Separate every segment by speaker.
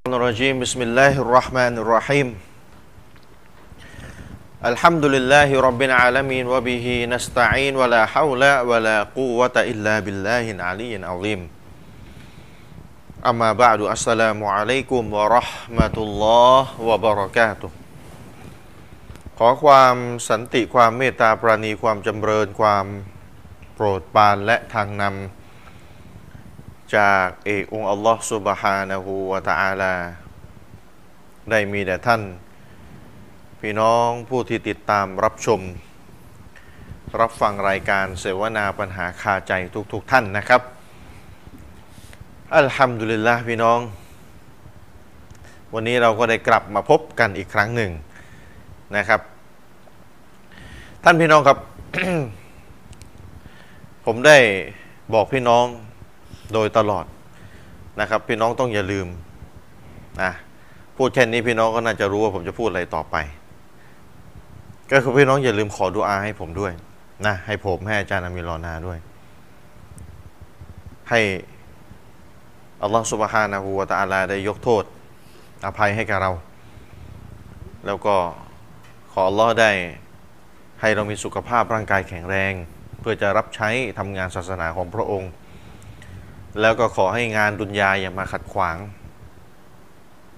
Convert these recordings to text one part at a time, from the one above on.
Speaker 1: الشيطان الرجيم بسم الله الرحمن الرحيم الحمد لله رب العالمين وبه نستعين ولا حول ولا قوة إلا بالله العلي العظيم أما بعد السلام عليكم ورحمة الله وبركاته ขอความสันติความเมตตาปราณีความจำเริญความโปรดปรานและทางนำ จากเอกองค์อัลลอฮ์สุบฮานะฮูวะตะอาลา ได้มีแด่ท่าน พี่น้องผู้ที่ติดตามรับชม รับฟังรายการเสวนาปัญหาคาใจทุกๆทท่านนะครับ อัลฮัมดุลิลละพี่น้อง วันนี้เราก็ได้กลับมาพบกันอีกครั้งหนึ่งนะครับ ท่านพี่น้องครับ ผมได้บอกพี่น้อง โดยตลอดนะครับ พี่น้องต้องอย่าลืมนะพูดแค่นี้พี่น้องก็น่าจะรู้ว่าผมจะพูดอะไรต่อไป ก็คือพี่น้องอย่าลืมขอดุอาให้ผมด้วยนะให้ผมให้อาจารย์อามิรอนาด้วย ให้อัลลอฮฺสุบฮานะฮูวะตะอาลาได้ยกโทษ อภัยให้กับเรา แล้วก็ขออัลลอฮ์ได้ให้เรามีสุขภาพร่างกายแข็งแรง เพื่อจะรับใช้ทำงานศาสนาของพระองค์ แล้วก็ขอให้งานดุนยาอย่ามาขัดขวาง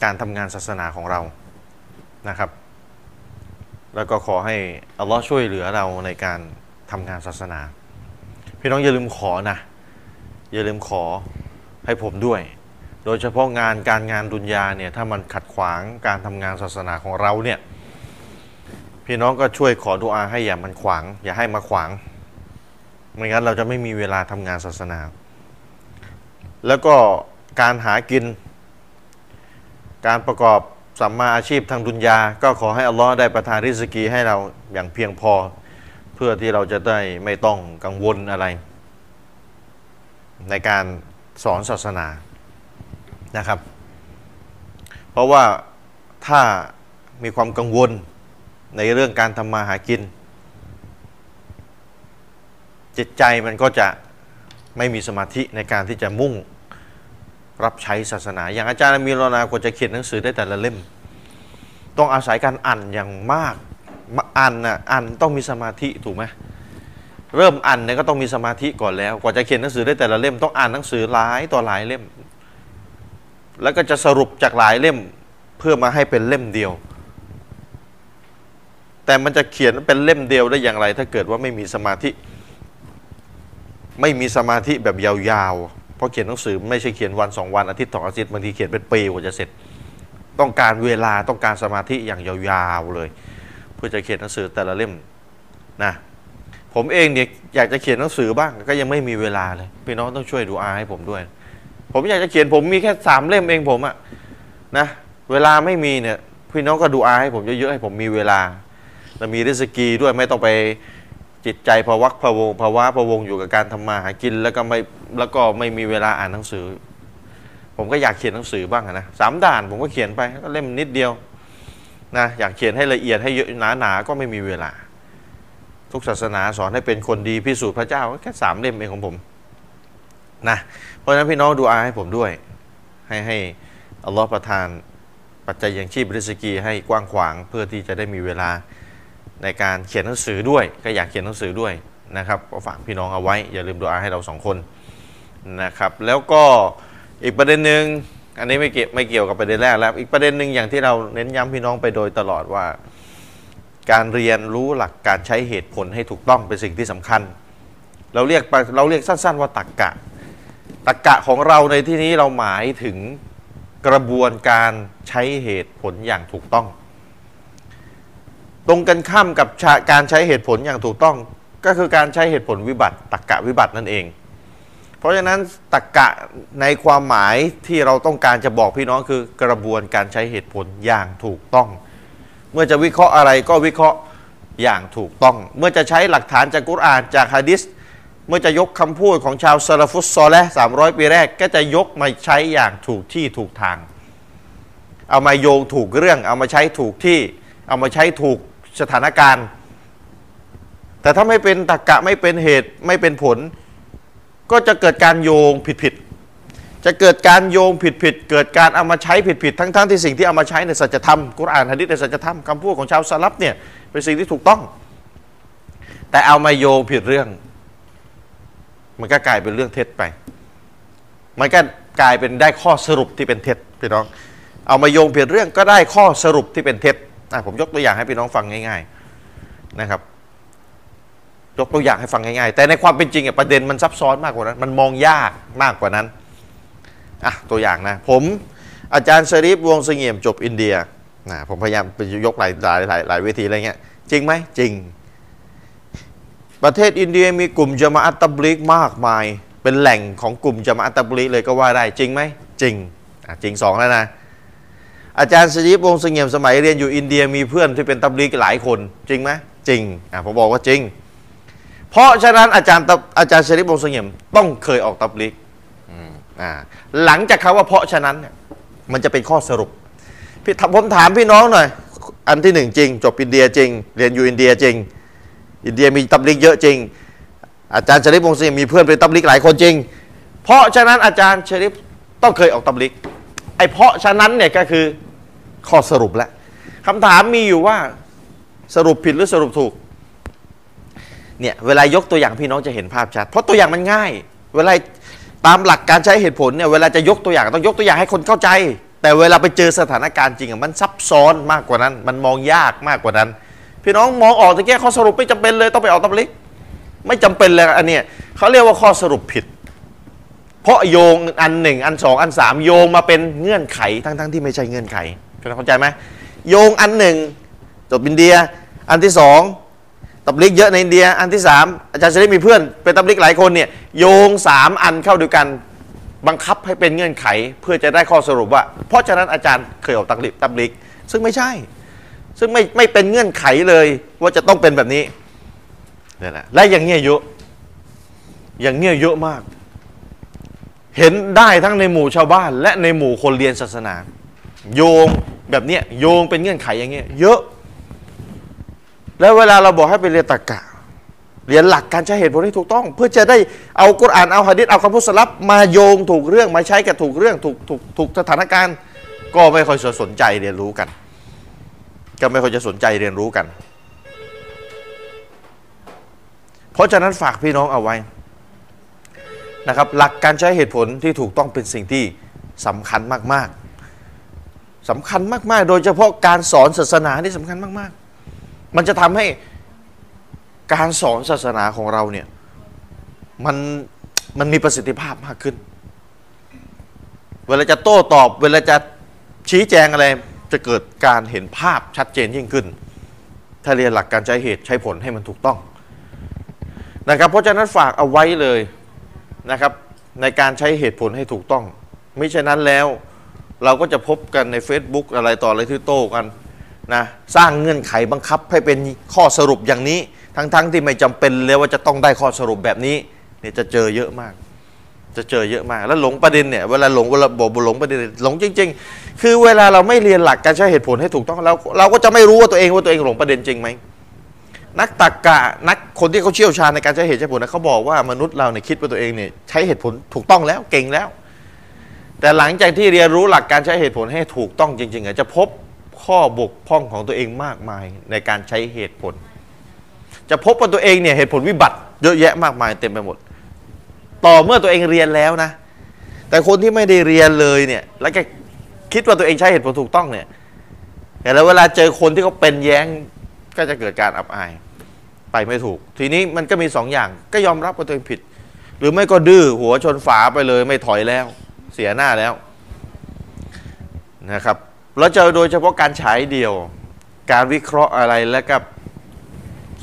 Speaker 1: การทำงานศาสนาของเรานะครับ แล้วก็ขอให้อัลลอฮ์ช่วยเหลือเราในการทำงานศาสนา พี่น้องอย่าลืมขอนะ อย่าลืมขอให้ผมด้วย โดยเฉพาะงานการงานดุนยาเนี่ยถ้ามันขัดขวางการทำงานศาสนาของเราเนี่ยพี่น้องก็ช่วยขอดุอาให้อย่ามันขวาง อย่าให้มาขวางไม่งั้นเราจะไม่มีเวลาทำงานศาสนา แล้วก็การหากิน การประกอบสัมมาอาชีพทางดุนยา ก็ขอให้อัลลอฮ์ได้ประทานริสกีให้เราอย่างเพียงพอ เพื่อที่เราจะได้ไม่ต้องกังวลอะไร ในการสอนศาสนานะครับ เพราะว่าถ้ามีความกังวลในเรื่องการทำมาหากิน จิตใจมันก็จะ ไม่มีสมาธิในการที่จะมุ่งรับใช้ศาสนา อย่างอาจารย์มีรนากว่าจะเขียนหนังสือได้แต่ละเล่ม ต้องอาศัยการอ่านอย่างมากมาอ่านนะอ่านต้องมีสมาธิถูกไหมเริ่มอ่านเนี่ยก็ต้องมีสมาธิก่อนแล้ว กว่าจะเขียนหนังสือได้แต่ละเล่ม ต้องอ่านหนังสือหลายต่อหลายเล่ม แล้วก็จะสรุปจากหลายเล่มเพื่อมาให้เป็นเล่มเดียว แต่มันจะเขียนเป็นเล่มเดียวได้อย่างไร ถ้าเกิดว่าไม่มีสมาธิ ไม่มีสมาธิแบบยาวๆ เพราะเขียนหนังสือไม่ใช่เขียนวันสองวันอาทิตย์สองอาทิตย์บางทีเขียนเป็นปีกว่าจะเสร็จ ต้องการเวลาต้องการสมาธิอย่างยาวๆเลย เพื่อจะเขียนหนังสือแต่ละเล่มนะ ผมเองเนี่ยอยากจะเขียนหนังสือบ้างก็ยังไม่มีเวลาเลยพี่น้องต้องช่วยดูอาให้ผมด้วย ผมอยากจะเขียนผมมีแค่สามเล่มเองผมอะนะเวลาไม่มีเนี่ยพี่น้องก็ดูอาให้ผมเยอะๆให้ผมมีเวลาและมีริสกีด้วยไม่ต้องไป จิตใจพะวักพะวงภาวะพะวงอยู่กับการทำมาหากินแล้วก็ไม่แล้วก็ไม่มีเวลาอ่านหนังสือ ผมก็อยากเขียนหนังสือบ้างอะนะสามด่านผมก็เขียนไปก็เล่มนิดเดียวนะอยากเขียนให้ละเอียดให้เยอะหนาหนาๆก็ไม่มีเวลา ทุกศาสนาสอนให้เป็นคนดีพิสูจน์พระเจ้าก็แค่สามเล่มเองของผมนะเพราะฉะนั้นพี่น้องดูอาให้ผมด้วย ให้ให้อัลลอฮ์ประทานปัจจัยยังชีพริสกีให้กว้างขวางเพื่อที่จะได้มีเวลา ในการเขียนหนังสือด้วยก็อยากเขียนหนังสือด้วยนะครับก็ฝากพี่น้องเอาไว้ อย่าลืมดูอาให้เราสองคนนะครับแล้วก็อีกประเด็นหนึ่งอันนี้ไม่เกี่ยวไม่เกี่ยวกับประเด็นแรกแล้ว อีกประเด็นหนึ่งอย่างที่เราเน้นย้ำพี่น้องไปโดยตลอดว่า การเรียนรู้หลักการใช้เหตุผลให้ถูกต้องเป็นสิ่งที่สำคัญ เราเรียกไปเราเรียกสั้น ๆ ว่าตรรกกะตรรกกะของเราในที่นี้เราหมายถึงกระบวนการใช้เหตุผลอย่างถูกต้อง ตรงกันข้ามกับชะการใช้เหตุผลอย่างถูกต้อง ก็คือการใช้เหตุผลวิบัติตรรกะวิบัตินั่นเอง เพราะฉะนั้นตรรกะในความหมายที่เราต้องการจะบอกพี่น้องคือกระบวนการใช้เหตุผลอย่างถูกต้อง เมื่อจะวิเคราะห์อะไรก็วิเคราะห์อย่างถูกต้อง เมื่อจะใช้หลักฐานจากกุรอานจากฮะดิษเมื่อจะยกคำพูดของชาวซาลาฟุสซอและสามร้อยปีแรกก็จะยกมาใช้อย่างถูกที่ถูกทาง เอามาโยงถูกเรื่อง เอามาใช้ถูกที่ เอามาใช้ถูกสถานการณ์ แต่ถ้าไม่เป็นตรรกะไม่เป็นเหตุไม่เป็นผล ก็จะเกิดการโยงผิดๆ จะเกิดการโยงผิดๆเกิดการเอามาใช้ผิดๆทั้งๆที่สิ่งที่เอามาใช้ในสัจธรรมกุรอานฮะดิษในสัจธรรมคำพูดของชาวสลับเนี่ยเป็นสิ่งที่ถูกต้อง แต่เอามาโยงผิดเรื่อง มันก็กลายเป็นเรื่องเท็จไป มันก็กลายเป็นได้ข้อสรุปที่เป็นเท็จพี่น้อง เอามาโยงผิดเรื่องก็ได้ข้อสรุปที่เป็นเท็จอ่ะผมยกตัวอย่างให้พี่น้องฟังง่ายๆนะครับ ยกตัวอย่างให้ฟังง่ายๆ แต่ในความเป็นจริงอ่ะประเด็นมันซับซ้อนมากกว่านั้น มันมองยากมากกว่านั้นอ่ะตัวอย่างนะ ผมอาจารย์ชริฟวงศ์เสงี่ยมจบอินเดียนะผมพยายามไปยกหลายหลายหลายหลายเวทีอะไรเงี้ยจริงไหมจริง ประเทศอินเดียมีกลุ่มจามาอัตตับลิกมากมาย เป็นแหล่งของกลุ่มจามาอัตตับลิกเลยก็ว่าได้จริงไหมจริงอ่ะจริงสองแล้วนะ อาจารย์สยิบวงศ์เสงี่ยมสมัยเรียนอยู่อินเดียมีเพื่อนที่เป็นตับลีกหลายคน จริงไหมจริงอ่ะผมบอกว่าจริง เพราะฉะนั้นอาจารย์ตับอาจารย์สยิบวงศ์เสงี่ยมต้องเคยออกตับลีกอืมอ่าหลังจากคำว่าเพราะฉะนั้นเนี่ยมันจะเป็นข้อสรุปพี่ผมถามพี่น้องหน่อย อันที่หนึ่งจริง จบอินเดียจริง เรียนอยู่อินเดียจริง อินเดียมีตับลีกเยอะจริง อาจารย์ชริฟวงศ์เสงี่ยมมีเพื่อนเป็นตับลีกหลายคนจริง เพราะฉะนั้นอาจารย์ชริฟต้องเคยออกตับลีกไอ้เพราะฉะนั้นเนี่ยก็คือ ข้อสรุปแล้วคำถามมีอยู่ว่าสรุปผิดหรือสรุปถูกเนี่ยเวลายกตัวอย่างพี่น้องจะเห็นภาพชัด เพราะตัวอย่างมันง่าย เวลาตามหลักการใช้เหตุผลเนี่ยเวลาจะยกตัวอย่างต้องยกตัวอย่างให้คนเข้าใจ แต่เวลาไปเจอสถานการณ์จริงอะมันซับซ้อนมากกว่านั้น มันมองยากมากกว่านั้น พี่น้องมองออกตะแก้ข้อสรุปไม่จำเป็นเลยต้องไปออกตับลิกไม่จำเป็นเลยอันเนี้ยเขาเรียกว่าข้อสรุปผิด เพราะโยงอันหนึ่งอันสองอันสามโยงมาเป็นเงื่อนไขทั้งๆทที่ไม่ใช่เงื่อนไขเข้าใจไหมโยงอันหนึ่งจบอินเดีย อันที่สองตับลิกเยอะในอินเดีย อันที่สามอาจารย์จะได้มีเพื่อนเป็นตับลิกหลายคนเนี่ยโยงสามอันเข้าด้วยกันบังคับให้เป็นเงื่อนไข เพื่อจะได้ข้อสรุปว่า เพราะฉะนั้นอาจารย์เคยออกตับลิกตับลิก ซึ่งไม่ใช่ ซึ่งไม่ไม่เป็นเงื่อนไขเลยว่าจะต้องเป็นแบบนี้นี่แหละและอย่างเงี้ยเยอะอย่างเงี้ยเยอะมาก เห็นได้ทั้งในหมู่ชาวบ้าน และในหมู่คนเรียนศาสนา โยงแบบเนี้ยโยงเป็นเงื่อนไขอย่างเงี้ยเยอะ แล้วเวลาเราบอกให้ไปเรียนตรรกะ เรียนหลักการใช้เหตุผลที่ถูกต้อง เพื่อจะได้เอากุรอานเอาหะดิษเอาคำพูดสลับมาโยงถูกเรื่องมาใช้กับถูกเรื่องถูกถูกถูกสถานการณ์ ก็ไม่ค่อยสนใจเรียนรู้กัน ก็ไม่ค่อยจะสนใจเรียนรู้กัน เพราะฉะนั้นฝากพี่น้องเอาไว้ นะครับหลักการใช้เหตุผลที่ถูกต้องเป็นสิ่งที่สำคัญมากๆสำคัญมาก ๆ โดยเฉพาะการสอนศาสนานี่สำคัญมาก ๆ มันจะทำให้การสอนศาสนาของเราเนี่ยมันมันมีประสิทธิภาพมากขึ้น เวลาจะโต้ตอบ เวลาจะชี้แจงอะไร จะเกิดการเห็นภาพชัดเจนยิ่งขึ้น ถ้าเรียนหลักการใช้เหตุใช้ผลให้มันถูกต้องนะครับเพราะฉะนั้นฝากเอาไว้เลย นะครับในการใช้เหตุผลให้ถูกต้อง ไม่ฉะนั้นแล้วเราก็จะพบกันใน Facebook อะไรต่ออะไรที่โต้กันนะสร้างเงื่อนไขบังคับให้เป็นข้อสรุปอย่างนี้ ทั้งๆทที่ไม่จำเป็นเลยว่าจะต้องได้ข้อสรุปแบบนี้เนี่ยจะเจอเยอะมาก จะเจอเยอะมาก แล้วหลงประเด็นเนี่ยเวลาหลงเวลาบอกหลงประเด็นหลงจริง ๆ คือเวลาเราไม่เรียนหลักการใช้เหตุผลให้ถูกต้องเราเราก็จะไม่รู้ว่าตัวเองว่าตัวเองหลงประเด็นจริงไหม นักตรรกะนักคนที่เขาเชี่ยวชาญในการใช้เหตุใช้ผลนะเขาบอกว่ามนุษย์เราเนี่ยคิดว่าตัวเองเนี่ยใช้เหตุผลถูกต้องแล้วเก่งแล้ว แต่หลังจากที่เรียนรู้หลักการใช้เหตุผลให้ถูกต้องจริงๆอะจะพบข้อบกพร่องของตัวเองมากมายในการใช้เหตุผล จะพบว่าตัวเองเนี่ยเหตุผลวิบัติเยอะแยะมากมายเต็มไปหมด ต่อเมื่อตัวเองเรียนแล้วนะ แต่คนที่ไม่ได้เรียนเลยเนี่ยแล้วก็คิดว่าตัวเองใช้เหตุผลถูกต้องเนี่ยแต่แล้วเวลาเจอคนที่เขาเป็นแย้งก็จะเกิดการอับอาย ไปไม่ถูก ทีนี้มันก็มีสองอย่างก็ยอมรับว่าตัวเองผิด หรือไม่ก็ดื้อหัวชนฝาไปเลยไม่ถอยแล้ว เสียหน้าแล้วนะครับแล้วเจอโดยเฉพาะการฉายเดี่ยว การวิเคราะห์อะไรแล้วก็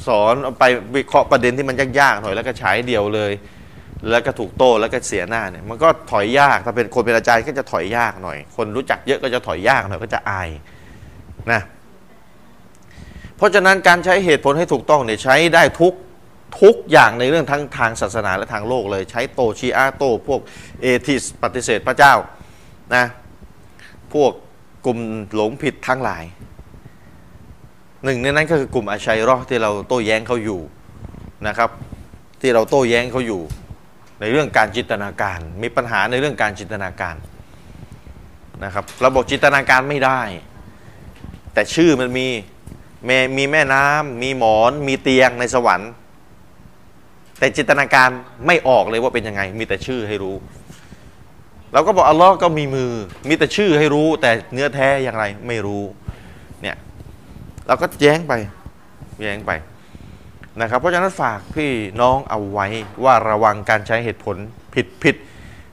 Speaker 1: สอนเอาไปวิเคราะห์ประเด็นที่มันยากๆหน่อยแล้วก็ฉายเดี่ยวเลย แล้วก็ถูกโต้แล้วก็เสียหน้าเนี่ยมันก็ถอยยากถ้าเป็นคนเป็นอาจารย์ก็จะถอยยากหน่อย คนรู้จักเยอะก็จะถอยยากหน่อยก็จะอายนะ เพราะฉะนั้นการใช้เหตุผลให้ถูกต้องเนี่ยใช้ได้ทุกทุกอย่างในเรื่องทั้งทางศาสนาและทางโลกเลย ใช้โตชีอาโต พวกเอทิสปฏิเสธพระเจ้านะพวกกลุ่มหลงผิดทั้งหลาย หนึ่งในนั้นก็คือกลุ่มอาชัยเรอที่เราโต้แย้งเขาอยู่นะครับ ที่เราโต้แย้งเขาอยู่ ในเรื่องการจินตนาการ มีปัญหาในเรื่องการจินตนาการนะครับเราบอกจินตนาการไม่ได้ แต่ชื่อมันมีแม่มีแม่น้ำมีหมอน มีเตียงในสวรรค์ แต่จินตนาการไม่ออกเลยว่าเป็นยังไง มีแต่ชื่อให้รู้ เราก็บอกอัลลอฮ์ก็มีมือ มีแต่ชื่อให้รู้ แต่เนื้อแท้อย่างไรไม่รู้เนี่ยเราก็แย้งไป แย้งไปนะครับ เพราะฉะนั้นฝากพี่น้องเอาไว้ว่าระวังการใช้เหตุผลผิดผิด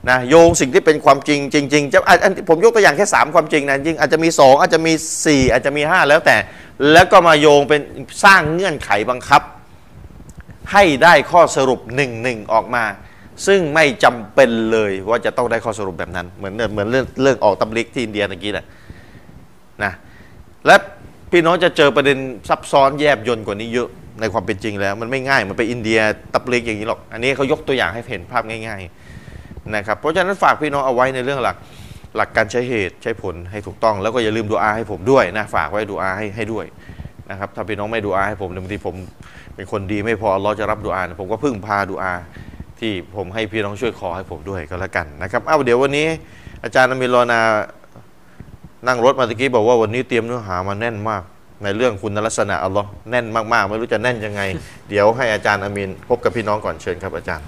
Speaker 1: นะโยงสิ่งที่เป็นความจริงจริงๆจะอ่ะอันผมยกตัวอย่างแค่ 3 ความจริงนะจริงอาจจะมี 2 อาจจะมี 4 อาจจะมี 5 แล้วแต่ แล้วก็มาโยงเป็นสร้างเงื่อนไขบังคับ ให้ได้ข้อสรุปหนึ่งหนึ่งออกมา ซึ่งไม่จำเป็นเลยว่าจะต้องได้ข้อสรุปแบบนั้น เหมือนเหมือนเรื่องเรื่องออกตำลิกที่อินเดียตะกี้แหละนะและพี่น้องจะเจอประเด็นซับซ้อนแยบยนต์กว่านี้เยอะในความเป็นจริงแล้ว มันไม่ง่ายเหมันไปอินเดียตับลิกอย่างนี้หรอก อันนี้เขายกตัวอย่างให้เห็นภาพง่ายๆนะครับเพราะฉะนั้นฝากพี่น้องเอาไว้ในเรื่องหลักหลักการใช้เหตุใช้ผลให้ถูกต้อง แล้วก็อย่าลืมดูอาให้ผมด้วยนะฝากไว้ดูอาให้ให้ด้วยนะครับถ้าพี่น้องไม่ดูอาให้ผมเดี๋ยวบางทีผม เป็นคนดีไม่พออัลเราะห์จะรับดูอานะผมก็พึ่งพาดูอาที่ผมให้พี่น้องช่วยขอให้ผมด้วยก็แล้วกันนะครับเอ้าเดี๋ยววันนี้ อาจารย์อามิรอนานั่งรถมาตะกี้บอกว่าวันนี้เตรียมเนื้อหามาแน่นมาก ในเรื่องคุณลักษณะอัลลอฮ์แน่นมากๆ ไม่รู้จะแน่นยังไง เดี๋ยวให้อาจารย์อามินพบกับพี่น้องก่อนเชิญครับอาจารย์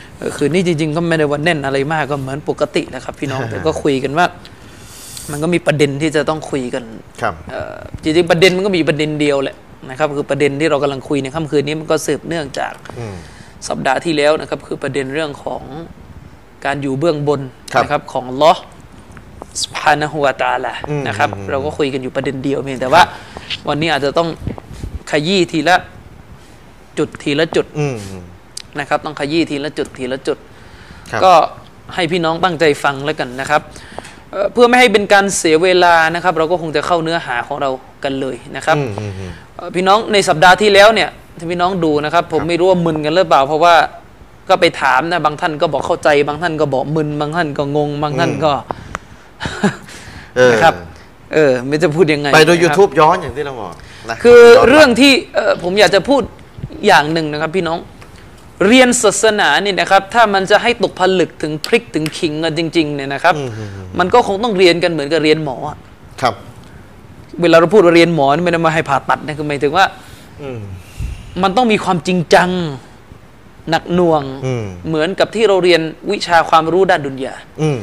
Speaker 2: เอ่อคือนี่จริงๆ ก็ไม่ได้ว่าแน่นอะไรมากก็เหมือนปกตินะครับพี่น้อง แต่ก็คุยกันว่า มันก็มีประเด็นที่จะต้องคุยกัน
Speaker 1: ครับ
Speaker 2: เอ่อจริงๆประเด็นมันก็มีประเด็นเดียวแหละนะครับคือประเด็นที่เรากำลังคุยในค่ำคืนนี้มันก็สืบเนื่องจาก
Speaker 1: อืม
Speaker 2: สัปดาห์ที่แล้วนะครับ คือประเด็นเรื่องของการอยู่เบื้องบน
Speaker 1: ครับ
Speaker 2: นะครับของอัลลอสพานะฮัวะตะอาลา
Speaker 1: อืม
Speaker 2: นะครับ
Speaker 1: อืม
Speaker 2: เราก็คุยกันอยู่ประเด็นเดียวเพียงแต่ว่า วันนี้อาจจะต้องขยี้ทีละจุดทีละจุด
Speaker 1: อืม
Speaker 2: นะครับ ต้องขยี้ทีละจุดทีละจุด
Speaker 1: ครับ
Speaker 2: ก็ให้พี่น้องตั้งใจฟังแล้วกันนะครับเอ่อเพื่อไม่ให้เป็นการเสียเวลานะครับ เราก็คงจะเข้าเนื้อหาของเรากันเลยนะครับ
Speaker 1: อืมอืมอืม
Speaker 2: เอ่อพี่น้องในสัปดาห์ที่แล้วเนี่ยถ้าพี่น้องดูนะครับ ผมไม่รู้ว่ามึนกันหรือเปล่า เพราะว่าก็ไปถามนะบางท่านก็บอกเข้าใจ บางท่านก็บอกมึนบางท่านก็งง บางท่านก็
Speaker 1: เออ
Speaker 2: นะครับเออไม่จะพูดยังไง
Speaker 1: ไปดู
Speaker 2: นะครับ
Speaker 1: YouTube ย้อนอย่างที่เราบอกนะ
Speaker 2: คือ
Speaker 1: ย้น
Speaker 2: เรื่องที่เอ่อผมอยากจะพูดอย่างหนึ่งนะครับ พี่น้องเรียนศาสนาเนี่ยนะครับ ถ้ามันจะให้ตกผลึกถึงพริกถึงขิงกันจริงๆเนี่ยนะครับ มันก็คงต้องเรียนกันเหมือนกับเรียนหมออะ
Speaker 1: ครับ
Speaker 2: เวลาเราพูดว่าเรียนหมอนี่ไม่ได้มาให้ผ่าตัดนะคือหมายถึงว่า
Speaker 1: อืม
Speaker 2: มันต้องมีความจริงจังหนักหน่วง
Speaker 1: อืม
Speaker 2: เหมือนกับที่เราเรียนวิชาความรู้ด้านดุนยา
Speaker 1: อืม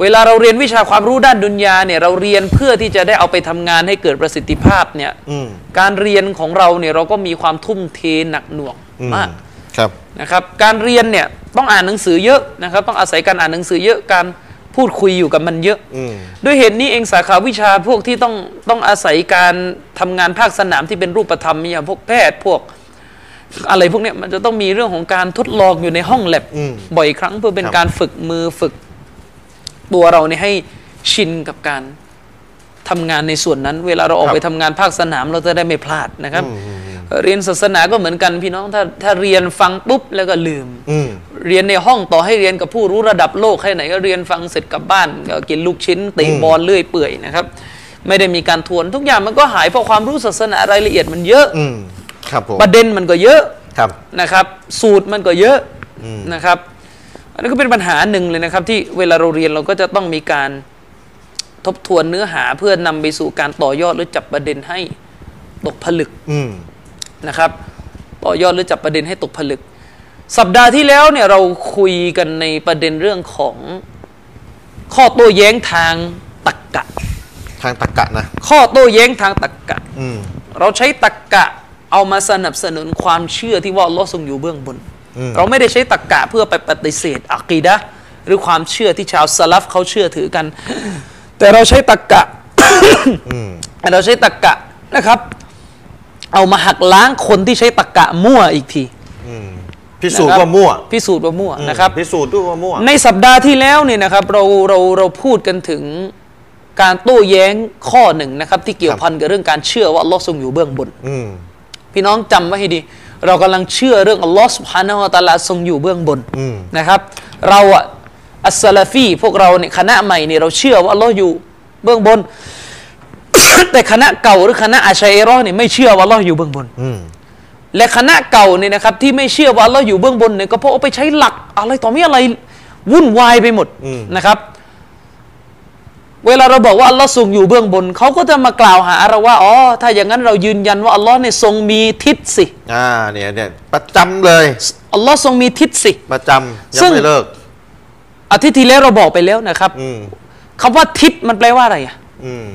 Speaker 2: เวลาเราเรียนวิชาความรู้ด้านดุนยาเนี่ยเราเรียนเพื่อที่จะได้เอาไปทำงานให้เกิดประสิทธิภาพเนี่ย
Speaker 1: อืม
Speaker 2: การเรียนของเราเนี่ยเราก็มีความทุ่มเทหนักหน่วง
Speaker 1: อืม
Speaker 2: มาก
Speaker 1: ครับ
Speaker 2: นะครับการเรียนเนี่ยต้องอ่านหนังสือเยอะนะครับ ต้องอาศัยการอ่านหนังสือเยอะการพูดคุยอยู่กับมันเยอะ
Speaker 1: อืม
Speaker 2: ด้วยเหตุนี้เองสาขาวิชาพวกที่ต้องต้องอาศัยการทำงานภาคสนามที่เป็นรูปธรรมอย่างพวกแพทย์พวก อะไรพวกเนี้ยมันจะต้องมีเรื่องของการทดลองอยู่ในห้องแลบบ่อยครั้งเพื่อเป็นการฝึกมือฝึกตัวเราเนี่ยให้ชินกับการทำงานในส่วนนั้น เวลาเราออกไปทำงานภาคสนามเราจะได้ไม่พลาดนะครับเอ่อเรียนศาสนาก็เหมือนกันพี่น้องถ้าถ้าเรียนฟังปุ๊บแล้วก็ลืม
Speaker 1: อืม
Speaker 2: เรียนในห้องต่อให้เรียนกับผู้รู้ระดับโลกแค่ไหนก็เรียนฟังเสร็จกลับบ้านก็กินลูกชิ้นเตะบอลเลื่อยเปื่อยนะครับ ไม่ได้มีการทวนทุกอย่างมันก็หายเพราะความรู้ศาสนารายละเอียดมันเยอะ
Speaker 1: อืม ครับผม
Speaker 2: ประเด็นมันก็เยอะ
Speaker 1: ครับ
Speaker 2: นะครับ สูตรมันก็เยอะนะครับ อันนี้นก็เป็นปัญหาหนึ่งเลยนะครับ ที่เวลาเราเรียนเราก็จะต้องมีการทบทวนเนื้อหาเพื่อนำไปสู่การต่อยอดหรือจับประเด็นให้ตกผลึก
Speaker 1: อืม
Speaker 2: นะครับต่อยอดหรือจับประเด็นให้ตกผลึก สัปดาห์ที่แล้วเนี่ยเราคุยกันในประเด็นเรื่องของข้อโต้แย้งทางตรกกะ
Speaker 1: ทางตรรกะนะ
Speaker 2: ข้อโต้แย้งทางตรกกะ
Speaker 1: อืม
Speaker 2: เราใช้ตรกกะเอามาสนับสนุนความเชื่อที่ว่าอัลลอฮ์ทรงอยู่เบื้องบน เราไม่ได้ใช้ตรกกะเพื่อไปปฏิเสธอักีดะห์หรือความเชื่อที่ชาวสลัฟเขาเชื่อถือกัน แต่เราใช้ตรกกะ แต่ เราใช้ตรกกะนะครับ เอามาหักล้างคนที่ใช้ตรกกะมั่วอีกที
Speaker 1: พิสูจน์
Speaker 2: นะครับ
Speaker 1: ว่ามั่ว
Speaker 2: พิสูจน์ว่ามั่วนะครับ
Speaker 1: พิสูจน์ด้วยว่ามั่ว
Speaker 2: ในสัปดาห์ที่แล้วเนี่ยนะครับเราเราเราพูดกันถึงการโต้แย้งข้อหนึ่งนะครับ ที่เกี่ยวพันกับเรื่องการเชื่อว่าอัลลอฮ์ทรงอยู่เบื้องบน
Speaker 1: อืม
Speaker 2: พี่น้องจำไว้ให้ดี เรากำลังเชื่อเรื่องอัลลอฮ์สุบฮานะฮูวะตะอาลาทรงอยู่เบื้องบน
Speaker 1: อืม
Speaker 2: นะครับ เราอะอัสซาลาฟีพวกเราเนี่ยคณะใหม่เนี่ยเราเชื่อว่าอัลลอฮ์อยู่เบื้องบน แต่คณะเก่าหรือคณะอาชัยเรอเนี่ยไม่เชื่อว่าอัลลอฮ์อยู่เบื้องบน
Speaker 1: อืม
Speaker 2: และคณะเก่าเนี่ยนะครับที่ไม่เชื่อว่าอัลเราะห์อยู่เบื้องบนเนี่ยก็เพราะว่าไปใช้หลักอะไรต่อมีอะไรวุ่นวายไปหมด
Speaker 1: อืม
Speaker 2: นะครับ เวลาเราบอกว่าอัลลอฮ์ทรงอยู่เบื้องบนเขาก็จะมากล่าวหาเราว่าอ๋อถ้าอย่างนั้นเรายืนยันว่าอัลลอฮ์เนี่ยทรงมีทิศสิ
Speaker 1: อ่าเนี่ยเนี่ยประจำเลย
Speaker 2: อัลลอฮ์ทรงมีทิศสิ
Speaker 1: ประจำยัง
Speaker 2: ซึ่ง
Speaker 1: ไม่เลิก
Speaker 2: อาทิตย์ที่แล้วเราบอกไปแล้วนะครับ
Speaker 1: อืม
Speaker 2: คำว่าทิศมันแปลว่าอะไรอะ
Speaker 1: อืม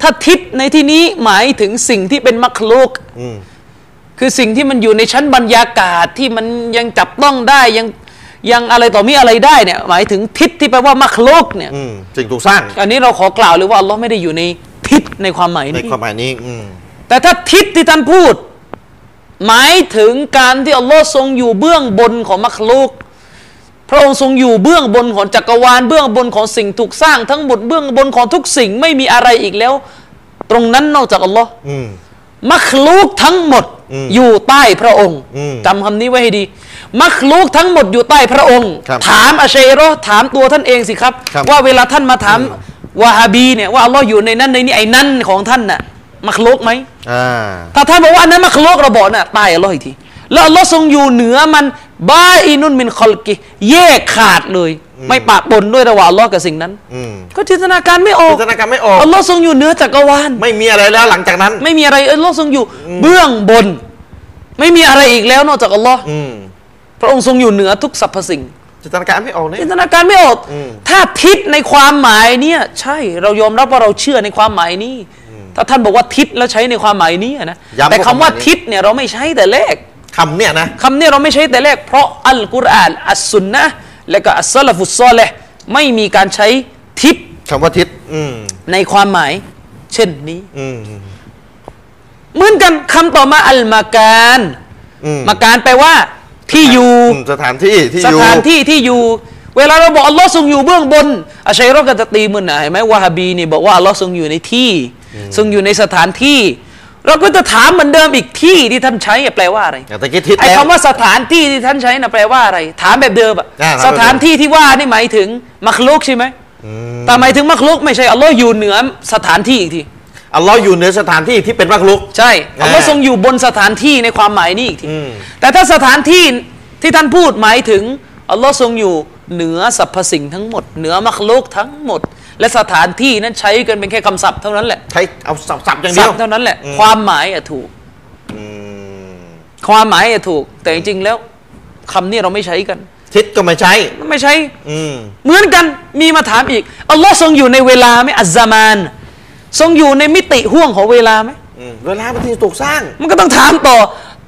Speaker 2: ถ้าทิศในที่นี้หมายถึงสิ่งที่เป็นมัคลุก
Speaker 1: อืม
Speaker 2: คือสิ่งที่มันอยู่ในชั้นบรรยากาศที่มันยังจับต้องได้ยังยังอะไรต่อมีอะไรได้เนี่ยหมายถึงทิศที่แปลว่ามักโลกเนี่ย
Speaker 1: อืมสิ่งถูกสร้าง
Speaker 2: อันนี้เราขอกล่าวเลยว่าอัลลอฮ์ไม่ได้อยู่ในทิศในความหมาย
Speaker 1: ใน
Speaker 2: นี้
Speaker 1: ความหมายนี้ อืม
Speaker 2: แต่ถ้าทิศที่ท่านพูด หมายถึงการที่อัลลอฮ์ทรงอยู่เบื้องบนของมักโลก พระองค์ทรงอยู่เบื้องบนของจักรวาลเบื้องบนของสิ่งถูกสร้างทั้งหมดเบื้องบนของทุกสิ่งไม่มีอะไรอีกแล้ว ตรงนั้นนอกจากอัลลอฮ์
Speaker 1: อืม
Speaker 2: มัคลูกทั้งหมด
Speaker 1: อืม
Speaker 2: อยู่ใต้พระองค์
Speaker 1: อืม
Speaker 2: จำคำนี้ไว้ให้ดี มัคลูกทั้งหมดอยู่ใต้พระองค์
Speaker 1: ครับ
Speaker 2: ถามอาชัยเรอถามตัวท่านเองสิครับ
Speaker 1: ครับ
Speaker 2: ว่าเวลาท่านมาถามวาฮาบีเนี่ยว่าอัลลอฮ์อยู่ในนั้นในนี้ไอ้นั่นของท่านน่ะมัคลูกไหม
Speaker 1: อ่า
Speaker 2: ถ้าท่านบอกว่าอันนั้นมัคลูกเราบอกน่ะใต้อัลลอฮ์อีกทีแล้วอัลลอฮ์ทรงอยู่เหนือมันบาอินุนมินคอลกิแยกขาดเลย ไม่ปะปนด้วยระหว่างอัลลอฮ์กับสิ่งนั้น
Speaker 1: อืม
Speaker 2: ก็จินตนาการไม่ออ
Speaker 1: จิ
Speaker 2: ก
Speaker 1: นตนาการไม่ออก
Speaker 2: อัลลอฮ์ทรงอยู่เหนือจักรวาล
Speaker 1: ไม่มีอะไรแล้วหลังจากนั้น
Speaker 2: ไม่มีอะไรอัลลอฮ์ทรงอยู่เบื้องบน ไม่มีอะไรอีกแล้วนอกจากอัลลอฮ์
Speaker 1: อืม
Speaker 2: พระองค์ทรงอยู่เหนือทุกสรรพสิ่ง
Speaker 1: จินตนาการไม่ออกเนี่ย
Speaker 2: จินตนาการไม่ออก
Speaker 1: อืม
Speaker 2: ถ้าทิศในความหมายเนี่ยใช่เรายอมรับว่าเราเชื่อในความหมายนี้ ถ้าท่านบอกว่าทิศแล้วใช้ในความหมายนี้อะนะ
Speaker 1: ย้ำ
Speaker 2: แต่คำ
Speaker 1: ว่า
Speaker 2: ว่าทิศเนี่ยเราไม่ใช้แต่แรก
Speaker 1: คำเนี่ยนะ
Speaker 2: คำเนี่ยเราไม่ใช้แต่แรกเพราะอัลกุรอานอัสซุนนะห์และก็อัสซะลฟุสซอเลห์ไม่มีการใช้ทิศ
Speaker 1: คำว่าทิศ อืม
Speaker 2: ในความหมาย เช่นนี้
Speaker 1: อืม
Speaker 2: เหมือนกันคำต่อมาอัลมาการ
Speaker 1: อืม
Speaker 2: มาการแปลว่าที่อยู่
Speaker 1: อืมสถานที่ที่
Speaker 2: ส
Speaker 1: อยู่
Speaker 2: ถานที่ที่อยู่ เวลาเราบอกอัลลอฮ์ทรงอยู่เบื้องบนอาชัยเรอก็จะตีมือหนาเห็นไหมวาฮาบีนี่บอกว่าอัลลอฮ์ทรงอยู่ในที่ ทรงอยู่ในสถานที่ เราก็จะถามเหมือนเดิมอีกที่ที่ท่านใช้อะแปลว่าอะไร
Speaker 1: อย่างตะกี้ทิศ
Speaker 2: ไอ้
Speaker 1: แล้ว
Speaker 2: คำว่าสถานที่ที่ท่านใช้นะแปลว่าอะไร ถามแบบเดิมอะ
Speaker 1: อ่าถามแบบเดิม
Speaker 2: สถานที่ที่ว่านี่หมายถึงมักลุกใช่ไหม
Speaker 1: อืม
Speaker 2: แต่หมายถึงมักลุกไม่ใช่อัลลอฮ์อยู่เหนือสถานที่อีกที
Speaker 1: อัลลอฮ์อยู่เหนือสถานที่ที่เป็นมักลุก
Speaker 2: ใช่อัลลอฮ์
Speaker 1: อ่า
Speaker 2: ทรงอยู่บนสถานที่ในความหมายนี้อีกที
Speaker 1: อืม
Speaker 2: แต่ถ้าสถานที่ที่ท่านพูดหมายถึงอัลลอฮ์ทรงอยู่เหนือสรรพสิ่งทั้งหมด เหนือมรรคโลกทั้งหมด และสถานที่นั้นใช้กันเป็นแค่คำศัพท์เท่านั้นแหละ
Speaker 1: ใช้เอาสับๆอย่าง
Speaker 2: ศั
Speaker 1: เดีย
Speaker 2: พ
Speaker 1: ว
Speaker 2: ท์เท่านั้นแหละ
Speaker 1: อืม
Speaker 2: ความหมายอะถูก
Speaker 1: อืม
Speaker 2: ความหมายอะถูก แต่จริงๆแล้วคำนี้เราไม่ใช้กัน
Speaker 1: ทิศก็ไม่ใช้
Speaker 2: ไม่ใช้
Speaker 1: อืม
Speaker 2: เหมือนกันมีมาถามอีกอัลลอฮ์ทรงอยู่ในเวลาไหมอัลซามาน ทรงอยู่ในมิติห่วงของเวลาไหม
Speaker 1: อืมเวลามันที่ถูกสร้าง
Speaker 2: มันก็ต้องถามต่อ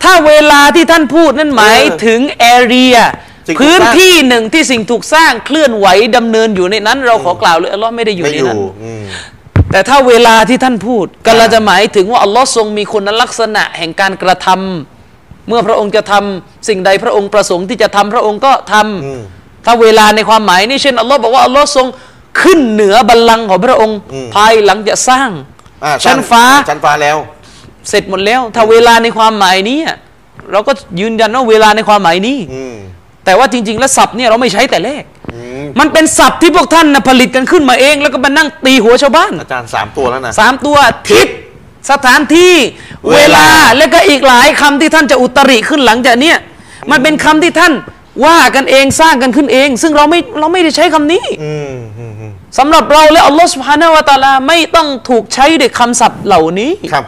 Speaker 2: ถ้าเวลาที่ท่านพูดนั่นหมายถึงแอเรีย
Speaker 1: สิ่งถูกสร้าง
Speaker 2: พื้นที่หนึ่งที่สิ่งถูกสร้างเคลื่อนไหวดำเนินอยู่ในนั้น เราขอกล่าวเลยอัลลอฮ์ไม่ได้อยู่
Speaker 1: ไม่
Speaker 2: ใน
Speaker 1: อยู่
Speaker 2: นั้น
Speaker 1: อืม
Speaker 2: แต่ถ้าเวลาที่ท่านพูดก็เราจะหมายถึงว่าอัลลอฮ์ทรงมีคุณลักษณะแห่งการกระทำเมื่อพระองค์จะทำสิ่งใดพระองค์ประสงค์ที่จะทำพระองค์ก็ทำ
Speaker 1: อืม
Speaker 2: ถ้าเวลาในความหมายนี่เช่นอัลลอฮ์บอกว่าอัลลอฮ์ทรงขึ้นเหนือบัลลังก์ของพระองค์
Speaker 1: อืม
Speaker 2: ภายหลังจะสร้าง
Speaker 1: อ่า
Speaker 2: ชั้นฟ้า
Speaker 1: ชั้นฟ้าแล้ว
Speaker 2: เสร็จหมดแล้ว ถ้าเวลาในความหมายนี้อะเราก็ยืนยันว่าเวลาในความหมายนี้
Speaker 1: อืม
Speaker 2: แต่ว่าจริง ๆ แล้วศัพท์เนี่ยเราไม่ใช้แต่แรก
Speaker 1: อืม
Speaker 2: มันเป็นศัพท์ที่พวกท่านนะผลิตกันขึ้นมาเอง แล้วก็มานั่งตีหัวชาวบ้าน
Speaker 1: อาจารย์สามตัวแล้วนะ
Speaker 2: สามตัวทิศสถานที่
Speaker 1: เว
Speaker 2: เว
Speaker 1: ลา
Speaker 2: ลาและก็อีกหลายคำที่ท่านจะอุตริขึ้นหลังจากเนี้ยมันเป็นคำที่ท่านว่ากันเองสร้างกันขึ้นเอง ซึ่งเราไม่เราไม่ได้ใช้คำนี้
Speaker 1: อืมอืมอืม
Speaker 2: สำหรับเราและอัลลอฮฺสุบฮานาวะตะอาลาไม่ต้องถูกใช้ด้วยคำศัพท์เหล่านี้
Speaker 1: ครับ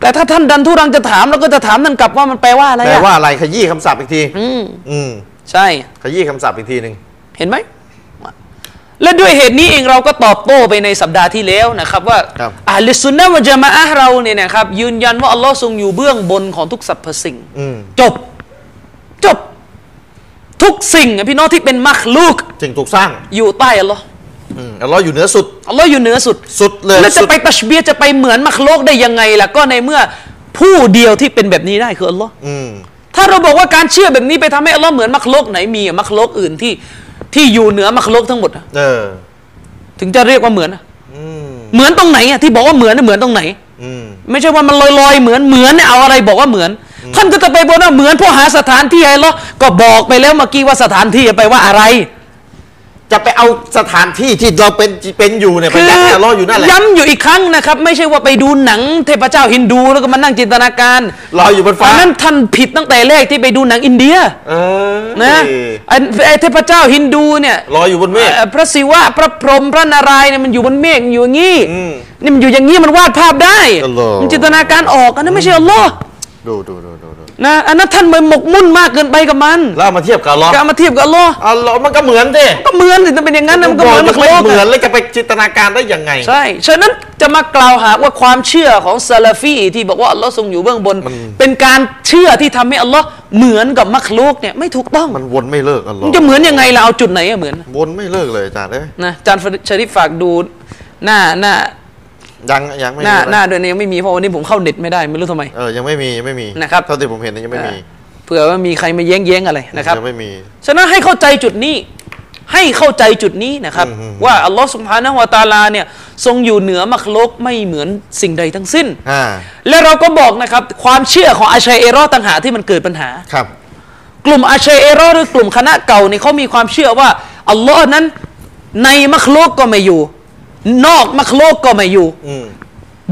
Speaker 2: แต่ถ้าท่านดันทุรังจะถามเราก็จะถามท่านกลับว่ามันแปลว่าอะไร
Speaker 1: แปล
Speaker 2: อะ
Speaker 1: ว่าอะไรขยี้คำศัพท์อีกที
Speaker 2: อืม
Speaker 1: อืม
Speaker 2: ใช่
Speaker 1: ขยี้คำศัพท์อีกทีหนึ่ง
Speaker 2: เห็นไหมและด้วยเหตุนี้เองเราก็ตอบโต้ไปในสัปดาห์ที่แล้วนะครับว่าอาลิสุนนะวะจามะอะฮ์เราเนี่ยนะครับยืนยันว่าอัลลอฮ์ทรงอยู่เบื้องบนของทุกสรรพสิ่ง
Speaker 1: อืม
Speaker 2: จบ จบ ทุกสิ่งอะพี่น้องที่เป็นมัคลูก
Speaker 1: สิ่งถูกสร้าง
Speaker 2: อยู่ใต้อัลลอฮ์
Speaker 1: อืมอัลลอฮ์อยู่เหนือสุด
Speaker 2: อัลลอฮ์อยู่เหนือสุด
Speaker 1: สุดเลย
Speaker 2: แล้วจะ
Speaker 1: สุด
Speaker 2: ไปตัชเบียจะไปเหมือนมัคลูกได้ยังไงล่ะก็ในเมื่อผู้เดียวที่เป็นแบบนี้ได้คืออัลลอฮ์
Speaker 1: อืม
Speaker 2: ถ้าเราบอกว่าการเชื่อแบบนี้ไปทำให้อัลลอฮ์เหมือนมัคลกไหนมีอะมัคลกอื่นที่ที่อยู่เหนือมัคลกทั้งหมดอะ
Speaker 1: เออ
Speaker 2: ถึงจะเรียกว่าเหมือนอะ
Speaker 1: อืม
Speaker 2: เหมือนตรงไหนอะที่บอกว่าเหมือนอะเหมือนตรงไหน
Speaker 1: อืม
Speaker 2: ไม่ใช่ว่ามันลอยๆเหมือนเหมือนเนี่ยเอาอะไรบอกว่าเหมือน ท่านก็จะไปบอกว่าเหมือนพวกหาสถานที่ไอ้เหรอก็บอกไปแล้วเมื่อกี้ว่าสถานที่ไปว่าอะไร
Speaker 1: จะไปเอาสถานที่ที่เราเป็นเป็นอยู่เนี่ยไป
Speaker 2: คือ
Speaker 1: ยัดให้อัลลอฮ์อยู่นั่นแหละ
Speaker 2: ย้ำอยู่อีกครั้งนะครับ ไม่ใช่ว่าไปดูหนังเทพเจ้าฮินดูแล้วก็มานั่งจินตนาการ
Speaker 1: ลอยอยู่บนฟ้า
Speaker 2: อันนั้นท่านผิดตั้งแต่แรกที่ไปดูหนังอินเดีย
Speaker 1: เออ
Speaker 2: นะไอ้ไอ้เทพเจ้าฮินดูเนี่ย
Speaker 1: ลอยอยู่บนเมฆ
Speaker 2: เอ่อพระศิวะพระพรหมพระนารายณ์เนี่ยมันอยู่บนเมฆมันอยู่อย่างงี้
Speaker 1: อืม
Speaker 2: นี่มันอยู่อย่างงี้มันวาดภาพได้
Speaker 1: อัลลอฮ์
Speaker 2: มันจินตนาการออกอันนั้นไม่ใช่อัลลอฮ์
Speaker 1: ดูดูดูดูดู
Speaker 2: นะอันนั้นท่านไปหมกมุ่นมากเกินไปกับมัน
Speaker 1: แล้วเอามาเทียบกับอัลลอฮ์
Speaker 2: ก็เอามาเทียบกับอัลลอฮ์
Speaker 1: อัลลอฮ์มันก็เหมือนสิ
Speaker 2: ก็เหมือนสิถ้าเป็นอย่างนั้นนะมันก็เหมือนมั
Speaker 1: มั
Speaker 2: ก
Speaker 1: ไม่
Speaker 2: โลก
Speaker 1: เหมือ
Speaker 2: อะ
Speaker 1: นแล้วจะไปจินตนาการได้ยังไง
Speaker 2: ใช่ ฉะนั้นจะมากล่าวหาว่าความเชื่อของซาลาฟีที่บอกว่าอัลลอฮ์ทรงอยู่เบื้องบน เป็นการเชื่อที่ทำให้อัลลอฮ์เหมือนกับมัคลุกเนี่ยไม่ถูกต้อง
Speaker 1: มันวนไม่เลิกอัลลอ
Speaker 2: มั
Speaker 1: ฮ์
Speaker 2: นจะเหมือนยังไงล่ะเอาจุดไหนอะเหมือน
Speaker 1: วนไม่เลิกเลยอาจารย์เอ้ย
Speaker 2: นะอาจารย์ชริฟฝากดูหน้าหน้า
Speaker 1: ยังยังไม่
Speaker 2: ห
Speaker 1: มี
Speaker 2: น้า
Speaker 1: อะไร
Speaker 2: หน้าด้วยเนี่ยยังไม่มีเพราะวันนี้ผมเข้าเน็ตไม่ได้ไม่รู้ทำไม
Speaker 1: เออยังไม่มียังไม่มี
Speaker 2: นะครับ
Speaker 1: เท่าที่ผมเห็นเนี่ยยังไม่มี
Speaker 2: เผื่อว่ามีใครมาแย้งๆอะไรนะครับ
Speaker 1: ยังไม่มี
Speaker 2: ฉะนั้นให้เข้าใจจุดนี้ ให้เข้าใจจุดนี้นะครับ ว่าอัลลอฮ์สุบฮานะฮูวะตะอาลาเนี่ยทรงอยู่เหนือมัคลุกไม่เหมือนสิ่งใดทั้งสิ้น
Speaker 1: อ่า
Speaker 2: และเราก็บอกนะครับความเชื่อของอาชัยเอรอต่างหากที่มันเกิดปัญหา
Speaker 1: ครับ
Speaker 2: กลุ่มอาชัยเอรอหรือกลุ่มคณะเก่าเนี่ยเขามีความเชื่อว่าอัลลอฮ์นั้นในมัคโลกก็ไม่อยู่ นอกมัคโลกก็ไม่อยู่
Speaker 1: อืม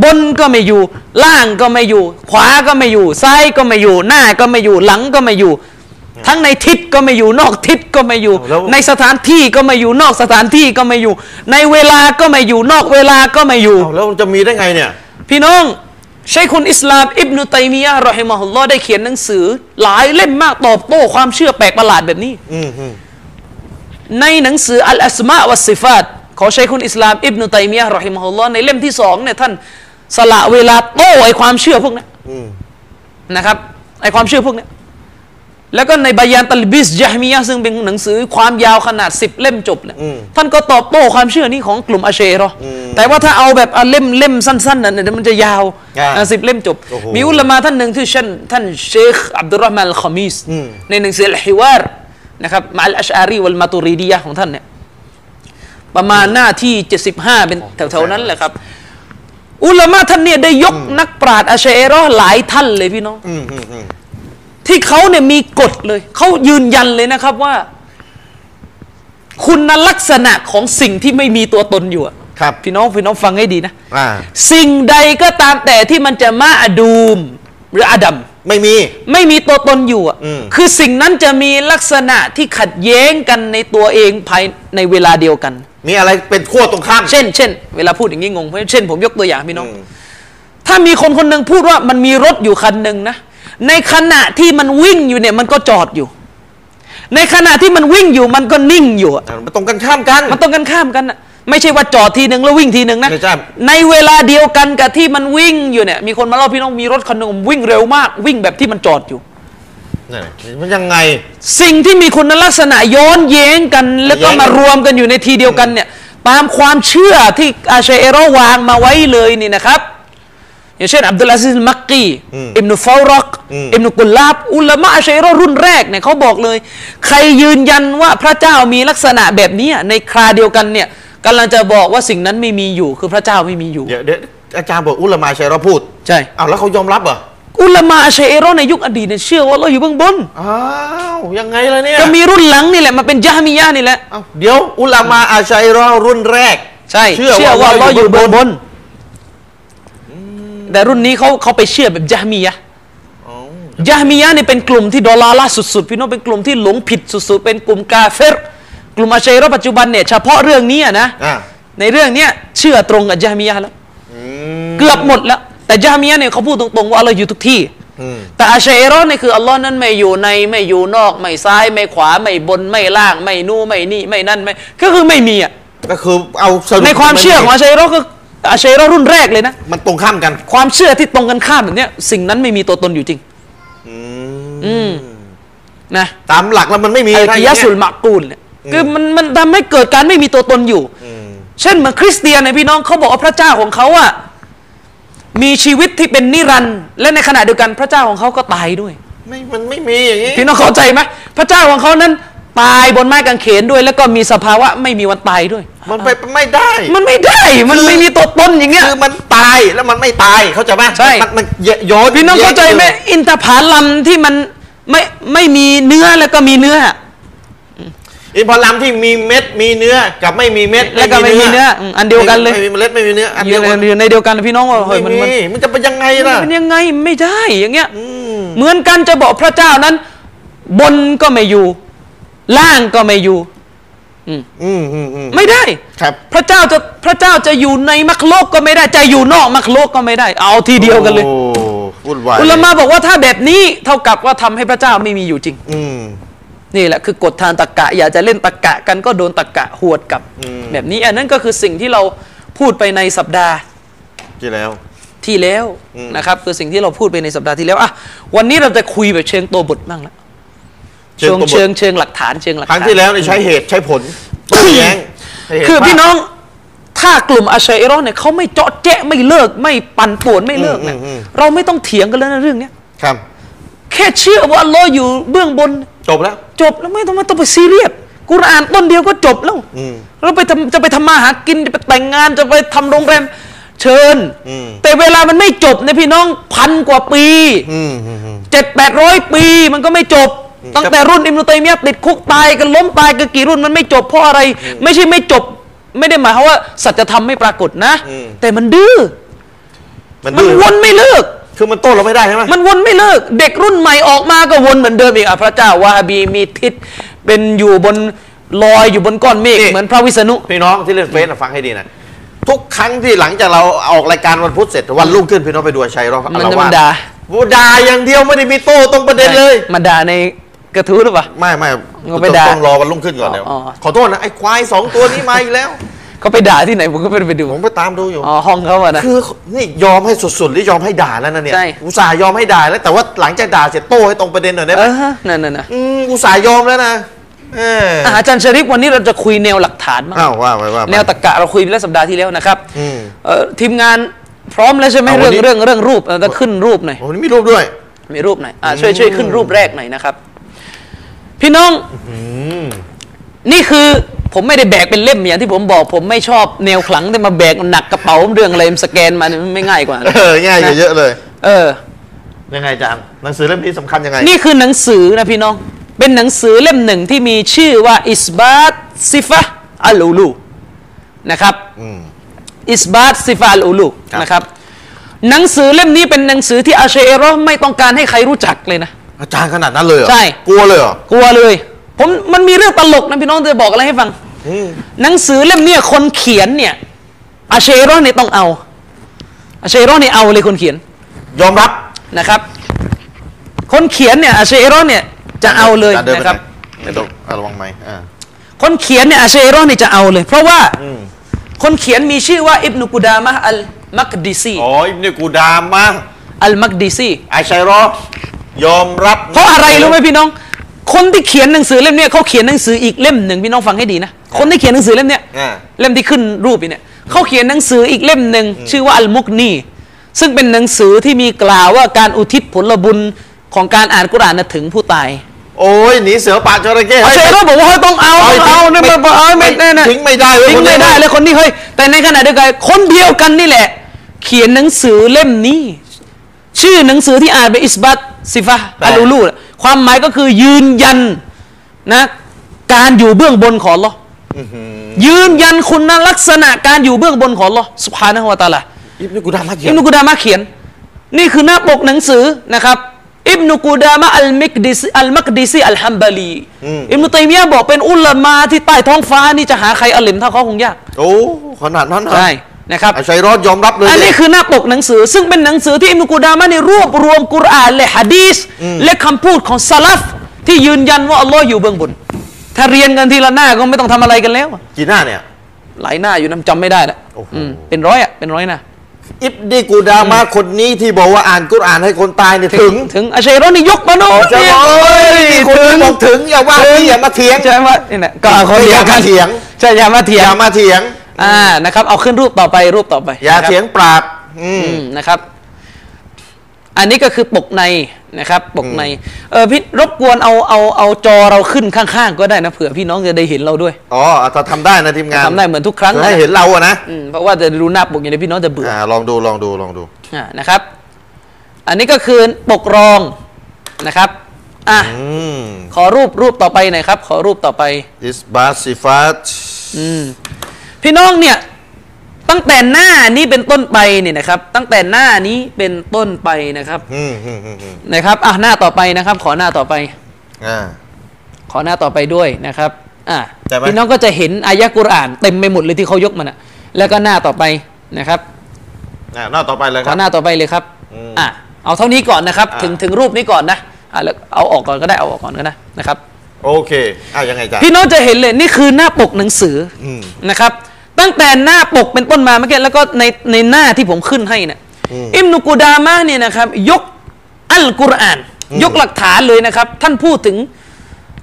Speaker 2: บนก็ไม่อยู่ ล่างก็ไม่อยู่ ขวาก็ไม่อยู่ ซ้ายก็ไม่อยู่ หน้าก็ไม่อยู่ หลังก็ไม่อยู่ ทั้งในทิศก็ไม่อยู่ นอกทิศก็ไม่อยู่
Speaker 1: แล้ว
Speaker 2: ในสถานที่ก็ไม่อยู่ นอกสถานที่ก็ไม่อยู่ ในเวลาก็ไม่อยู่ นอกเวลาก็ไม่อยู่
Speaker 1: อ้าวแล้วจะมีได้ไงเนี่ย
Speaker 2: พี่น้องใช้คนอิสลามอิบนุตัยมียะห์รอฮิมะฮุลลอฮ์ได้เขียนหนังสือ หลายเล่มมากตอบโต้ความเชื่อแปลกประหลาดแบบนี้
Speaker 1: อืมอืม
Speaker 2: ในหนังสืออัลอัสมาวัสซิฟาตของใช้คนอิสลามอิบนุตัยมียะห์รอฮิมะฮุลลอฮ์ในเล่มที่สองเนี่ยท่านสละเวลาโต้ไอความเชื่อพวกนี้
Speaker 1: อืม
Speaker 2: นะครับไอความเชื่อพวกนี้แล้วก็ในบายานตัลบิสยะฮ์มียะห์ซึ่งเป็นหนังสือความยาวขนาด 10 เล่มจบเนี่ยท่านก็ตอบโต้ความเชื่อนี้ของกลุ่มอาเชรออแต่ว่าถ้าเอาแบบอ่ะเล่มเล่มสั้นๆนั่นเนี่ยมันจะยาว
Speaker 1: อ่า
Speaker 2: สิบเล่มจบ
Speaker 1: โอ้โห
Speaker 2: มีอุลามะท่านหนึ่งที่อเช่นท่านเชคอับดุลรอฮ์มานอัลคามีส
Speaker 1: อืม
Speaker 2: ในหนังสืออัลฮิวาร์นะครับมาอัลอัชอารีวัลมาตูรีดียะห์ของท่านเนี่ยประมาณหน้าที่ 75 เป็นแถวๆนั้นแหละครับ อุลามะท่านเนี่ยได้ยกนักปราชญ์อาเชอรอหลายท่านเลยพี่น้อง
Speaker 1: อืมอืมอืม
Speaker 2: ที่เขาเนี่ยมีกฎเลย เขายืนยันเลยนะครับว่า คุณลักษณะของสิ่งที่ไม่มีตัวตนอยู่อะ
Speaker 1: ครับ
Speaker 2: พี่น้องพี่น้องฟังให้ดีนะ
Speaker 1: อ่า
Speaker 2: สิ่งใดก็ตามแต่ที่มันจะมาอดูมหรืออดัม
Speaker 1: ไม่มี
Speaker 2: ไม่มีตัวตนอยู่อะ
Speaker 1: อืม
Speaker 2: คือสิ่งนั้นจะมีลักษณะที่ขัดแย้งกันในตัวเองภายในเวลาเดียวกัน
Speaker 1: มีอะไรเป็นขั้วตรงข้าม
Speaker 2: เช่น เช่น เวลาพูดอย่างนี้งงเพราะเช่นผมยกตัวอย่างพี่น้อง
Speaker 1: อืม
Speaker 2: ถ้ามีคนคนหนึ่งพูดว่ามันมีรถอยู่คันหนึ่งนะ ในขณะที่มันวิ่งอยู่เนี่ยมันก็จอดอยู่ ในขณะที่มันวิ่งอยู่มันก็นิ่งอยู่อะ
Speaker 1: อ่ามันตรงกันข้ามกัน
Speaker 2: มันต้องกันข้ามกันอะไม่ใช่ว่าจอดทีหนึ่งแล้ววิ่งทีหนึ่งนะ
Speaker 1: ไม่ใช่
Speaker 2: ในเวลาเดียวกันกับที่มันวิ่งอยู่เนี่ย มีคนมาเล่าพี่น้องมีรถคันหนึ่งวิ่งเร็วมาก วิ่งแบบที่มันจอดอยู่
Speaker 1: เนี่ยมันยังไง
Speaker 2: สิ่งที่มีคุณลักษณะย้อนแย้งกัน แล้วก็
Speaker 1: ย้อนกัน
Speaker 2: มารวมกันอยู่ในทีเดียวกันเนี่ยตามความเชื่อที่อาชัยเอรอวางมาไว้เลยนี่นะครับ อย่างเช่นอับดุลอาซิซมักกีอิมนุฟาวรักอิมนุกุลลาบอุลามะอาชัยเอรอรุ่นแรกเนี่ยเขาบอกเลย ใครยืนยันว่าพระเจ้ามีลักษณะแบบเนี้ยในคราเดียวกันเนี่ยกำลังจะบอกว่าสิ่งนั้นไม่มีอยู่คือพระเจ้าไม่มีอยู่
Speaker 1: เดี๋ยวเดี๋ยวอาจารย์บอกอุลามาชัยเราพูด
Speaker 2: ใช่
Speaker 1: อ้าวแล้วเขายอมรับเหรอ
Speaker 2: อุลามะอาชัยเอรอในยุคอดีตเนี่ยเชื่อว่าเราอยู่เบื้องบน
Speaker 1: อ้าวยังไงล่ะเนี่ย
Speaker 2: ก็มีรุ่นหลังนี่แหละมาเป็นยะฮ์มียะห์นี่แหละ
Speaker 1: อ้าวเดี๋ยวอุลามาอาชัยเรารุ่นแรก
Speaker 2: ใช่
Speaker 1: เชื่อว่า
Speaker 2: อัลลอฮ์
Speaker 1: อยู่เบื้องบน
Speaker 2: แต่รุ่นนี้เขาเขาไปเชื่อแบบยะฮ์มียะห์
Speaker 1: อ๋อย
Speaker 2: ะฮ์มียะห์นี่เป็นกลุ่มที่ดอลาล่าสุดๆพี่น้องเป็นกลุ่มที่หลงผิดสุดๆเป็นกลุ่มกาเฟรกลุ่มอาชัยรอปัจจุบันเนี่ยเฉพาะเรื่องนี้อะนะ
Speaker 1: อ่ะ
Speaker 2: ในเรื่องเนี้ยเชื่อตรงกับยะฮ์มียะห์แล้ว
Speaker 1: อืม
Speaker 2: เกือบหมดแล้วแต่ยะฮ์มียะห์เนี่ยเขาพูดตรงๆว่าอัลลอฮ์อยู่ทุกที่
Speaker 1: อืม
Speaker 2: แต่อาชัยรอเนี่ยคืออัลลอฮ์นั้นไม่อยู่ในไม่อยู่นอกไม่ซ้ายไม่ขวาไม่บนไม่ล่างไม่นู่นไม่นี่ไม่นั่นไม่ก็คือไม่มีอ่ะ
Speaker 1: ก็คือเอาสรุป
Speaker 2: ในความเชื่อของอาชัยรอคืออาชัยรอรุ่นแรกเลยนะ
Speaker 1: มันตรงข้ามกัน
Speaker 2: ความเชื่อที่ตรงกันข้ามแบบเนี้ยสิ่งนั้นไม่มีตัวตนอยู่จริง
Speaker 1: อืม
Speaker 2: นะ
Speaker 1: ตามหลักแล้วมันไม่มี
Speaker 2: ไอ้
Speaker 1: ถ้าอย
Speaker 2: กิา
Speaker 1: ย่าง
Speaker 2: สุล
Speaker 1: เงี้ย
Speaker 2: มะกูลเนี่ยคือมันมันทำให้เกิดการไม่มีตัวตนอยู่
Speaker 1: อืม
Speaker 2: เช่นเหมือนคริสเตียนเนี่ยพี่น้องเขาบอกว่าพระเจ้าของเขาอะมีชีวิตที่เป็นนิรันดร์และในขณะเดียวกันพระเจ้าของเขาก็ตายด้วย
Speaker 1: ไม่มันไม่มีอย่างนี้
Speaker 2: พี่น้องเข้าใจไหมพระเจ้าของเขานั้นตายบนไม้กางเขนด้วย แล้วก็มีสภาวะไม่มีวันตายด้วย
Speaker 1: มันไปไม่ได้
Speaker 2: มันไม่ได้มันไม่มีตัวตนอย่างเงี้ย
Speaker 1: คือมันตายแล้วมันไม่ตายเข้าใจไหม
Speaker 2: ใช่
Speaker 1: มันมันเยโยน
Speaker 2: พี่น้องเข้าใจไหม
Speaker 1: ยอะ
Speaker 2: อินทผลัมที่มันไม่ไม่มีเนื้อแล้วก็มีเนื้อ
Speaker 1: อินพอลัมที่มีเม็ดมีเนื้อกับไม่มีเม็ด
Speaker 2: แล้วก็ไม่มีเนื้ออืมอันเดียวกันเลย
Speaker 1: ไม่มีเมล็ดไม่มีเนื้ออัน
Speaker 2: อ
Speaker 1: เดียว
Speaker 2: ยู่ใน
Speaker 1: กัน
Speaker 2: อยู่ในเดียวกันนะพี่น้องว่าเฮ้
Speaker 1: ไม่
Speaker 2: ยมันมัน
Speaker 1: มีมันจะเป็นยังไงล่ะ
Speaker 2: มันยังไงไม่ได้อย่างเงี้ย
Speaker 1: อืม
Speaker 2: เหมือนกันจะบอกพระเจ้านั้น บนก็ไม่อยู่ ล่างก็ไม่อยู่
Speaker 1: อืมอืมอืม
Speaker 2: ไม่ได้
Speaker 1: ครับ
Speaker 2: พระเจ้าจะพระเจ้าจะอยู่ในมักโลกก็ไม่ได้ จะอยู่นอกมักโลกก็ไม่ได้ เอาทีเดียวกันเลย
Speaker 1: โอ้วุ่นวาย
Speaker 2: อุลามะบอกว่าถ้าแบบนี้เท่ากับว่าทำให้พระเจ้าไม่มีอยู่จริง
Speaker 1: อืม
Speaker 2: นี่แหละคือกฎทางตรกกะ อยากจะเล่นตรกกะกันก็โดนตรกกะหวดกลับ
Speaker 1: อืม
Speaker 2: แบบนี้อันนั้นก็คือสิ่งที่เราพูดไปในสัปดาห์
Speaker 1: ที่แล้ว
Speaker 2: ที่แล้ว
Speaker 1: อืม
Speaker 2: นะครับ คือสิ่งที่เราพูดไปในสัปดาห์ที่แล้วอ่ะวันนี้เราจะคุยแบบเชิงตัวบทบ้างละเชิง
Speaker 1: ตัวบท
Speaker 2: เชิงเชิงหลักฐานเชิงหลัก
Speaker 1: ค
Speaker 2: ฐา
Speaker 1: รั้
Speaker 2: น
Speaker 1: งที่แล้วเนี่ยใช้เหตุใช้ผลโต้แย้งให้เห็
Speaker 2: คือ
Speaker 1: ว่า
Speaker 2: พี่น้องถ้ากลุ่มอาชัยเรอเนี่ยเขาไม่เจาะแจ๊ะไม่เลิกไม่ปั่นป่วนไม่เลิกเนี่ย
Speaker 1: อืมอืมอืม
Speaker 2: เราไม่ต้องเถียงกันแล้วนะเรื่องเนี้ย
Speaker 1: ครับ
Speaker 2: แค่เชื่อว่าอัลลอฮ์อยู่เบื้องบน
Speaker 1: จบแล้ว
Speaker 2: จบแล้วไม่ต้องมาต้องไปซีเรียสกุรอานต้นเดียวก็จบแล้ว
Speaker 1: อืม
Speaker 2: เราไปทำจะไปทำมาหากินจะไปแต่งงานจะไปทำโรงแรมเชิญ
Speaker 1: อืม
Speaker 2: แต่เวลามันไม่จบเนยพี่น้องพันกว่าปี
Speaker 1: อืมอืมอืม
Speaker 2: เจ็ดแปดร้อยปีมันก็ไม่จบ ตั้งแต่รุ่นอิมรุตัยมียะห์ติดคุกตายกันล้มตายกันกี่รุ่นมันไม่จบเพราะอะไร ไม่ใช่ไม่จบ ไม่ได้หมายความว่าสัจธรรมไม่ปรากฏนะ
Speaker 1: อืม
Speaker 2: แต่มันดื้อ
Speaker 1: มัน
Speaker 2: มัน
Speaker 1: ดื้อ
Speaker 2: วนไม่เลิก
Speaker 1: คือมันโต้เราไม่ได้ใช่ไหม
Speaker 2: มันวนไม่เลิก เด็กรุ่นใหม่ออกมาก็วนเหมือนเดิมอีกอ่ะพระเจ้าวาฮาบีมีทิศเป็นอยู่บนลอยอยู่บนก้อนเมฆ
Speaker 1: นี่
Speaker 2: เหมือนพระวิษณุ
Speaker 1: พี่น้องที่เล่นเฟซน่ะฟังให้ดีนะทุกครั้งที่หลังจากเราออกรายการวันพุธเสร็จวันรุ่งขึ้นพี่น้องไปดูอาชัยรอบ
Speaker 2: มัน
Speaker 1: อ
Speaker 2: จะ
Speaker 1: รว
Speaker 2: มั
Speaker 1: ส
Speaker 2: นด่า
Speaker 1: โอ้ด่าอย่างเดียวไม่ได้มีโต้ตรงประเด็นเลย
Speaker 2: มาด่าในกระทู้หรือเปล่า
Speaker 1: ไม่ไม่
Speaker 2: ก็ไปด่า
Speaker 1: ต้องรอวันรุ่งขึ้นก่อนเดี๋ยว
Speaker 2: อ๋อ
Speaker 1: ขอโทษนะไอ้ควายสองตัวนี้มาอีกแล้ว
Speaker 2: เขาไปด่าที่ไหนผมก็ไม่ได้ไปดู
Speaker 1: ผมไปตามดูอยู่
Speaker 2: อ๋อห้องเขาอะนะ
Speaker 1: คือนี่ยอมให้สุดๆหรือยอมให้ด่าแล้วนะเนี่ย
Speaker 2: ใช่
Speaker 1: อุตส่าห์ยอมให้ด่าแล้วแต่ว่าหลังจากด่าเสร็จโต้ให้ตรงประเด็นหน่อยได้ไห
Speaker 2: เอ
Speaker 1: ม
Speaker 2: อฮะนั่นน่ะนะ
Speaker 1: อืมอุตส่าห์ยอมแล้วนะเออ
Speaker 2: อ่ะอาจารย์ชริฟวันนี้เราจะคุยแนวหลักฐานมาก
Speaker 1: อ้าวว่าไปว่าไป
Speaker 2: แนวตรรกะเราคุยไปแล้วสัปดาห์ที่แล้วนะครับ
Speaker 1: อืม
Speaker 2: เอ่อทีมงานพร้อมแล้วใช่ไหม
Speaker 1: เอาวั
Speaker 2: เรื่อน ง
Speaker 1: นี้
Speaker 2: เรื่องเรื่องรูปเราจะขึ้นรูปหน่อย
Speaker 1: โอ้นี่มีรูปด้วย
Speaker 2: มีรูปหน่อยอ่ะช่วยช่วยขึ้นรูปแรกหน่อยนะครับ พี่น้อง
Speaker 1: ม
Speaker 2: นี่คือผมไม่ได้แบกเป็นเล่มอย่างที่ผมบอก ผมไม่ชอบแนวขลังแต่มาแบกหนักกระเป๋าเรื่องอะไรมันสแกนมาเนี่ยมันไม่ง่ายกว่า
Speaker 1: เออง่ายกว่าเยอะเลย
Speaker 2: เออ
Speaker 1: ยังไงอาจารย์หนังสือเล่มนี้สำคัญยังไง
Speaker 2: นี่คือหนังสือนะพี่น้อง เป็นหนังสือเล่มหนึ่งที่มีชื่อว่าอิสบาตซิฟะอัลูลูนะครับ
Speaker 1: อืม
Speaker 2: อิสบาตซิฟะอัลูลู
Speaker 1: ครับ
Speaker 2: นะครับ หนังสือเล่มนี้เป็นหนังสือที่อาเชเอรอไม่ต้องการให้ใครรู้จักเลยนะ
Speaker 1: อาจารย์ขนาดนั้นเลยเหรอ
Speaker 2: ใช่
Speaker 1: กลัวเลยเหรอก
Speaker 2: ลัวเลย ผมมันมีเรื่องตลกนะพี่น้องจะบอกอะไรให้ฟัง
Speaker 1: อืม
Speaker 2: หนังสือเล่มเนี้ยคนเขียนเนี่ยอาเชโรเนี่ยต้องเอาอาเชโรเนี่ยเอาเลยคนเขียน
Speaker 1: ยอมรับ
Speaker 2: นะครับ คนเขียนเนี่ยอาเชโรเนี่ยจะเอาเลย
Speaker 1: จดิไป
Speaker 2: นะครับ
Speaker 1: ไหไม่ต้องอ่ะระวังไหมค์อ่า
Speaker 2: คนเขียนเนี่ยอาเชโรเนี่ยจะเอาเลย เพราะว่าคนเขียนมีชื่อว่าอิบนุกูดามะอัลมักดิซี
Speaker 1: อ๋ออิบนี่กูดามมา
Speaker 2: อัลมักดิซี
Speaker 1: ไอชัยรอฟยอมรับ
Speaker 2: เพราะอะไรรู้ไหมพี่น้อง คนที่เขียนหนังสือเล่มเนี้ยเขาเขียนหนังสืออีกเล่มหนึ่งพี่น้องฟังให้ดีนะคนที่เขียนหนังสือเล่มเนี้ย
Speaker 1: อ่า
Speaker 2: เล่มที่ขึ้นรูปนี่เนี่ยเขาเขียนหนังสืออีกเล่มหนึ่งชื่อว่าอัลมุกนีซึ่งเป็นหนังสือที่มีกล่าวว่าการอุทิศผลบุญของการอ่านกุรอานน่ะถึงผู้ตาย
Speaker 1: โอ้ยหนีเสือป่าจระเข้
Speaker 2: อา
Speaker 1: ฮ้ย
Speaker 2: เชโรบอกว่าเฮ้ยต้องเอา
Speaker 1: เอา
Speaker 2: ต้องเอา
Speaker 1: ไม่
Speaker 2: เนี่ย
Speaker 1: ไม่
Speaker 2: มันเอาไม่ได้นะ
Speaker 1: ทิ้งไม่ได้เว้ย
Speaker 2: ทิ้งไม่ได้
Speaker 1: คนนี้
Speaker 2: เลยคนนี้เฮ้ยแต่ในขณะเดียวกันคนเดียวกันนี่แหละ เขียนหนังสือเล่มนี้ ชื่อหนังสือที่อ่านไปอิสบัตซิฟะอัลูลูน่ะความหมายก็คือยืนยันนะการอยู่เบื้องบนของอัลลอฮ์
Speaker 1: อื้อหือ
Speaker 2: ยืนยันคุณลักษณะการอยู่เบื้องบนของ Allah سبحانه และ تعالى
Speaker 1: อิบนี่กูดามาเขีย
Speaker 2: อิ
Speaker 1: น
Speaker 2: บนุกูดามะเขียน นี่คือหน้าปกหนังสือนะครับ อิบนุกูดามะอัลมิกดิซีอัลมักดิซีอัลฮัมบาลีอิบนุตัยมียะห์บอกเป็นอุลามะที่ใต้ท้องฟ้านี่จะหาใครอลิมเท่าเขาคงยาก
Speaker 1: โอ้ขนาดนั้นเหรอ
Speaker 2: ใช่นะครับ
Speaker 1: ไอชัยรอฟยอมรับเลย
Speaker 2: อันนี้
Speaker 1: เนี่ย
Speaker 2: คือหน้าปกหนังสือ ซึ่งเป็นหนังสือที่อิมนุกูดามะเนี่ยรวบรวมกุรอานและฮะดีสและคำพูดของซาลฟที่ยืนยันว่าอัลลอฮ์อยู่เบื้องบน ถ้าเรียนกันทีละหน้าก็ไม่ต้องทำอะไรกันแล้วอะ
Speaker 1: กี่หน้าเนี่ย
Speaker 2: หลายหน้าอยู่นะจำไม่ได้นะ
Speaker 1: โอ้โห
Speaker 2: อืมเป็นร้อยอ่ะ เป็นร้อยหนะ
Speaker 1: อิบนี่กูดามาคนนี้ที่บอกว่าอ่านกุรอานให้คนตายเนี่ยถึง
Speaker 2: ถึงอาเชโรนี่ยกมาโน่น
Speaker 1: จะ
Speaker 2: เนี่
Speaker 1: บ
Speaker 2: ย
Speaker 1: อกเอ้ยคนที่บอกถึงอย่าว่าพี่อย่ามาเถียง
Speaker 2: ใช่ไหมนี่นะก็เอาคน
Speaker 1: อ
Speaker 2: เดีย
Speaker 1: ย่าว
Speaker 2: กั
Speaker 1: มาน เถียง
Speaker 2: ใช่อย่ามาเถี
Speaker 1: อย
Speaker 2: ง
Speaker 1: ย่ามาเถียง
Speaker 2: อ่านะครับ เอาขึ้นรูปต่อไปรูปต่อไป
Speaker 1: อย่าเถียงปราบอืม
Speaker 2: อืมนะครับ อันนี้ก็คือปกในนะครับปกในเออพี่รบกวนเอาเอาเอาจอเราขึ้นข้างๆ ก็ได้นะเผื่อพี่น้องจะได้เห็นเราด้วย
Speaker 1: อ๋ออาจจะทำได้นะทีมงาน
Speaker 2: ทำได้เหมือนทุกครั้ง
Speaker 1: จะ
Speaker 2: นะ
Speaker 1: ให้เห็นเราอะนะ
Speaker 2: อืมเพราะว่าจะรู้หน้าปกอย่างนี้พี่น้องจะเบื่อ
Speaker 1: อ่าลองดูลองดูลองดู
Speaker 2: อ่านะครับ อันนี้ก็คือปกรองนะครับอ่ะ
Speaker 1: อืม
Speaker 2: ขอรูปรูปต่อไปหน่อยครับ ขอรูปต่อไป
Speaker 1: อิสบาซิฟาต
Speaker 2: อืมพี่น้องเนี่ยตั้งแต่หน้านี้เป็นต้นไปเนี่ยนะครับ ตั้งแต่หน้านี้เป็นต้นไปนะครับ
Speaker 1: อืมอืมอืมอืม
Speaker 2: นะครับอ่ะหน้าต่อไปนะครับ ขอหน้าต่อไป
Speaker 1: อ่า
Speaker 2: ขอหน้าต่อไปด้วยนะครับอ่ะ
Speaker 1: ได้ไหม
Speaker 2: พี่น้องก็จะเห็นอายะกุรอานเต็มไปหมดเลยที่เขายกมันอะแล้วก็หน้าต่อไปนะครับ
Speaker 1: อ่าหน้าต่อไปเลย
Speaker 2: ข
Speaker 1: ค
Speaker 2: อ
Speaker 1: รับ
Speaker 2: หน้าต่อไปเลยครับ
Speaker 1: อืม
Speaker 2: อ่ะ เอาเท่านี้ก่อนนะครับ
Speaker 1: อ่ะ
Speaker 2: ถึงถึงรูปนี้ก่อนนะ อ่ะแล้วเอาออกก่อนก็ได้ เอาออกก่อนก็ได้นะครับ
Speaker 1: โอเคอ่ายังไงจ๊ะ
Speaker 2: พี่น้องจะเห็นเลยนี่คือหน้าปกหนังสืออ
Speaker 1: อืม
Speaker 2: นะครับ ตั้งแต่หน้าปกเป็นต้นมาเมื่อกี้แล้วก็ในในหน้าที่ผมขึ้นให้เนี่ย
Speaker 1: อืม
Speaker 2: อิมนุกูดามะเนี่ยนะครับ ยกอัลกุรอาน
Speaker 1: อืม
Speaker 2: ยกหลักฐานเลยนะครับ ท่านพูดถึง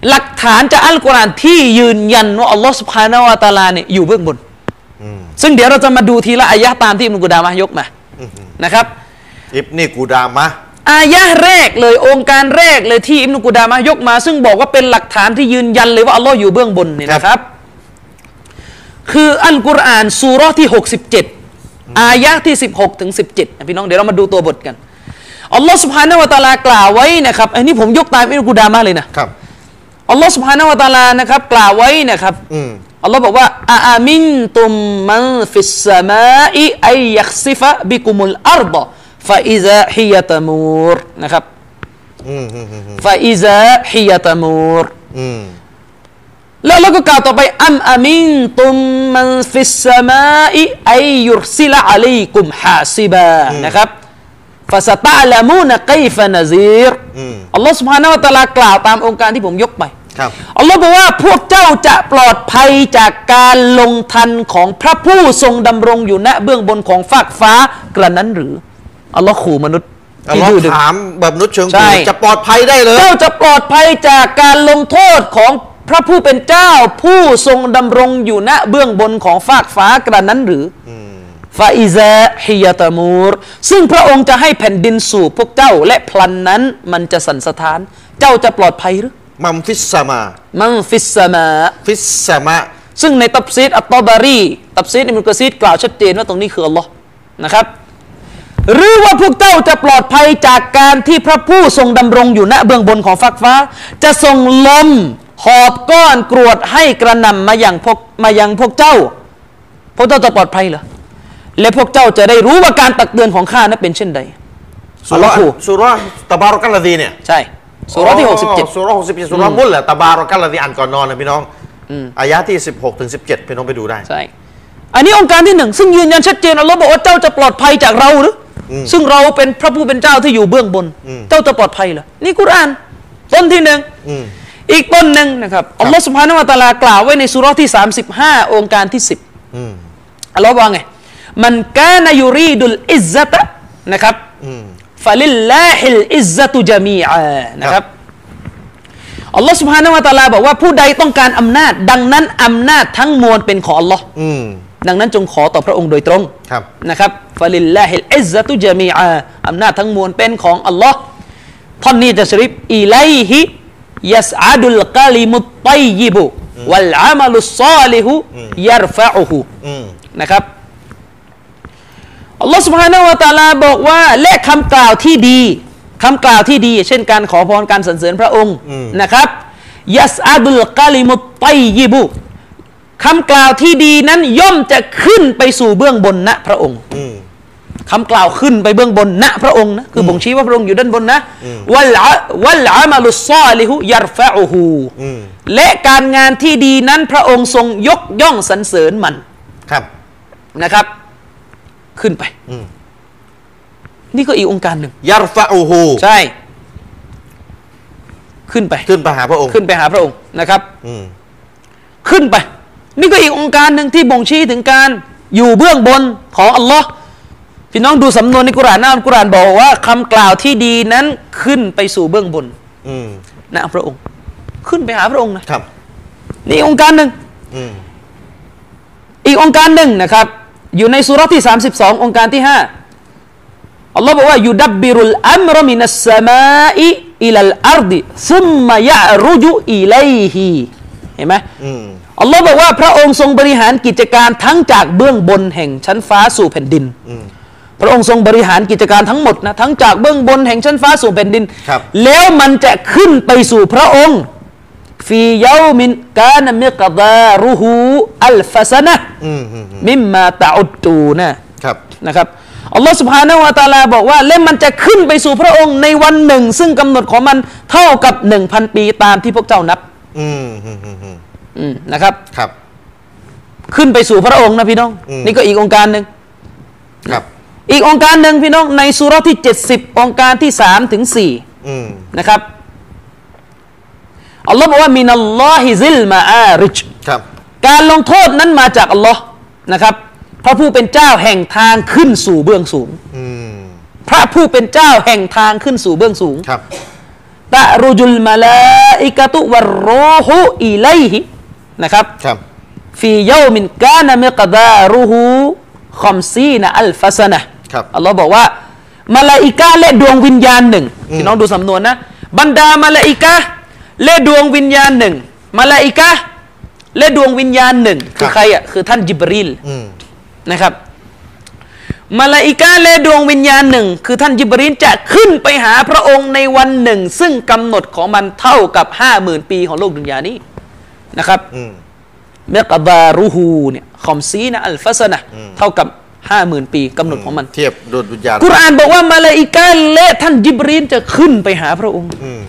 Speaker 2: หลักฐานจากอัลกุรอานที่ยืนยันว่าอัลลอฮ์สุบฮานาวะตะอาลาเนี่ยอยู่เบื้องบน
Speaker 1: อืม
Speaker 2: ซึ่งเดี๋ยวเราจะมาดูทีละอายะห์ตามที่อิมนุกูดามะยกมานะครับ
Speaker 1: อิบนี่กูดามะ
Speaker 2: อายะห์แรกเลยองค์การแรกเลยที่อิมนุกุดามะห์ยกมา ซึ่งบอกว่าเป็นหลักฐานที่ยืนยันเลยว่าอัลลอฮ์อยู่เบื้องบนเนี่ยนะครับ คืออัลกุรอานซูเราะห์ที่ 67 อายะห์ที่ 16 ถึง 17นะพี่น้องเดี๋ยวเรามาดูตัวบทกันอัลลอฮ์สุบฮานะฮูวะตะอาลากล่าวไว้นะครับอันนี้ผมยกตามอิมนุกุดามะห์เลยนะครับ อัลลอฮ์สุบฮานะฮูวะตะอาลานะครับ กล่าวไว้นะครับ
Speaker 1: อืม
Speaker 2: อัลลอฮ์บอกว่าอาอามินตุมมันฟิสสมาอิอัยยักซิฟะบิกุมุลอาร์ดะฟาอิซาฮิยะตะมูรนะครับ
Speaker 1: อืมอืมอืม
Speaker 2: ฟาอิซาฮิยะตะมูร
Speaker 1: อืม
Speaker 2: แล้วเราก็กล่าวต่อไปอัมอามินตุมมันฟิสสมาอิอัยยุรซิลอะลัยกุมฮาซิบะนะครับฟาสตะลามูนไกฟะนะซีร
Speaker 1: อืม
Speaker 2: อัลลอฮ์ سبحانه และ تعالى กล่าวตามองค์การที่ผมยกไป
Speaker 1: ครับ
Speaker 2: อัลลอฮ์บอกว่าพวกเจ้าจะปลอดภัยจากการลงทันของพระผู้ทรงดำรงอยู่ณเบื้องบนของฟากฟ้ากระนั้นหรืออัลลอฮ์ขู่มนุษย์
Speaker 1: อัล
Speaker 2: ที่
Speaker 1: ลอฮ
Speaker 2: ดื้อดึ
Speaker 1: ์
Speaker 2: ง
Speaker 1: ถามแบบมนุษย์เชิง
Speaker 2: ใช่
Speaker 1: ผีจะปลอดภัยได้เลย
Speaker 2: เจ้าจะปลอดภัยจากการลงโทษของพระผู้เป็นเจ้าผู้ทรงดำรงอยู่ณเบื้องบนของฟากฟ้ากระนั้นหรืออฟาอิซาฮิยาตามูรซึ่งพระองค์จะให้แผ่นดินสู่พวกเจ้าและพลันนั้นมันจะสั่นสะท้าน เจ้าจะปลอดภัยหรือ
Speaker 1: มัมฟิสซามา
Speaker 2: มังฟิสสมา
Speaker 1: ฟิสซามะ
Speaker 2: ซึ่งในตับซีดอัตตอบารีตับซีดอิมุกะซีดกล่าวชัดเจนว่าตรงนี้คืออัลลอฮ์นะครับ หรือว่าพวกเจ้าจะปลอดภัยจากการที่พระผู้ทรงดำรงอยู่ณเบื้องบนของฟักฟ้า จะทรงลมหอบก้อนกรวดให้กระหนำมาอย่างพวกมายังพวกเจ้า พวกเจ้าจะปลอดภัยเหรอและพวกเจ้าจะได้รู้ว่าการตักเตือนของข้านั้นเป็นเช่นใด
Speaker 1: สุราะ
Speaker 2: อัลลอฮ์
Speaker 1: สุราะตะบารักัลลาดีเนี่ย
Speaker 2: ใช่สุเราะห์ที่
Speaker 1: อ๋อ
Speaker 2: 67
Speaker 1: สุราะหกสิบเจ็ดสุราะมุ่นแหละตะบารักัลลาดีอ่านก่อนนอนนะพี่น้องอายะที่ 16 ถึง 17 พี่น้องไปดูได้
Speaker 2: ใช่ อันนี้องค์การที่หนึ่งซึ่งยืนยันชัดเจนอัลลอฮ์บอกว่าเจ้าจะปลอดภัยจากเราหรืออ
Speaker 1: ม
Speaker 2: ซึ่งเราเป็นพระผู้เป็นเจ้าที่อยู่เบื้องบน
Speaker 1: อืม
Speaker 2: เจ้าจะปลอดภัยเหรอนี่กุรอาน ต้นที่หนึ่ง
Speaker 1: อืม
Speaker 2: อีกต้นหนึ่งนะครับอัลลอฮ์สุบฮานะฮูวะตะอาลากล่าวไว้ในสุเราะห์ที่ 35 องค์การที่ 10
Speaker 1: อืม
Speaker 2: อัลลอฮ์ว่าไง มันกานายูรีดุลอิซซะตะนะครับ
Speaker 1: อืม
Speaker 2: ฟะลิลลาฮิลอิซซะตุจามีอานะค
Speaker 1: ครั
Speaker 2: รับบ อัลลอฮ์สุบฮานะฮูวะตะอาลาบอกว่าผู้ใดต้องการอำนาจ ดังนั้นอำนาจทั้งมวลเป็นของอัลลอฮ์
Speaker 1: อืม
Speaker 2: ดังนั้นจงขอต่อพระองค์โดยตรง
Speaker 1: ครับ
Speaker 2: นะครับฟาลิลลาฮิลอิซซะตุจามีอาอำนาจทั้งมวลเป็นของอัลลอฮ์ท่อนนี้จะสริปอิไลฮิยัสอาดุลกาลิมุตไตยิบุวัลอามัลุสซาลิฮุยัรฟะอุฮุ
Speaker 1: อืม
Speaker 2: นะครับอัลลอฮ์ سبحانه และ تعالى บอกว่าและคำกล่าวที่ดีคำกล่าวที่ดี เช่นการขอพรการสรรเสริญพระองค์
Speaker 1: อืม
Speaker 2: นะครับยัสอาดุลกาลิมุตไตยิบุ คำกล่าวที่ดีนั้นย่อมจะขึ้นไปสู่เบื้องบนณพระองค์
Speaker 1: อืม
Speaker 2: คำกล่าวขึ้นไปเบื้องบนณพระองค์นะคือบ่งชี้ว่าพระองค์อยู่ด้านบนนะวัลอะวัลอามาลุสซอลิฮุยัรฟะอูฮู
Speaker 1: อืม
Speaker 2: และการงานที่ดีนั้นพระองค์ทรงยกย่องสรรเสริญมัน
Speaker 1: ครับ
Speaker 2: นะครับ ขึ้นไป
Speaker 1: อืม
Speaker 2: นี่ก็อีกองค์การหนึ่ง
Speaker 1: ยารฟะอูฮู
Speaker 2: ใช่ ขึ้นไป
Speaker 1: ขึ้นไปหาพระองค์
Speaker 2: ขึ้นไปหาพระองค์นะครับ
Speaker 1: อืม
Speaker 2: ขึ้นไป นี่ก็อีกองค์การหนึ่งที่บ่งชี้ถึงการอยู่เบื้องบนของอัลลอฮ์พี่น้องดูสำนวนในกุรอานนะอัลกุรอานบอกว่าคำกล่าวที่ดีนั้นขึ้นไปสู่เบื้องบน
Speaker 1: อืม
Speaker 2: นะพระองค์ ขึ้นไปหาพระองค์นะครับ นี่องค์การหนึ่ง
Speaker 1: อืม
Speaker 2: อีกองค์การหนึ่งนะครับ อยู่ในสุราะห์ที่ 32 องค์การที่ 5 อัลลอฮ์บอกว่ายูดับบิรุลอัมรมินัสสมาอิอิลัลอัรดิซุมมายะรุจุอิไลฮีเห็นไหม
Speaker 1: อืม
Speaker 2: อัลลอฮ์บอกว่าพระองค์ทรงบริหารกิจการทั้งจากเบื้องบนแห่งชั้นฟ้าสู่แผ่นดิน
Speaker 1: อืม
Speaker 2: พระองค์ทรงบริหารกิจการทั้งหมดนะทั้งจากเบื้องบนแห่งชั้นฟ้าสู่แผ่นดิน
Speaker 1: ครับ
Speaker 2: แล้วมันจะขึ้นไปสู่พระองค์ฟีเยามินกานมิกดารุหูอัลฟาซนะ
Speaker 1: อืมอืมอืม
Speaker 2: มิมมาตะอุดตูนะ
Speaker 1: ครับ
Speaker 2: นะครับอัลลอฮ์สุบฮานาวะตาลาบอกว่าและมันจะขึ้นไปสู่พระองค์ในวันหนึ่ง ซึ่งกำหนดของมันเท่ากับ 1,000 ปีตามที่พวกเจ้านับ
Speaker 1: อืมอืมอืมอืม
Speaker 2: อืมนะครับ
Speaker 1: ครับ
Speaker 2: ขึ้นไปสู่พระองค์นะพี่น้อง
Speaker 1: อืม
Speaker 2: นี่ก็อีกองค์การหนึ่ง
Speaker 1: ครับ
Speaker 2: อีกองค์การหนึ่งพี่น้องในสุราะห์ที่ 70 องค์การที่3ถึง4
Speaker 1: อืม
Speaker 2: นะครับอัลลอฮ์บอกว่ามินัลลอฮิซิลมาอาริจ
Speaker 1: ครับ
Speaker 2: การลงโทษนั้นมาจากอัลลอฮ์นะครับพระผู้เป็นเจ้าแห่งทางขึ้นสู่เบื้องสูง
Speaker 1: อืม
Speaker 2: พระผู้เป็นเจ้าแห่งทางขึ้นสู่เบื้องสูง
Speaker 1: ครับ
Speaker 2: ตะรุจุลมาลาอิกะตุวัรรหูอิไลฮินะครับ
Speaker 1: ครับ
Speaker 2: ฟีเยามินกานะมิกดารุหูคอมซีนะอัลฟาสนะครับ อัลลอฮ์บอกว่ามาลาอิกาและดวงวิญญาณหนึ่ง
Speaker 1: อืม
Speaker 2: พี่น้องดูสำนวนนะ บรรดามาลาอิกาและดวงวิญญาณหนึ่งมาลาอิกาและดวงวิญญาณหนึ่งคือใครอ่ะคือท่านจิบริล
Speaker 1: อืม
Speaker 2: นะครับมาลาอิกาและดวงวิญญาณหนึ่ง คือท่านยิบรีนจะขึ้นไปหาพระองค์ในวันหนึ่ง ซึ่งกำหนดของมันเท่ากับห้าหมื่นปีของโลกดุนยานี้นะครับ
Speaker 1: อืม
Speaker 2: เมกะบารูฮูเนี่ยคอมซีนะอัลฟาสนะ
Speaker 1: อืม
Speaker 2: เท่ากับห้าหมื่นปีกำหนดของมัน
Speaker 1: เทียบดวงวิญญาณ
Speaker 2: กุรอานบอกว่ามาลาอิกาและท่านยิบรีนจะขึ้นไปหาพระองค์
Speaker 1: อืม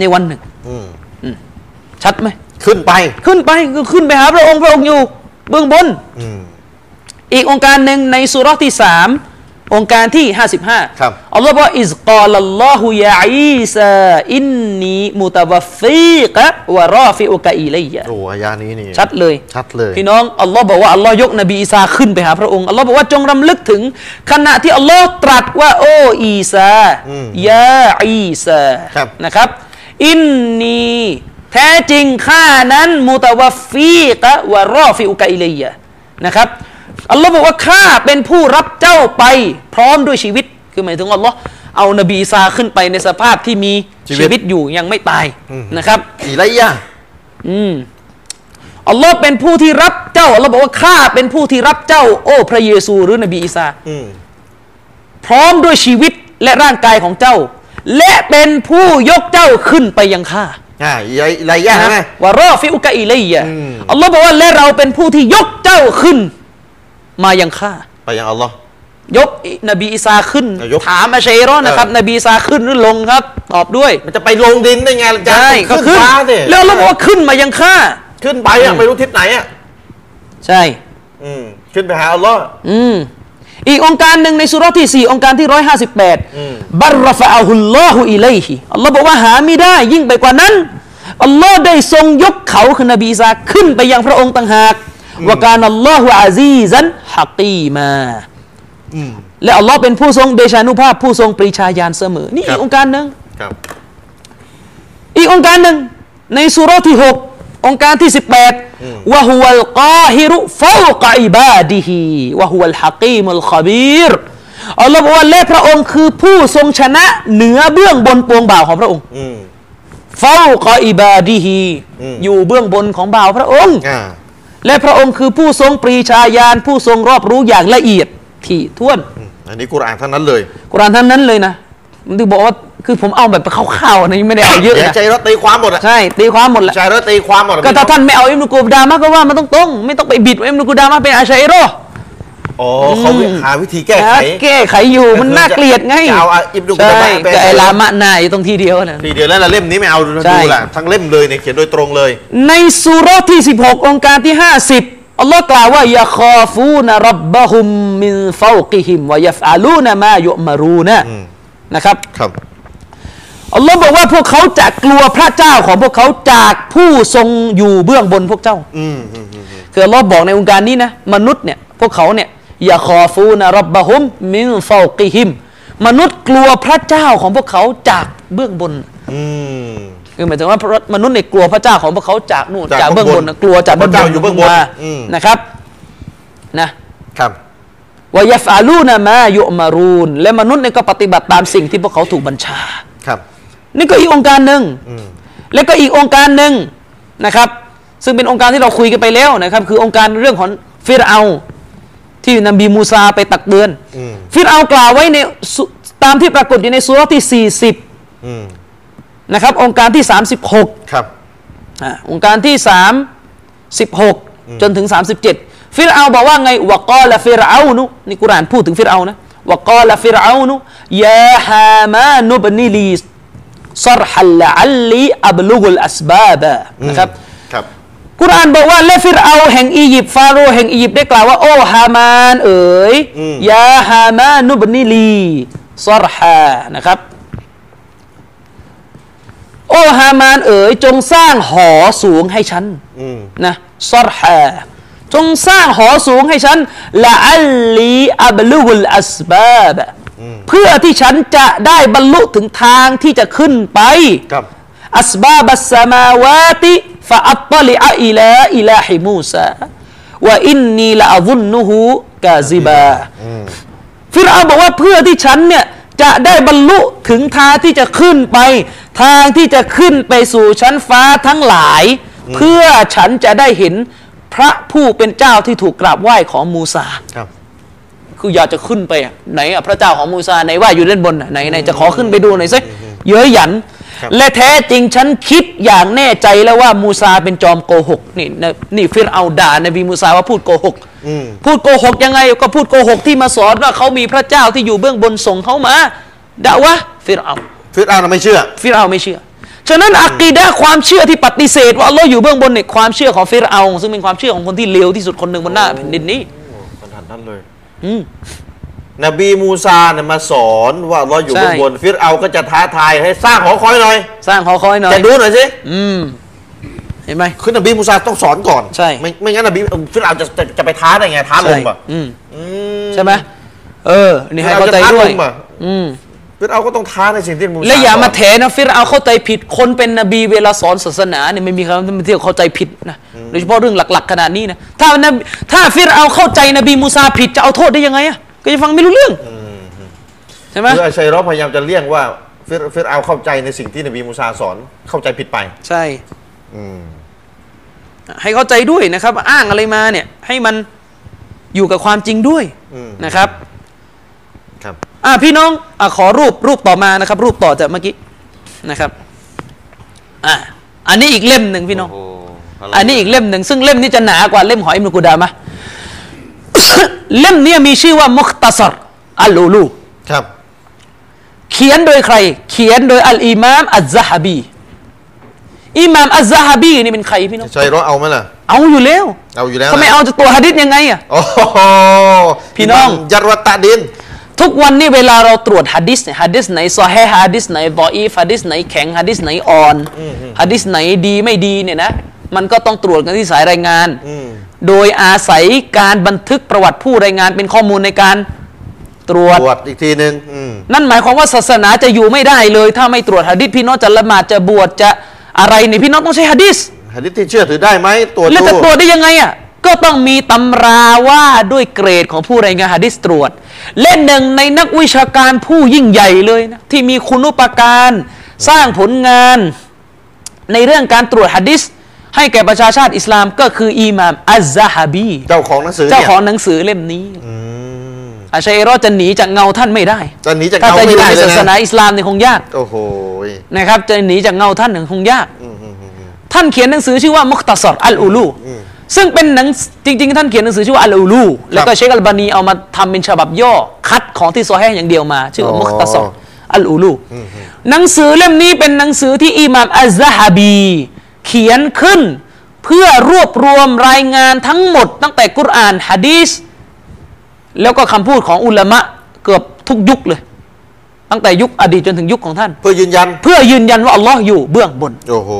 Speaker 2: ในวันหนึ่ง
Speaker 1: อืม
Speaker 2: ชัดไหม
Speaker 1: ขึ้นไป
Speaker 2: ขึ้นไปก็ขึ้นไปหาพระองค์พระองค์อยู่เบื้องบน
Speaker 1: อืม
Speaker 2: อีกองค์การหนึ่งในสุราะห์ที่สามองค์การที่ 55
Speaker 1: ครับ
Speaker 2: อัลลอฮ์บอกอิสกาลัลลอฮุยาอีซาอินนีมุตวัฟฟีกะวะรอฟิอุกะอีไลยะ
Speaker 1: โอ้อายานี้นี่
Speaker 2: ชัดเลย
Speaker 1: ชัดเลย
Speaker 2: พี่น้องอัลลอฮ์บอกว่าอัลลอฮ์ยกนบีอีสาขึ้นไปหาพระองค์อัลลอฮ์บอกว่าจงรำลึกถึงขณะที่อัลลอฮ์ตรัสว่า โอ้อีซา
Speaker 1: อืม
Speaker 2: ยาอีซา
Speaker 1: ครับ
Speaker 2: นะครับ อินนีแท้จริงข้านั้นมุตวัฟฟีกะวะรอฟิอุกะอิเลยะนะครับอัลลอฮ์บอกว่าข้าเป็นผู้รับเจ้าไป พร้อมด้วยชีวิตคือหมายถึงอัลลอฮ์เอานบีอีสาขึ้นไปในสภาพที่มีชีวิตอยู่ยังไม่ตายนะครับ
Speaker 1: อีไรยะ
Speaker 2: อืมอัลลอฮ์เป็นผู้ที่รับเจ้าอัลลอฮ์บอกว่าข้าเป็นผู้ที่รับเจ้า โอ้พระเยซูหรือนบีอีสา
Speaker 1: อืม
Speaker 2: พร้อมด้วยชีวิตและร่างกายของเจ้า และเป็นผู้ยกเจ้าขึ้นไปยังข้า
Speaker 1: อ่าอีไรอีไรยะ
Speaker 2: นะ
Speaker 1: นะ
Speaker 2: วารอฟิอุกะอิเลยยะ
Speaker 1: อืม
Speaker 2: อัลลอฮ์บอกว่าและเราเป็นผู้ที่ยกเจ้าขึ้น มายังข้า
Speaker 1: ไปยังอัลลอฮ์
Speaker 2: ยกนบีอีสาขึ้น
Speaker 1: ยก
Speaker 2: ถามอาเชรอนนะครับ
Speaker 1: เออ
Speaker 2: นบีอีสาขึ้นหรือลงครับ ตอบด้วย
Speaker 1: มันจะไปลงดินได้ไงล่ะอาจารย์
Speaker 2: ใช่ก็
Speaker 1: ขึ้น
Speaker 2: ขึ้น
Speaker 1: ฟ้าสิ
Speaker 2: แล้วอัลลอฮ์บอกว่าขึ้นมายังข้า
Speaker 1: ขึ้นไปอ่ะไม่รู้ทิศไหนอ่ะ
Speaker 2: ใช่
Speaker 1: อืมขึ้นไปหาอัลลอฮ์
Speaker 2: อืมอีกองค์การหนึ่งในสุราะห์ที่สี่องค์การที่ร้อยห้าสิบแปด
Speaker 1: อืม
Speaker 2: บัรรฟะอัลลอฮุอิลัยฮิอัลลอฮ์บอกว่าหาไม่ได้ยิ่งไปกว่านั้น อัลลอฮ์ได้ทรงยกเขาคือนบีอีสาขึ้นไปยังพระองค์ต่างหากว่าการอัลลอฮุอาซีซันฮักกีมา
Speaker 1: อืม
Speaker 2: และอัลลอฮ์เป็นผู้ทรงเดชานุภาพผู้ทรงปรีชาญาณเสมอ นี่
Speaker 1: ครับ
Speaker 2: อีกองค์การหนึ่ง
Speaker 1: ครับ
Speaker 2: อีกองค์การหนึ่งในสุราะห์ที่หกองค์การที่สิบแปด
Speaker 1: อืม
Speaker 2: วะฮุวัลกาฮิรุฟาวกะอิบาดิฮิวะฮุวัลฮักีมุลคบีรอัลลอฮ์บอกว่าและพระองค์คือผู้ทรงชนะเหนือเบื้องบนปวงบ่าวของพระองค์
Speaker 1: อืม
Speaker 2: ฟาวกะอิบาดิฮิ
Speaker 1: อืม
Speaker 2: อยู่เบื้องบนของบ่าวพระองค์
Speaker 1: อ่า
Speaker 2: และพระองค์คือผู้ทรงปรีชาญาณผู้ทรงรอบรู้อย่างละเอียดถี่ถ้วน
Speaker 1: อันนี้กุรอานเท่านั้นเลย
Speaker 2: กุรอานทั้งนั้นเลยนะมันถึงบอกว่าคือผมเอาแบบคร่าวๆนะยังไม่ได้เอาเยอะ
Speaker 1: เดี๋ยว
Speaker 2: นะ
Speaker 1: ใจรถตีความหมดอ่ะ
Speaker 2: ใช่ตีความหมดแหละ
Speaker 1: ใจรถตีความหมดอะ
Speaker 2: ก็ถ้าท่านไม่เอาอิมนุกูดามะก็ว่ามันต้องตรงๆไม่ต้องไปบิดว่าอิมนุกูดามะเป็นอาชัยโรอ
Speaker 1: อ๋อเขาหาวิธีแก้ไข
Speaker 2: แก้ไขอยู่มันน่าเกลียดไง
Speaker 1: จะเอาอิบนุกูดามะ
Speaker 2: ใช่
Speaker 1: เป็น
Speaker 2: ก็ไอ้ลามะนายตรงที่เดียวนะ
Speaker 1: ทีเดียวแล้วล่ะเล่มนี้ไม่เอาดูนะ
Speaker 2: ใช่
Speaker 1: ดูล่ะทั้งเล่มเลยเนี่ยเขียนโดยตรงเลย
Speaker 2: ในสุราะห์ที่ 16 องค์การที่ 50 อัลลอฮ์กล่าวว่ายาคอฟูนรับบะฮุมมินฟาวกิฮิมวายฟอาลูนมายุมารูนะนะครับ
Speaker 1: ครับ
Speaker 2: อัลลอฮ์บอกว่าพวกเขาจะกลัวพระเจ้าของพวกเขาจากผู้ทรงอยู่เบื้องบนพวกเจ้า
Speaker 1: อืมอืมอืม
Speaker 2: คืออัลลอฮ์บอกในองค์การนี้นะมนุษย์เนี่ยพวกเขาเนี่ยอย่าคอฟูนะรับบะฮุมมินฟาวกิฮิมมนุษย์กลัวพระเจ้าของพวกเขาจากเบื้องบน
Speaker 1: อืม
Speaker 2: คือหมายถึงว่าพระมนุษย์เนี่ยกลัวพระเจ้าของพวกเขาจากนู่น
Speaker 1: จาก
Speaker 2: จากเบื้องบนนะกลัวจาก
Speaker 1: พระเจ้าอยู่เบื้องบน
Speaker 2: มา
Speaker 1: อืม
Speaker 2: นะครับนะ
Speaker 1: ครับ
Speaker 2: วายฟอาลูนมายุมารูนและมนุษย์เนี่ยก็ปฏิบัติตามสิ่งที่พวกเขาถูกบัญชา
Speaker 1: ครับ
Speaker 2: นี่ก็อีกองค์การหนึ่ง
Speaker 1: อืม
Speaker 2: และก็อีกองค์การหนึ่งนะครับ ซึ่งเป็นองค์การที่เราคุยกันไปแล้วนะครับ คือองค์การเรื่องของฟิรเอาที่นบีมูซาไปตักเตือน
Speaker 1: อืม
Speaker 2: ฟิรเอากล่าวไว้ในสุตามที่ปรากฏอยู่ในสุราะห์ที่
Speaker 1: อืม
Speaker 2: 40 นะครับ องค์การที่
Speaker 1: ครับ
Speaker 2: 36อ่าองค์การที่ 36 จนถึง 37 ฟิรเอาบอกว่าไงวะกอละฟิรเอานุนี่กุรอานพูดถึงฟิรเอานะวะกอละฟิรเอานุยาฮามานุบนิลีซรฮัลละอัลลีอับลุกุลอัสบาบะนะครับ
Speaker 1: ครับ
Speaker 2: กุรอานบอกว่าและฟิรเอาแห่งอียิปต์ฟาโรห์แห่งอียิปต์ได้กล่าวว่า โอ้ฮามานเอ๋ย
Speaker 1: อืม
Speaker 2: ยาฮามานุบนิลีซอรฮานะครับ โอ้ฮามานเอ๋ยจงสร้างหอสูงให้ฉัน
Speaker 1: อืม
Speaker 2: นะซอรฮาจงสร้างหอสูงให้ฉันละอัลลีอับลุกุลอัสบาบเพื่อที่ฉันจะได้บรรลุถึงทางที่จะขึ้นไป
Speaker 1: ครับ
Speaker 2: อัสบาบัสสมาวาติฟะอัตตลิอะอิลาอิลาฮิมูซาว่าอินนีละอะซุนนุฮูกาซิบ าฟิรเอาบอกว่าเพื่อที่ฉันเนี่ยจะได้บรรลุถึงทางที่จะขึ้นไป ทางที่จะขึ้นไปสู่ชั้นฟ้าทั้งหลาย เพื่อฉันจะได้เห็นพระผู้เป็นเจ้าที่ถูกกราบไหว้ของมูซา
Speaker 1: ครับ
Speaker 2: คืออยากจะขึ้นไปอะไหนอะพระเจ้าของมูซาไหนว่าอยู่ด้านบนอะไหนไหนจะขอขึ้นไปดูหน่อยสิเย้ยหยัน
Speaker 1: ครับ
Speaker 2: และแท้จริงฉันคิดอย่างแน่ใจแล้วว่ามูซาเป็นจอมโกหกนี่นะนี่ฟิรเอาด่านบีมูซาว่าพูดโกหก
Speaker 1: อืม
Speaker 2: พูดโกหกยังไงก็พูดโกหกที่มาสอนว่าเขามีพระเจ้าที่อยู่เบื้องบนส่งเขามาด่าวะฟิรเอา
Speaker 1: ฟิตอานะไม่เชื่อ
Speaker 2: ฟิรเอาไม่เชื่อฉะนั้นอักีดะห์ความเชื่อที่ปฏิเสธว่าอัลเลอฮ์อยู่เบื้องบนเนี่ยความเชื่อของฟิรเอา ซึ่งเป็นความเชื่อของคนที่เลวที่สุดคนหนึ่งบนหน้าแผ่นดินนี้
Speaker 1: โอ้ขนาดนั้นเลย
Speaker 2: อืม
Speaker 1: นบีมูซาเนี่ยมาสอนว่าเราอยู่
Speaker 2: ใช่
Speaker 1: บนบนฟิตเอาก็จะท้าทายให้สร้างหอคอยหน่อย
Speaker 2: สร้างหอคอยหน่อย
Speaker 1: จะดูหน่อยสิ
Speaker 2: อืม เห็นไหม
Speaker 1: คือนบีมูซาต้องสอนก่อน
Speaker 2: ใช่
Speaker 1: ไม่ไม่งั้นนบีฟิตเอาจะจะจะไปท้าได้ไงท้าลงป่ะ
Speaker 2: อืม
Speaker 1: อืม
Speaker 2: ใช่ไหมเออ นี่ให้เข้าใจ
Speaker 1: เราจะ
Speaker 2: ด้วย
Speaker 1: ทัดลงมา
Speaker 2: อืม
Speaker 1: ฟิตเอาก็ต้องท้าในสิ่งที่มูซา
Speaker 2: และอย่ามา
Speaker 1: สน
Speaker 2: แถนะฟิรเอาเข้าใจผิดคนเป็นนบีเวลาสอนศาสนาเนี่ยไม่มีคำที่เข้าใจผิดนะโดยเฉพาะเรื่องหลัก ๆ ขนาดนี้นะถ้านบีถ้าฟิรเอาเข้าใจนบีมูซาผิดจะเอาโทษได้ยังไงอ่ะก็จะฟังไม่รู้เรื่องใช่ไหม
Speaker 1: คืออาชัยรอพยายามจะเลี่ยงว่าฟิตฟิตเอาเข้าใจในสิ่งที่นบีมูซาสอนเข้าใจผิดไป
Speaker 2: ใช่
Speaker 1: อืม
Speaker 2: ให้เข้าใจด้วยนะครับ อ้างอะไรมาเนี่ย ให้มันอยู่กับความจริงด้วย
Speaker 1: อืม
Speaker 2: นะครับ
Speaker 1: ครับ
Speaker 2: อ่ะพี่น้องอะขอรูปรูปต่อมานะครับ รูปต่อจากเมื่อกี้นะครับอ่ะอันนี้อีกเล่มหนึ่งพี่น้อง อันนี้อีกเล่มหนึ่งซึ่งเล่มนี้จะหนากว่าเล่มของอิมรุกูดามะ เล่มเนี้ยมีชื่อว่ามุคตาสรอัลลูลู
Speaker 1: ครับ
Speaker 2: เขียนโดยใคร เขียนโดยอัลอิมามอัลซะฮบีอิหมามอัลซะฮบีนี่เป็นใครพี่น้อง
Speaker 1: ชัยรอเอาไหมล่ะ
Speaker 2: เอาอยู่แล้ว
Speaker 1: เอาอยู่แล้ว
Speaker 2: เขาไม่
Speaker 1: นะ
Speaker 2: เอาจากตัวฮะดิษยังไงอ่ะ
Speaker 1: โอ้โห
Speaker 2: พี่น้อง
Speaker 1: ยัดวัตตะดิน
Speaker 2: ทุกวันนี้เวลาเราตรวจฮะดิษเนี่ยฮะดิษไหนซอแฮฮะดิษไหนบออีฟฮะดิษไหนแข็งฮะดิษไหนอ่อนฮะดิษไหนดีไม่ดีเนี่ยนะ มันก็ต้องตรวจกันที่สายรายงาน
Speaker 1: อืม
Speaker 2: โดยอาศัยการบันทึกประวัติผู้รายงานเป็นข้อมูลในการตรวจ
Speaker 1: บวชอีกทีหนึ่งอืม
Speaker 2: นั่นหมายความว่าศาสนาจะอยู่ไม่ได้เลย ถ้าไม่ตรวจฮะดิษพี่น้องจะละหมาดจะบวชจะอะไรเนี่ยพี่น้องต้องใช้ฮะดิษ
Speaker 1: หะดิษที่เชื่อถือได้ไหมตัวจ
Speaker 2: แล้ว
Speaker 1: ดู
Speaker 2: จะตรวจได้ยังไงอ่ะก็ต้องมีตำราว่าด้วยเกรดของผู้รายงานฮะดิษตรวจ และหนึ่งในนักวิชาการผู้ยิ่งใหญ่เลยนะที่มีคุณุปการสร้างผลงาน ในเรื่องการตรวจฮะดิษให้แก่ประชาชาติอิสลามก็คืออิหม่ามอัซซะฮะบี
Speaker 1: เจ้าของหนังสือ
Speaker 2: เจ้า
Speaker 1: นี่ย
Speaker 2: ของหนังสือเล่มนี้
Speaker 1: อืม
Speaker 2: อาชัยรอดจะหนีจากเงาท่านไม่ได้
Speaker 1: จะหนีจาก
Speaker 2: ถ้า
Speaker 1: เงา
Speaker 2: จะอ
Speaker 1: ไม่
Speaker 2: ยู่
Speaker 1: ได้
Speaker 2: ใน
Speaker 1: เลย
Speaker 2: ศาสนา
Speaker 1: นะ
Speaker 2: อิสลามเนี่ยคงยาก
Speaker 1: โอ้โหย
Speaker 2: นะครับ จะหนีจากเงาท่านเนี่ยคงยาก
Speaker 1: อืมอืมอืมอืม
Speaker 2: ท่านเขียนหนังสือชื่อว่ามุคตาสรอัลอูลู ซึ่งเป็นหนังจริง ๆ ท่านเขียนหนังสือชื่อว่าอัลอูลู แล้วก็เชคอัลบานีเอามาทำเป็นฉบับย่อ คัดของที่ซอแห้อย่างเดียวมา ชื่อว่ามุคตาสรอัลอูลู หนังสือเล่มนี้เป็นหนังสือที่อิหม่ามอัลซะฮะบี เขียนขึ้น เพื่อรวบรวมรายงานทั้งหมด ตั้งแต่กุรอานฮะดีษแล้วก็คำพูดของอุลามะเกือบทุกยุคเลย ตั้งแต่ยุคอดีตจนถึงยุคของท่าน
Speaker 1: เพื่อยืนยัน
Speaker 2: เพื่อยืนยันว่าอัลลอฮ์อยู่เบื้องบน
Speaker 1: โอ้โห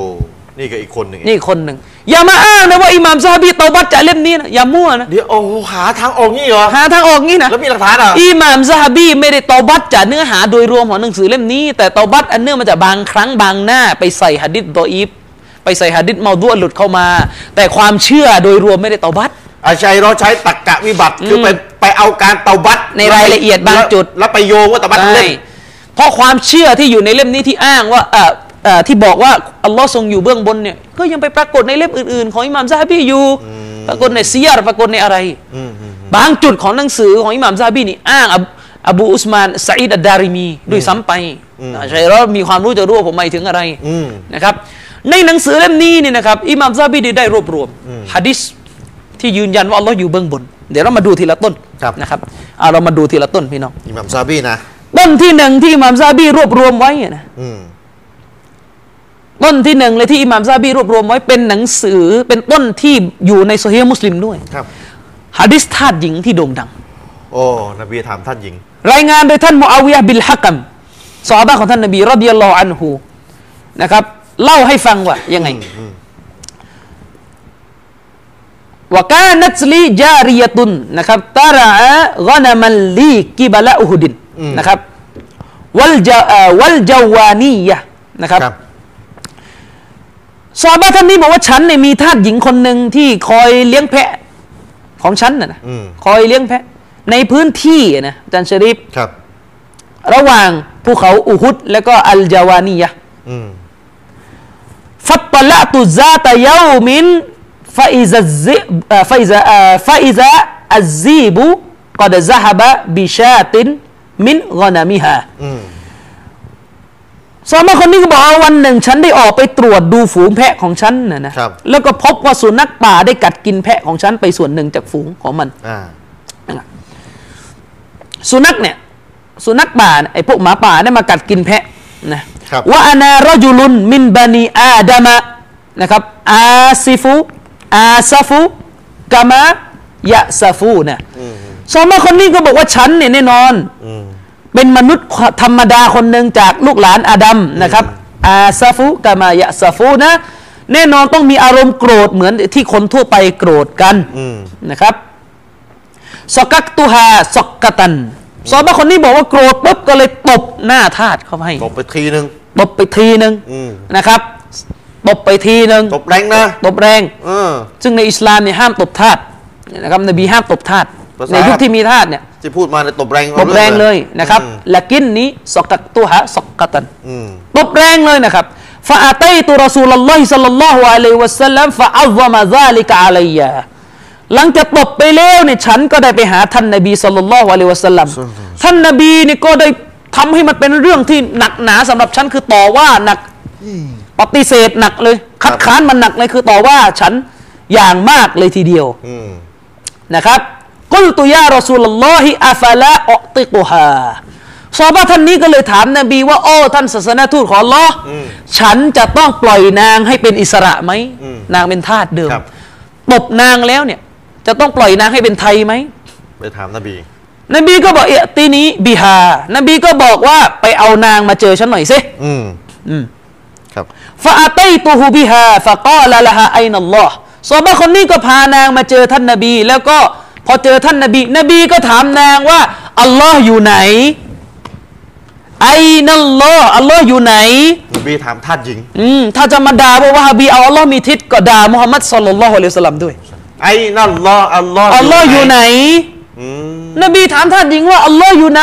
Speaker 1: นี่ก็อีกคนหนึ่ง
Speaker 2: นี่คนหนึ่ง อย่ามาอ้างนะว่าอิหม่ามซาฮาบีเตาบัตจากเล่มนี้นะอย่ามั่วนะ
Speaker 1: เดี๋ยวโอ้โหหาทางออกนี่เหรอ
Speaker 2: หาทางออกงี้นะ
Speaker 1: แล้วมีหลักฐานเหรอ่ะ
Speaker 2: อิหม่ามซาฮาบีไม่ได้เตาบัตจากเนื้อหาโดยรวมของหนังสือเล่มนี้ แต่เตาบัตอันเนื่องมาจากบางครั้งบางหน้า ไปใส่หะดิษดออีฟไปใส่หะดิษเมาด้วหลุดเข้ามา แต่ความเชื่อโดยรวมไม่ได้เตาบัต
Speaker 1: อาชัยเราใช้ตักกะวิบัติคือไปไปเอาการเตาบัต
Speaker 2: ในรายละเอียดบางจุด
Speaker 1: แล้วไปโยงว่าเตาบัต
Speaker 2: ใช่
Speaker 1: เล่น
Speaker 2: เพราะความเชื่อที่อยู่ในเล่มนี้ที่อ้างว่าเอ่อเอ่อที่บอกว่าอัลลอฮ์ทรงอยู่เบื้องบนเนี่ยก็ยังไปปรากฏในเล่มอื่นๆ ของอิหม่ามซาฮบีอยู่ปรากฏในซียร์ปรากฏในอะไร บางจุดของหนังสือของอิหม่ามซาฮบีนี่อ้างอบูอบูอุสมานซาอิดอัดดาริมีด้วยซ้ำไปอ่าใช่แล้วมีความรู้จะรู้ว่าผมหมายถึงอะไร
Speaker 1: อืม
Speaker 2: นะครับ ในหนังสือเล่มนี้เนี่ยนะครับอิหม่ามซาฮบีได้รวบรวมฮะดิษที่ยืนยันว่าอัลลอฮ์อยู่เบื้องบน เดี๋ยวเรามาดูทีละต้นนะครับเอาเรามาดูทีละต้นพี่น้อง
Speaker 1: อิหมัมซาบีนะ
Speaker 2: ต้นที่หนึ่งที่อิหม่ามซาบีรวบรวมไว้อะนะ
Speaker 1: อืม
Speaker 2: ต้นที่หนึ่งเลยที่อิหม่ามซาบีรวบรวมไว้เป็นหนังสือเป็นต้นที่อยู่ในโซเฮียมุสลิมด้วย
Speaker 1: ครับ
Speaker 2: ฮะดิษทาสหญิงที่โด่งดัง
Speaker 1: โอ้นบีถามท่านหญิง
Speaker 2: รายงานโดยท่านมุอาวิยะห์บิลฮักัมซอฮาบะห์ของท่านนบีรอดิยัลลอฮุอันฮูนะครับ เล่าให้ฟังว่ายังไงวกานัตลีจาริยะตุนนะครับตารากอนามัลลีกิบะละอุฮุดินนะครับวัลจาเอ่อวัลจาวานียะนะครับ ซอฮาบะห์ท่านนี้บอกว่าฉันเนี่ยมีทาสหญิงคนหนึ่งที่คอยเลี้ยงแพะของฉันนะนะ
Speaker 1: อืม
Speaker 2: คอยเลี้ยงแพะ ในพื้นที่อะนะอาจันชริฟ
Speaker 1: ครับ
Speaker 2: ระหว่างภูเขาอูฮุดและก็อัลจาวานียะห์
Speaker 1: อืม
Speaker 2: ฟัตตะละตุซาตะเยาวมินฟาอิซะซิเอ่อฟาอิซะเอ่อฟาอิซะอัซซีบุกอดซะฮะบะบิชาตินมินกอนามิฮา
Speaker 1: อืม
Speaker 2: สองคนนี้ก็บอกว่าวันหนึ่ง ฉันได้ออกไปตรวจดูฝูงแพะของฉันนะนะครับ แล้วก็พบว่าสุนัขป่าได้กัดกินแพะของฉันไปส่วนหนึ่งจากฝูงของมัน
Speaker 1: อ่า
Speaker 2: นะครับ สุนัขเนี่ย สุนัขป่าเนี่ยไอ้พวกหมาป่าเนี่ยมากัดกินแพะนะครับ ว่าอานารจุลุนมินบานีอาดามะนะครับ อาซิฟูอาซาฟูกามะยะซาฟูนะสองมาคนนี้ก็บอกว่าฉันเนี่ยแน่นอน เป็นมนุษย์ธรรมดาคนหนึ่งจากลูกหลานอาดัมนะครับ อาซาฟุกามายะซาฟูนะ แน่นอนต้องมีอารมณ์โกรธเหมือนที่คนทั่วไปโกรธกันนะครับสกักตุฮาสกตันสอบาคนนี้บอกว่าโกรธปุ๊บก็เลยตบหน้าทาสเขาให้
Speaker 1: ตบไปทีนึง
Speaker 2: ตบไปทีหนึ่ง
Speaker 1: อืม
Speaker 2: นะครับตบไปทีหนึ่ง
Speaker 1: ตบแรงนะ
Speaker 2: ตบแรง
Speaker 1: เออ
Speaker 2: ซึ่งในอิสลามเนี่ยห้ามตบทาสนะครับนบีห้ามตบทาส
Speaker 1: ภาษา
Speaker 2: ในยุคที่มีทาสเนี่ย
Speaker 1: ที่พูดมาเนี่ยตบแรง
Speaker 2: ต
Speaker 1: อา
Speaker 2: บแรงเลยนะครับ
Speaker 1: อืม
Speaker 2: ละกินนี้สกักตุฮะสกัตัน
Speaker 1: อืม
Speaker 2: ตบแรงเลยนะครับฟาอาตัยตุรอซูลลอฮิสัลลัลลอฮุอะลัยฮิวะสัลลัมฟาอัลวะมาซาลิกะอะลัยยาหลังจากตบไปแล้วเนี่ยฉันก็ได้ไปหาท่านนบีสัลลัลลอฮุอะลัยฮิวะสัลลัมท่านนบีเนี่ยก็ได้ทำให้มันเป็นเรื่องที่หนักหนาสำหรับฉันคือต่อว่าหนักปฏิเสธหนักเลย คัดค้านมันหนักเลยคือต่อว่าฉันอย่างมากเลยทีเดียว
Speaker 1: อืม
Speaker 2: นะครับกุลตุยารอซูลลอฮิอาฟาลาออติกุฮาซอฮาบะห์ท่านนี้ก็เลยถามนบีว่าโอ้ท่านศาสนาทูตของอัลลอฮ์ฉันจะต้องปล่อยนางให้เป็นอิสระไหม นางเป็นทาสเดิม
Speaker 1: ครับ
Speaker 2: ตบนางแล้วเนี่ย จะต้องปล่อยนางให้เป็นไทยไหม
Speaker 1: ไปถามนบี
Speaker 2: นบีก็บอกเอะตีนี้บิฮา นบีก็บอกว่าไปเอานางมาเจอฉันหน่อยสิ
Speaker 1: อืม
Speaker 2: อืม
Speaker 1: ครับ
Speaker 2: ฟาอาตัยตูฮูบิฮาฟากอลาลาฮาไอนัลลอฮ์ซอฮาบะห์คนนี้ก็พานางมาเจอท่านนบี แล้วก็พอเจอท่านนบี นบีก็ถามนางว่า อัลลอฮ์อยู่ไหน ไอนัลลอฮ์อัลลอฮ์อยู่ไหน
Speaker 1: นบีถามท่านหญิง
Speaker 2: อืมถ้าจะมาด่าว่าวะฮาบีเอาอัลลอฮ์มีทิศก็ด่ามุฮัมมัดสุลลัลลอฮุอะลัยฮิวะสัลลัมด้วย
Speaker 1: ไอ้นั่นลออัลลอฮ์
Speaker 2: อัลลอฮ์อยู่ไหน
Speaker 1: อืม
Speaker 2: นบีถามท่านหญิงว่า อัลลอฮ์อยู่ไหน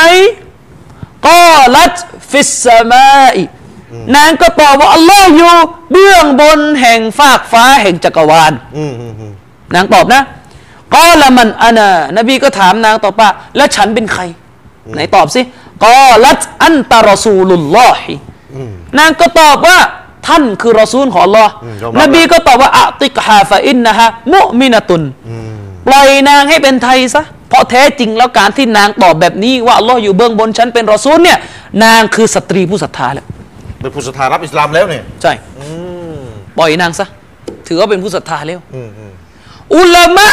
Speaker 2: กอลัตฟิสสมาอินางก็ตอบว่า อัลลอฮ์อยู่ เบื้องบนแห่งฟากฟ้าแห่งจักรวาล
Speaker 1: อืมอืมอืม
Speaker 2: นางตอบนะกอละมันอานานบีก็ถามนางต่อป่าแล้วฉันเป็นใคร ไหนตอบสิกอลัตอันตารอซูลุลลอฮินางก็ตอบว่าท่านคือรอซูลของอัลลอฮ์นบีก็ตอบว่าอะติกฮาฟะอินนะฮะมุมินะตุน ปล่อยนางให้เป็นไทยซะ เพราะแท้จริงแล้วการที่นางตอบแบบนี้ว่าอัลลอฮ์อยู่เบื้องบนฉันเป็นรอซูลเนี่ย นางคือสตรีผู้ศรัทธาแล้ว
Speaker 1: เป็นผู้ศรัทธารับอิสลามแล้วเนี่ย
Speaker 2: ใช่ ปล่อยนางซะ ถือว่าเป็นผู้ศรัทธาแล้ว
Speaker 1: อืมอืม
Speaker 2: อุลามะ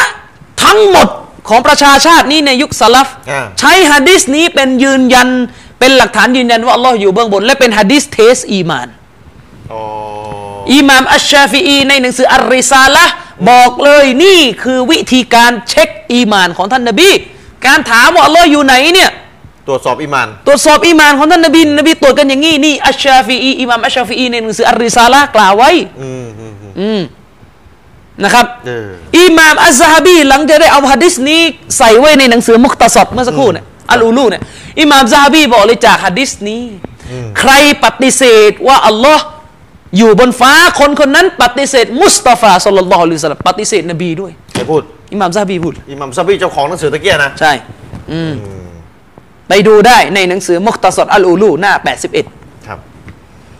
Speaker 2: ทั้งหมดของประชาชาตินี้ในยุคสลับ
Speaker 1: อ่า
Speaker 2: ใช้ฮะดิษนี้เป็นยืนยัน เป็นหลักฐานยืนยันว่าอัลลอฮ์อยู่เบื้องบน และเป็นฮะดิษเทสอีมาน
Speaker 1: อ๋อ
Speaker 2: อิหม่ามอัชชาฟีอีในหนังสืออัรริซาละห์บอกเลยนี่คือวิธีการเช็คอีมานของท่านนบี การถามว่าอัลลอฮ์อยู่ไหนเนี่ย
Speaker 1: ตรวจสอบอิมาน
Speaker 2: ตรวจสอบอีหมานของท่านนบีนบีตรวจกันอย่างนี้นี่อัชชาฟีอีอิหม่ามอัชชาฟีอีในหนังสืออัรริซาละห์กล่าวไว้
Speaker 1: อืมอืมอืม
Speaker 2: อืม นะครับ
Speaker 1: เออ
Speaker 2: อิหม่ามอัซฮะบีหลังจากได้เอาฮะดิษนี้ใส่ไว้ในหนังสือมุกตะซอบเมื่อสักครู่เนี่ยอัลอูลูเนี่ยอิหม่ามซะฮะบีบอกเลยจากฮะดิษนี้ ใครปฏิเสธว่าอัลลอฮ์อยู่บนฟ้าคนคนนั้นปฏิเสธ มุสตาฟาสุลลัลลอฮุอะลัยฮิวะสัลลัมปฏิเสธนบีด้วย
Speaker 1: ใครพูด
Speaker 2: อิหม่ามซะฮะบีพูด
Speaker 1: อิหมัมซาบีเจ้าของหนังสือตะเกียนะ
Speaker 2: ใช่ อืม ไปดูได้ในหนังสือมุกตะสอดอัลอูลูหน้า 81
Speaker 1: ครับ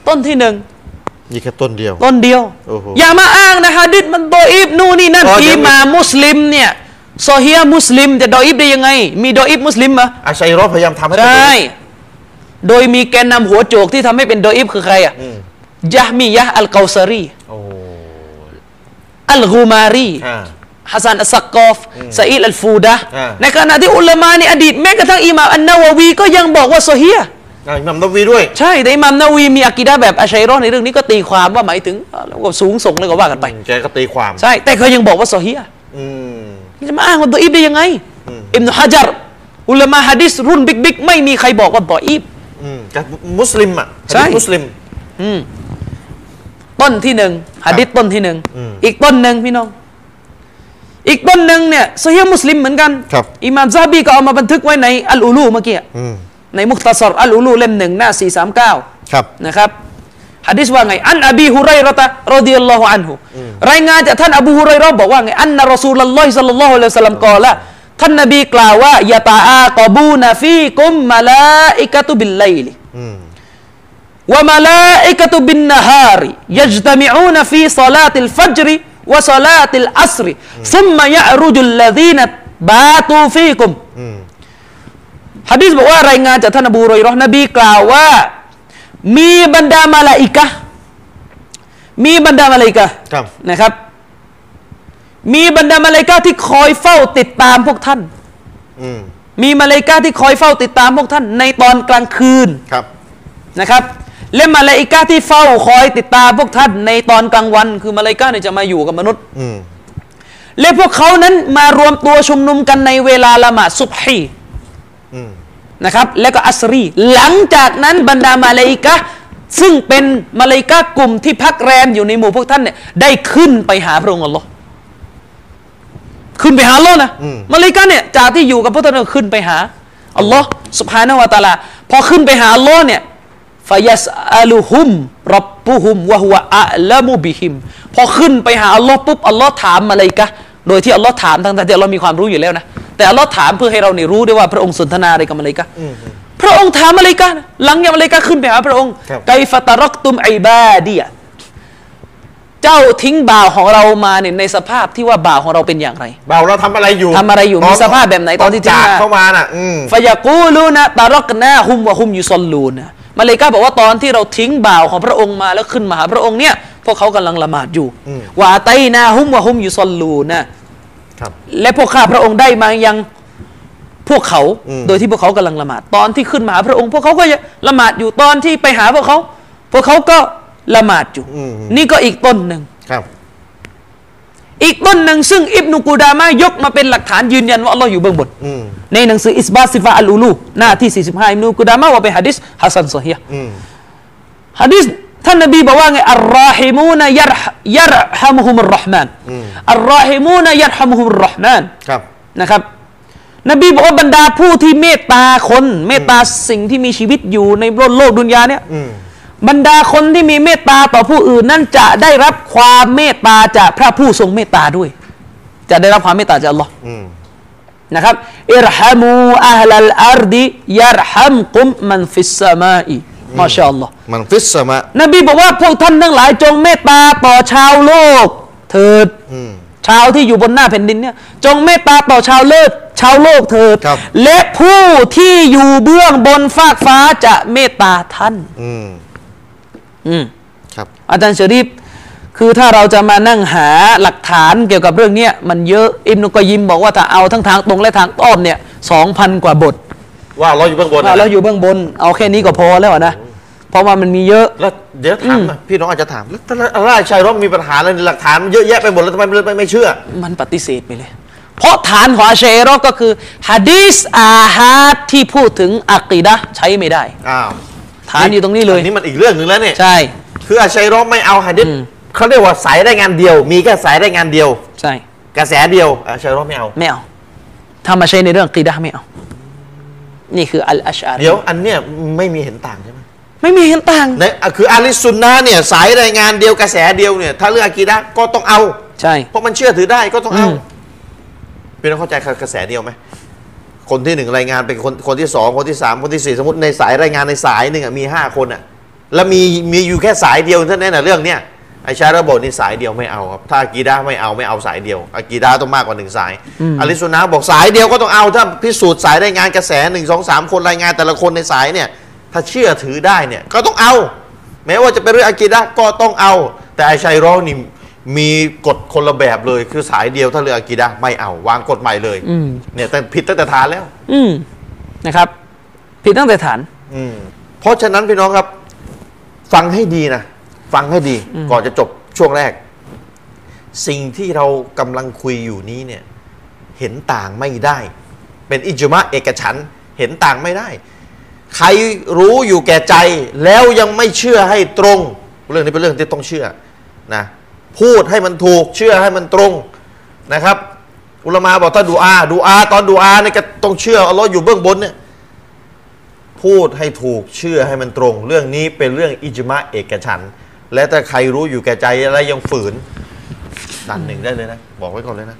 Speaker 2: ต้นที่หนึ่ง
Speaker 1: นี่แค่ต้นเดียว
Speaker 2: ต้นเดียว
Speaker 1: โอ้โห
Speaker 2: อย่ามาอ้างนะฮะดิษมันดออิบนู่นนี่นั่น
Speaker 1: อ๋อเดี๋
Speaker 2: อี
Speaker 1: ยว
Speaker 2: หมามมุสลิมเนี่ยซอฮีฮ์มุสลิมจะดออิบได้ยังไง มีดออิบมุสลิมมะ
Speaker 1: อาชัยรอพยายามทำให้
Speaker 2: ใช
Speaker 1: มันดู
Speaker 2: ่ โดยมีแกนนำหัวโจกที่ทำให้เป็นดออิบคือใครอ่ะ
Speaker 1: อืม
Speaker 2: ยะฮ์มียะฮ์อัลเกาซารี
Speaker 1: โอ้
Speaker 2: อัลกูมารี
Speaker 1: อ่า
Speaker 2: ฮัสซันอัสซักกอฟซาอิดอัลฟูดะห์
Speaker 1: อ่า
Speaker 2: ในขณะที่อุลามาในอดีตแม้กระทั่งอิหม่ามอันนาวาวีก็ยังบอกว่าซอฮีฮ์
Speaker 1: อ่าอิหมัมนบวีด้วย
Speaker 2: ใช่ แต่อิหมัมนาวีมีอากีดะห์แบบอาชัยรอในเรื่องนี้ก็ตีความว่าหมายถึงเอ่อแล้วก็สูงส่งแล้วก็ว่ากันไป
Speaker 1: แกก็ตีความ
Speaker 2: ใช่ แต่เขายังบอกว่าซอฮีฮ์
Speaker 1: อืม
Speaker 2: จะมาอ้างว่าดออีฟได้ยังไง อิบนุฮะจัรอุลามะฮะดิษรุ่นบิ๊กๆ ไม่มีใครบอกว่าดออีฟ
Speaker 1: อืมแต่มุสลิมอ่ะ
Speaker 2: ใช่
Speaker 1: เป็นมุสลิม
Speaker 2: ต้นที่หนึ่งฮะดิษต้นที่หนึ่ง
Speaker 1: อืม
Speaker 2: อีกต้นหนึ่งพี่น้อง อีกต้นหนึ่งเนี่ยซอฮีฮ์มุสลิมเหมือนกัน
Speaker 1: ครับ
Speaker 2: อิหมัมซะฮ์บีก็เอามาบันทึกไว้ในอัลอูลูเมื่อกี้อะ
Speaker 1: อืม
Speaker 2: ในมุคตะซอรอัลอูลูเล่มหนึ่งหน้า439
Speaker 1: ครับ
Speaker 2: นะครับฮะดิษว่าไง อันอบีฮุไรเราะตะรดิยัลลอฮุอันฮุรายงานจากท่านอบูฮุไรเราะห์บอกว่าไง อันนะรอซูลลลอฮิสัลลัลลอฮุอะลัยฮิวะสัลลัมกล่าวละท่านนบีกล่าวว่ายะตาอากอบูนะฟีกุมมะลาอิกะตุบิลไลลิ
Speaker 1: อืม
Speaker 2: วะมะลาอิกะตุบินนะฮาริยัจตะมิอูนะฟีศอลาติลฟัจริวะศอลาติลอัสริซุมมะยะอรุจุลลซีนะบาตูฟีกุม
Speaker 1: อืม
Speaker 2: ฮะดีษบอกว่ารายงานจากท่านอบูฮุรอยเราะห์นบีกล่าวว่า มีบรรดามาลาอิกะฮ์มีบรรดามาลาอิกะฮ์
Speaker 1: ครับ
Speaker 2: นะครับ มีบรรดามาลาอิกะฮ์ที่คอยเฝ้าติดตามพวกท่าน
Speaker 1: อืม
Speaker 2: มีมาลาอิกะฮ์ที่คอยเฝ้าติดตามพวกท่าน ในตอนกลางคืน
Speaker 1: ครับ
Speaker 2: นะครับ และมาลาอิกะฮ์ที่เฝ้าคอยติดตามพวกท่าน ในตอนกลางวัน คือมาลาอิกะฮ์เนี่ยจะมาอยู่กับมนุษย์
Speaker 1: อืม
Speaker 2: และพวกเขานั้นมารวมตัวชุมนุมกันในเวลาละหมาดซุบฮี
Speaker 1: อืม
Speaker 2: นะครับและก็อัสรี หลังจากนั้นบรรดามาเลาอิกะฮ์ซึ่งเป็นมาเลาอิกะฮ์กลุ่มที่พักแรมอยู่ในหมู่พวกท่านเนี่ยได้ขึ้นไปหาพระองค์อัลลอฮ์ขึ้นไปหาอัลลอฮ์นะ
Speaker 1: อืม
Speaker 2: มาเลาอิกะฮ์เนี่ยจากที่อยู่กับพวกท่านก็ขึ้นไปหาอัลลอฮ์สุภาณวะตะอาลาพอขึ้นไปหาอัลลอฮ์เนี่ยฟายัสอาลูฮุมรับปุฮุมวะฮุวะอะละมุบิฮิมพอขึ้นไปหาอัลลอฮ์ปุ๊บอัลลอฮ์ถามมาเลาอิกะฮ์โดยที่อัลลอฮ์ถามทั้งๆที่อัลลอฮ์มีความรู้อยู่แล้วนะแต่อัลลอฮ์ถามเพื่อให้เราเนี่ยรู้ด้วยว่าพระองค์สนทนาอะไรกับมาเลาอิกะฮ์
Speaker 1: อืม
Speaker 2: พระองค์ถามมาเลยกาหลังจากมาเลยกาขึ้นไปหาพระองค์
Speaker 1: ครับ
Speaker 2: ไกฟะตารักตุมไอบาดียะเจ้าทิ้งบ่าวของเรามาเนี่ยในสภาพที่ว่าบ่าวของเราเป็นอย่างไร
Speaker 1: เบาเราทำอะไรอยู่
Speaker 2: ทำอะไรอยู่มีสภาพแบบไหนตอนที่ทิ้ง
Speaker 1: จาก
Speaker 2: มา
Speaker 1: เข้ามาน่ะ อืม
Speaker 2: ฟายากูลูนะตารักนาฮุมวะฮุมยูซอลลูนนะมาเลยกาบอกว่าตอนที่เราทิ้งบ่าวของพระองค์มาแล้วขึ้นมาหาพระองค์เนี่ยพวกเขากำลังละหมาดอยู่
Speaker 1: อืม
Speaker 2: วาไตนาฮุมวะฮุมยูซอลลูนนะ
Speaker 1: ครับ
Speaker 2: และพวกข้าพระองค์ได้มายังพวกเขา
Speaker 1: อืม
Speaker 2: โดยที่พวกเขากำลังละหมาด ตอนที่ขึ้นมาหาพระองค์ พวกเขาก็ละหมาดอยู่ตอนที่ไปหาพวกเขา พวกเขาก็ละหมาดอยู่ นี่ก็อีกต้นหนึ่ง
Speaker 1: ครับ
Speaker 2: อีกต้นหนึ่งซึ่งอิบนุกูดามายกมาเป็นหลักฐานยืนยันว่าอัลลอฮ์อยู่เบื้องบน
Speaker 1: อืม
Speaker 2: ในหนังสืออิสบาซิฟาอัลอูลูหน้าที่ 45 อิบนุกูดามาว่าเป็นฮะดิษฮัสซันซอฮีฮ์
Speaker 1: อืม
Speaker 2: ฮะดิษท่านนบีบอกว่าไงอัลราฮิมูนยัรยัรฮมุฮุมอัลรอฮ์มาน
Speaker 1: อืม
Speaker 2: อัลราฮิมูนยัรฮมุฮุมอัลรอฮ์มาน
Speaker 1: ครับ
Speaker 2: นะครับ นบีบอกว่าบรรดาผู้ที่เมตตาคน เมตตาสิ่งที่มีชีวิตอยู่ในโลกโลกดุนยาเนี่ย
Speaker 1: อืม
Speaker 2: บรรดาคนที่มีเมตตาต่อผู้อื่นนั่นจะได้รับความเมตตาจากพระผู้ทรงเมตตาด้วย จะได้รับความเมตตาจากอัลลอฮ์
Speaker 1: อืม
Speaker 2: นะครับอิรฮัมูอัลลอัรดิยัรฮัมกุมมันฟิสสามาอีมาชาอัลลอฮ์
Speaker 1: มันฟิสสามะ
Speaker 2: นบีบอกว่าพวกท่านทั้งหลายจงเมตตาต่อชาวโลก เถิด
Speaker 1: อืม
Speaker 2: ชาวที่อยู่บนหน้าแผ่นดินเนี่ยจงเมตตาต่อชาวเลิศชาวโลกเถิด
Speaker 1: ครับ
Speaker 2: และผู้ที่อยู่เบื้องบนฟากฟ้าจะเมตตาท่าน
Speaker 1: อืม
Speaker 2: อืม
Speaker 1: ครับ
Speaker 2: อาจารย์เชอริฟคือถ้าเราจะมานั่งหาหลักฐานเกี่ยวกับเรื่องเนี้ยมันเยอะอิมนุกอยยิมบอกว่าถ้าเอาทั้งทางตรงและทางอ้อมเนี่ยสองพันกว่าบท
Speaker 1: ว่าเราอยู่เบื้องบน
Speaker 2: ว่า
Speaker 1: นะ
Speaker 2: เราอยู่เบื้องบน เอาแค่นี้ก็พอแล้วอะนะ เพราะว่ามันมีเยอะ
Speaker 1: แล้วเดี๋ยวถามหนะพี่น้องอาจจะถามแล้วถ้าอะไรชัยรบมีปัญหาอะไรหลักฐานมันเยอะแยะไปหมดแล้วทำไมไม่ไม่เชื่อ
Speaker 2: มันปฏิเสธไปเลย เพราะฐานของอาเชอรอก็คือฮะดีสอาฮาดที่พูดถึงอักีดะห์ใช้ไม่ได้
Speaker 1: อ้าว
Speaker 2: ฐานอยู่ตรงนี้เลย
Speaker 1: อันนี้มันอีกเรื่องหนึ่งแล้วเนี่ย
Speaker 2: ใช่
Speaker 1: คืออาชัยรอไม่เอาหะดิษ เขาเรียกว่าสายรายงานเดียว มีแค่สายรายงานเดียว
Speaker 2: ใช่
Speaker 1: กระแสเดียวอ่ะเชอร์รอไม่เอา
Speaker 2: ไม่เอาถ้ามาใช้ในเรื่องกีดะห์ไม่เอา นี่คืออัลอัชอารี
Speaker 1: เดี๋ยวอันเนี้ยไม่มีเห็นต่างใช่ไหม
Speaker 2: ไม่มีกันต่าง
Speaker 1: ในอ่ะคืออาลิสซุนนะห์เนี่ยสายรายงานเดียวกระแสเดียวเนี่ยถ้าเรื่องอากีดะห์ก็ต้องเอา
Speaker 2: ใช่
Speaker 1: เพราะมันเชื่อถือได้ก็ต้องเอา
Speaker 2: อืม
Speaker 1: พี่น้องเข้าใจกระแสเดียวไหมคนที่หนึ่งรายงานเป็นคนคนที่สองคนที่สามคนที่สี่สมมติในสายรายงานในสายหนึ่งอะมีห้าคนอะแล้วมีมีอยู่แค่สายเดียวเท่านั้นนะเรื่องเนี้ยไอชาระบอกนี่สายเดียวไม่เอาครับถ้าอากีดาไม่เอาไม่เอาสายเดียวอากีดาต้องมากกว่าหนึ่งสายอาลิสุนนะห์บอกสายเดียวก็ต้องเอาถ้าพิสูจน์สายรายงานกระแสหนึ่งสองสามคนรายงานแต่ละคนในสายเนี่ย ถ้าเชื่อถือได้เนี่ยก็ต้องเอา แม้ว่าจะเป็นเรื่องอากีดะห์ก็ต้องเอา แต่ไอชัยรอนี่มีกฎคนละแบบเลยคือสายเดียวถ้าเรื่องอากีดะห์ไม่เอาวางกฎใหม่เลย
Speaker 2: อืม
Speaker 1: เนี่ยแต่ผิดตั้งแต่ฐานแล้ว
Speaker 2: อืมนะครับ ผิดตั้งแต่ฐาน
Speaker 1: อืมเพราะฉะนั้นพี่น้องครับ ฟังให้ดีนะ ฟังให้ดีก่อนจะจบช่วงแรก สิ่งที่เรากำลังคุยอยู่นี้เนี่ย เห็นต่างไม่ได้ เป็นอิจมะเอกฉันท์เห็นต่างไม่ได้ ใครรู้อยู่แก่ใจ แล้วยังไม่เชื่อให้ตรง เรื่องนี้เป็นเรื่องที่ต้องเชื่อนะพูดให้มันถูกเชื่อให้มันตรงนะครับ อุลามาบอกถ้าดูอาดูอา ตอนดูอาเนี่ยก็ต้องเชื่ออัลลอฮ์อยู่เบื้องบนเนี่ย พูดให้ถูกเชื่อให้มันตรง เรื่องนี้เป็นเรื่องอิจมะเอกฉันท์และถ้าใครรู้อยู่แก่ใจอะไรยังฝืน ดันหนึ่งได้เลยนะ บอกไว้ก่อนเลยนะ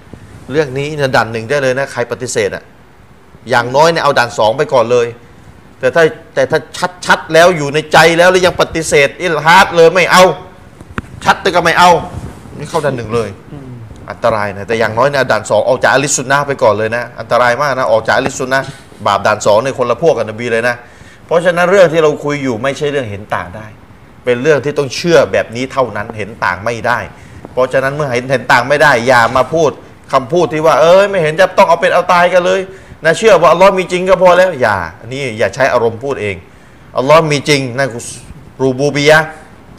Speaker 1: เรื่องนี้เนี่ยดันหนึ่งได้เลยนะ ใครปฏิเสธอะอย่างน้อยเนี่ยเอาดันสองไปก่อนเลย แต่ถ้าแต่ถ้าชัดๆแล้วอยู่ในใจแล้วแล้วยังปฏิเสธอิลฮาร์ดเลยไม่เอา ชัดแต่ก็ไม่เอา นี่เข้าดันหนึ่งเลย อันตรายนะแต่อย่างน้อยนะด่านสองออกจากอาลิสซุนนะห์ไปก่อนเลยนะ อันตรายมากนะออกจากอาลิสซุนนะห์บาปด่านสองในยคนละพวกกับนบีเลยนะ เพราะฉะนั้นเรื่องที่เราคุยอยู่ไม่ใช่เรื่องเห็นต่างได้ เป็นเรื่องที่ต้องเชื่อแบบนี้เท่านั้นเห็นต่างไม่ได้ เพราะฉะนั้นเมื่อเห็นเห็นต่างไม่ได้ อย่ามาพูดคำพูดที่ว่า เอ้ยไม่เห็นจะต้องเอาเป็นเอาตายกันเลยนะเชื่อว่าอัลลอฮ์มีจริงก็พอแล้วอย่าอันนี่อย่าใช้อารมณ์พูดเองอัลลอฮ์มีจริงนั่นคือรูบูบียะห์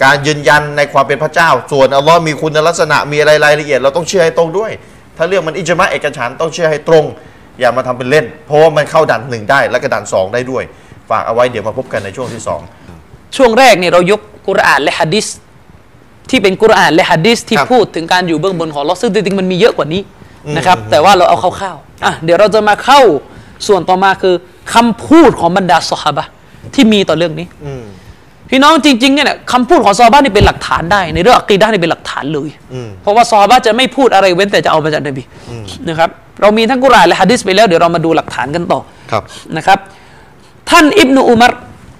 Speaker 1: การยืนยันในความเป็นพระเจ้า ส่วนอัลลอฮ์มีคุณลักษณะมีอะไรรายละเอียด เราต้องเชื่อให้ตรงด้วย ถ้าเรื่องมันอิจมะเอกฉันท์ต้องเชื่อให้ตรง อย่ามาทำเป็นเล่น เพราะว่ามันเข้าดันหนึ่งได้แล้วก็ดันสองได้ด้วย ฝากเอาไว้เดี๋ยวมาพบกันในช่วงที่สอง
Speaker 2: ช่วงแรกเนี่ยเรายกกุรอานและฮะดิษที่เป็นกุรอานและฮะดิษที่
Speaker 1: ครับ
Speaker 2: พูดถึงการอยู่เบื้องบนของอัลลอฮ์ซึ่งจริงๆมันมีเยอะกว่านี้นะครับ
Speaker 1: อืม
Speaker 2: แต่ว่าเราเอาคร่าวๆอ่ะเดี๋ยวเราจะมาเข้าส่วนต่อมาคือคำพูดของบรรดาสหาบะห์ที่มีต่อเรื่องนี้
Speaker 1: อืม
Speaker 2: พี่น้องจริงๆเนี่ยคำพูดของซอฮาบ้านนี่เป็นหลักฐานได้ในเรื่องอักีด้านี่เป็นหลักฐานเลย
Speaker 1: อืม
Speaker 2: เพราะว่าซอฮาบะห์จะไม่พูดอะไรเว้นแต่จะเอามาจากนบีนะครับ เรามีทั้งกุรอานและฮะดิษไปแล้วเดี๋ยวเรามาดูหลักฐานกันต่อ
Speaker 1: ครับ
Speaker 2: นะครับ ท่านอิบนุอุมัร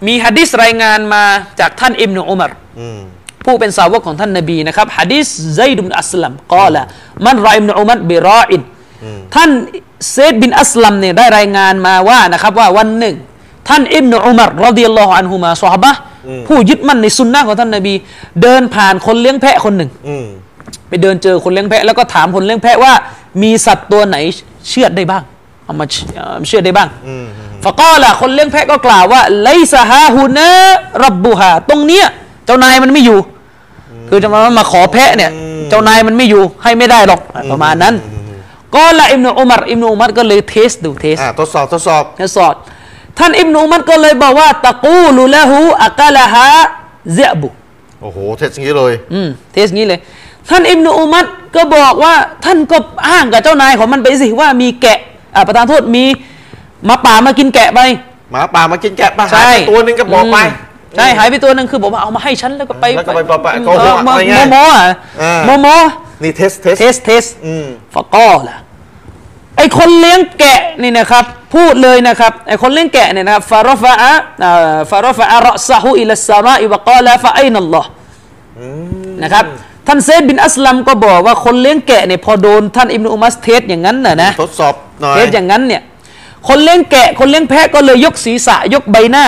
Speaker 2: มีฮะดิษรายงานมาจากท่านอิบนุอุมัร
Speaker 1: อืม
Speaker 2: ผู้เป็นสาวกของท่านนบีนะครับฮะดิษไซดุบินอัสลัมกล่าวมันรอยอิบนุอุมัรบิรออินท่านเซดบินอัสลัมเนี่ยได้รายงานมาว่านะครับว่าวันหนึ่ง ท่านอิบนุอุมัรรอดิยัลลอฮุอันฮุมาซอฮาบะห์ผู้ยึดมั่นในสุนนะของท่านนบี เดินผ่านคนเลี้ยงแพะคนหนึ่ง
Speaker 1: อืม
Speaker 2: ไปเดินเจอคนเลี้ยงแพะแล้วก็ถามคนเลี้ยงแพะว่า มีสัตว์ตัวไหนเชือดได้บ้าง เอามาเชืเอ่อเชือดได้บ้างฟะกอละคนเลี้ยงแพะก็กล่าวว่าไลซาฮาฮุนะรับบุฮาตรงเนี้ยเจ้านายมันไม่อยู่ คือจะมามาขอแพะเนี่ย เจ้านายมันไม่อยู่ให้ไม่ได้หรอกอ่ะประมาณนั้น ก็ละอิมนุอุมัรอิมนุอุมัรก็เลยเทสดูเทส
Speaker 1: อ่าทดสอบทดสอบ
Speaker 2: ทดสอบท่านอิบนุอุมัรก็เลยบอกว่าตะกูลุละหูอักาละฮะเซะบุ
Speaker 1: โอ้โห เทสอย่างนี้เลย
Speaker 2: อืมเทสงี้เลย ท่านอิบนุอุมัดก็บอกว่าท่านก็อ้างกับเจ้านายของมันไปสิว่ามีแกะอ่าประธานโทษมีหมาป่ามากินแกะไป
Speaker 1: หมาป่ามากินแกะปลาหา
Speaker 2: ใช่
Speaker 1: ยไปตัวหนึงก็บอกไป
Speaker 2: มใช่หายไปตัวหนึ่งคือบอกว่าเอามาให้ฉันแล้วก็ไป
Speaker 1: แล้วก็ไปไปไปโกหก
Speaker 2: เออ
Speaker 1: อะไรเงี้ย
Speaker 2: โมโมอ่ะ
Speaker 1: อ่า
Speaker 2: โมโม
Speaker 1: นี่เทสเทส
Speaker 2: เทสเทส
Speaker 1: อืม
Speaker 2: ฟะก้อล่ะไอคนเลี้ยงแกะนี่นะครับ พูดเลยนะครับไอคนเลี้ยงแกะเนี่ยนะครับฟารอฟะอะอ่าฟารอฟะอะรอซะฮุอิลสซามาอิวะกอลาฟะไอนัลลอฮ์นะครับท่านเซดบินอัสลัมก็บอกว่าคนเลี้ยงแกะเนี่ยพอโดนท่านอิบนุอุมัสเทสอย่างนั้นน่ะนะ
Speaker 1: ทดสอบหน่อย
Speaker 2: เทสอย่างนั้นเนี่ยคนเลี้ยงแกะคนเลี้ยงแพะก็เลยยกศีรษะ ยกใบหน้า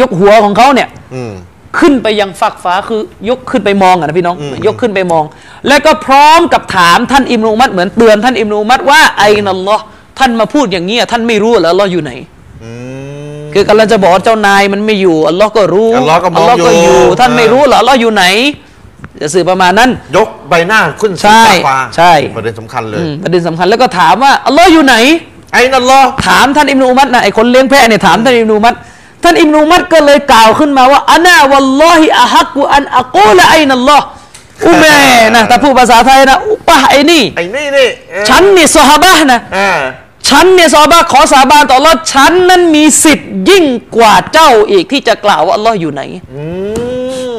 Speaker 2: ยกหัวของเขาเนี่ย
Speaker 1: อืม
Speaker 2: ขึ้นไปยังฟากฟ้าคือยกขึ้นไปมองอะนะพี่น้องยกขึ้นไปมอง แล้วก็พร้อมกับถามท่านอิมรุมัดเหมือนเตือนท่านอิมรุมัดว่าไอ้นัลลอฮ์ท่านมาพูดอย่างนี้อะท่านไม่รู้เหรออัลลอฮ์อยู่ไหน
Speaker 1: อืม
Speaker 2: คือกำลังจะบอกว่าเจ้านายมันไม่อยู่อัลลอฮ์ก็รู้
Speaker 1: อัลลอฮ์ก็มอง
Speaker 2: ฮ์ก็
Speaker 1: อยู่
Speaker 2: อยู่ ท่าน
Speaker 1: เออ
Speaker 2: ไม่รู้เหรออัลลอฮ์อยู่ไหน จะสื่อประมาณนั้น
Speaker 1: ยกใบหน้าขึ้น
Speaker 2: ใช่
Speaker 1: สีฟ้า
Speaker 2: ใช่
Speaker 1: ประเด็นสำคัญเลย
Speaker 2: อืมประเด็นสำคัญแล้วก็ถามว่าอัลลอฮ์อยู่ไหน
Speaker 1: ไอ้นั่นเหรอ
Speaker 2: ถามท่านอิมนุอุมัตนะไอคนเลี้ยงแพะเนี่ยถามท่านอิมนุอุมัตท่านอิมนุอุมัตก็เลยกล่าวขึ้นมาว่าอานาวัลลอฮิอะฮักกุอันอะกูลไอนัลลอฮ์ อุเมนะแต่พูดภาษาไทยนะอุปะไอ้นี่
Speaker 1: ไอ้นี่นี่เออ
Speaker 2: ฉันเนี่ยซอฮาบะห์นะ
Speaker 1: อ่า
Speaker 2: ฉันเนี่ยซอฮาบะห์ขอสาบานต่อรอดฉันนั้นมีสิทธิ์ยิ่งกว่าเจ้าอีกที่จะกล่าวว่าอัลลอฮ์อยู่ไหน
Speaker 1: อื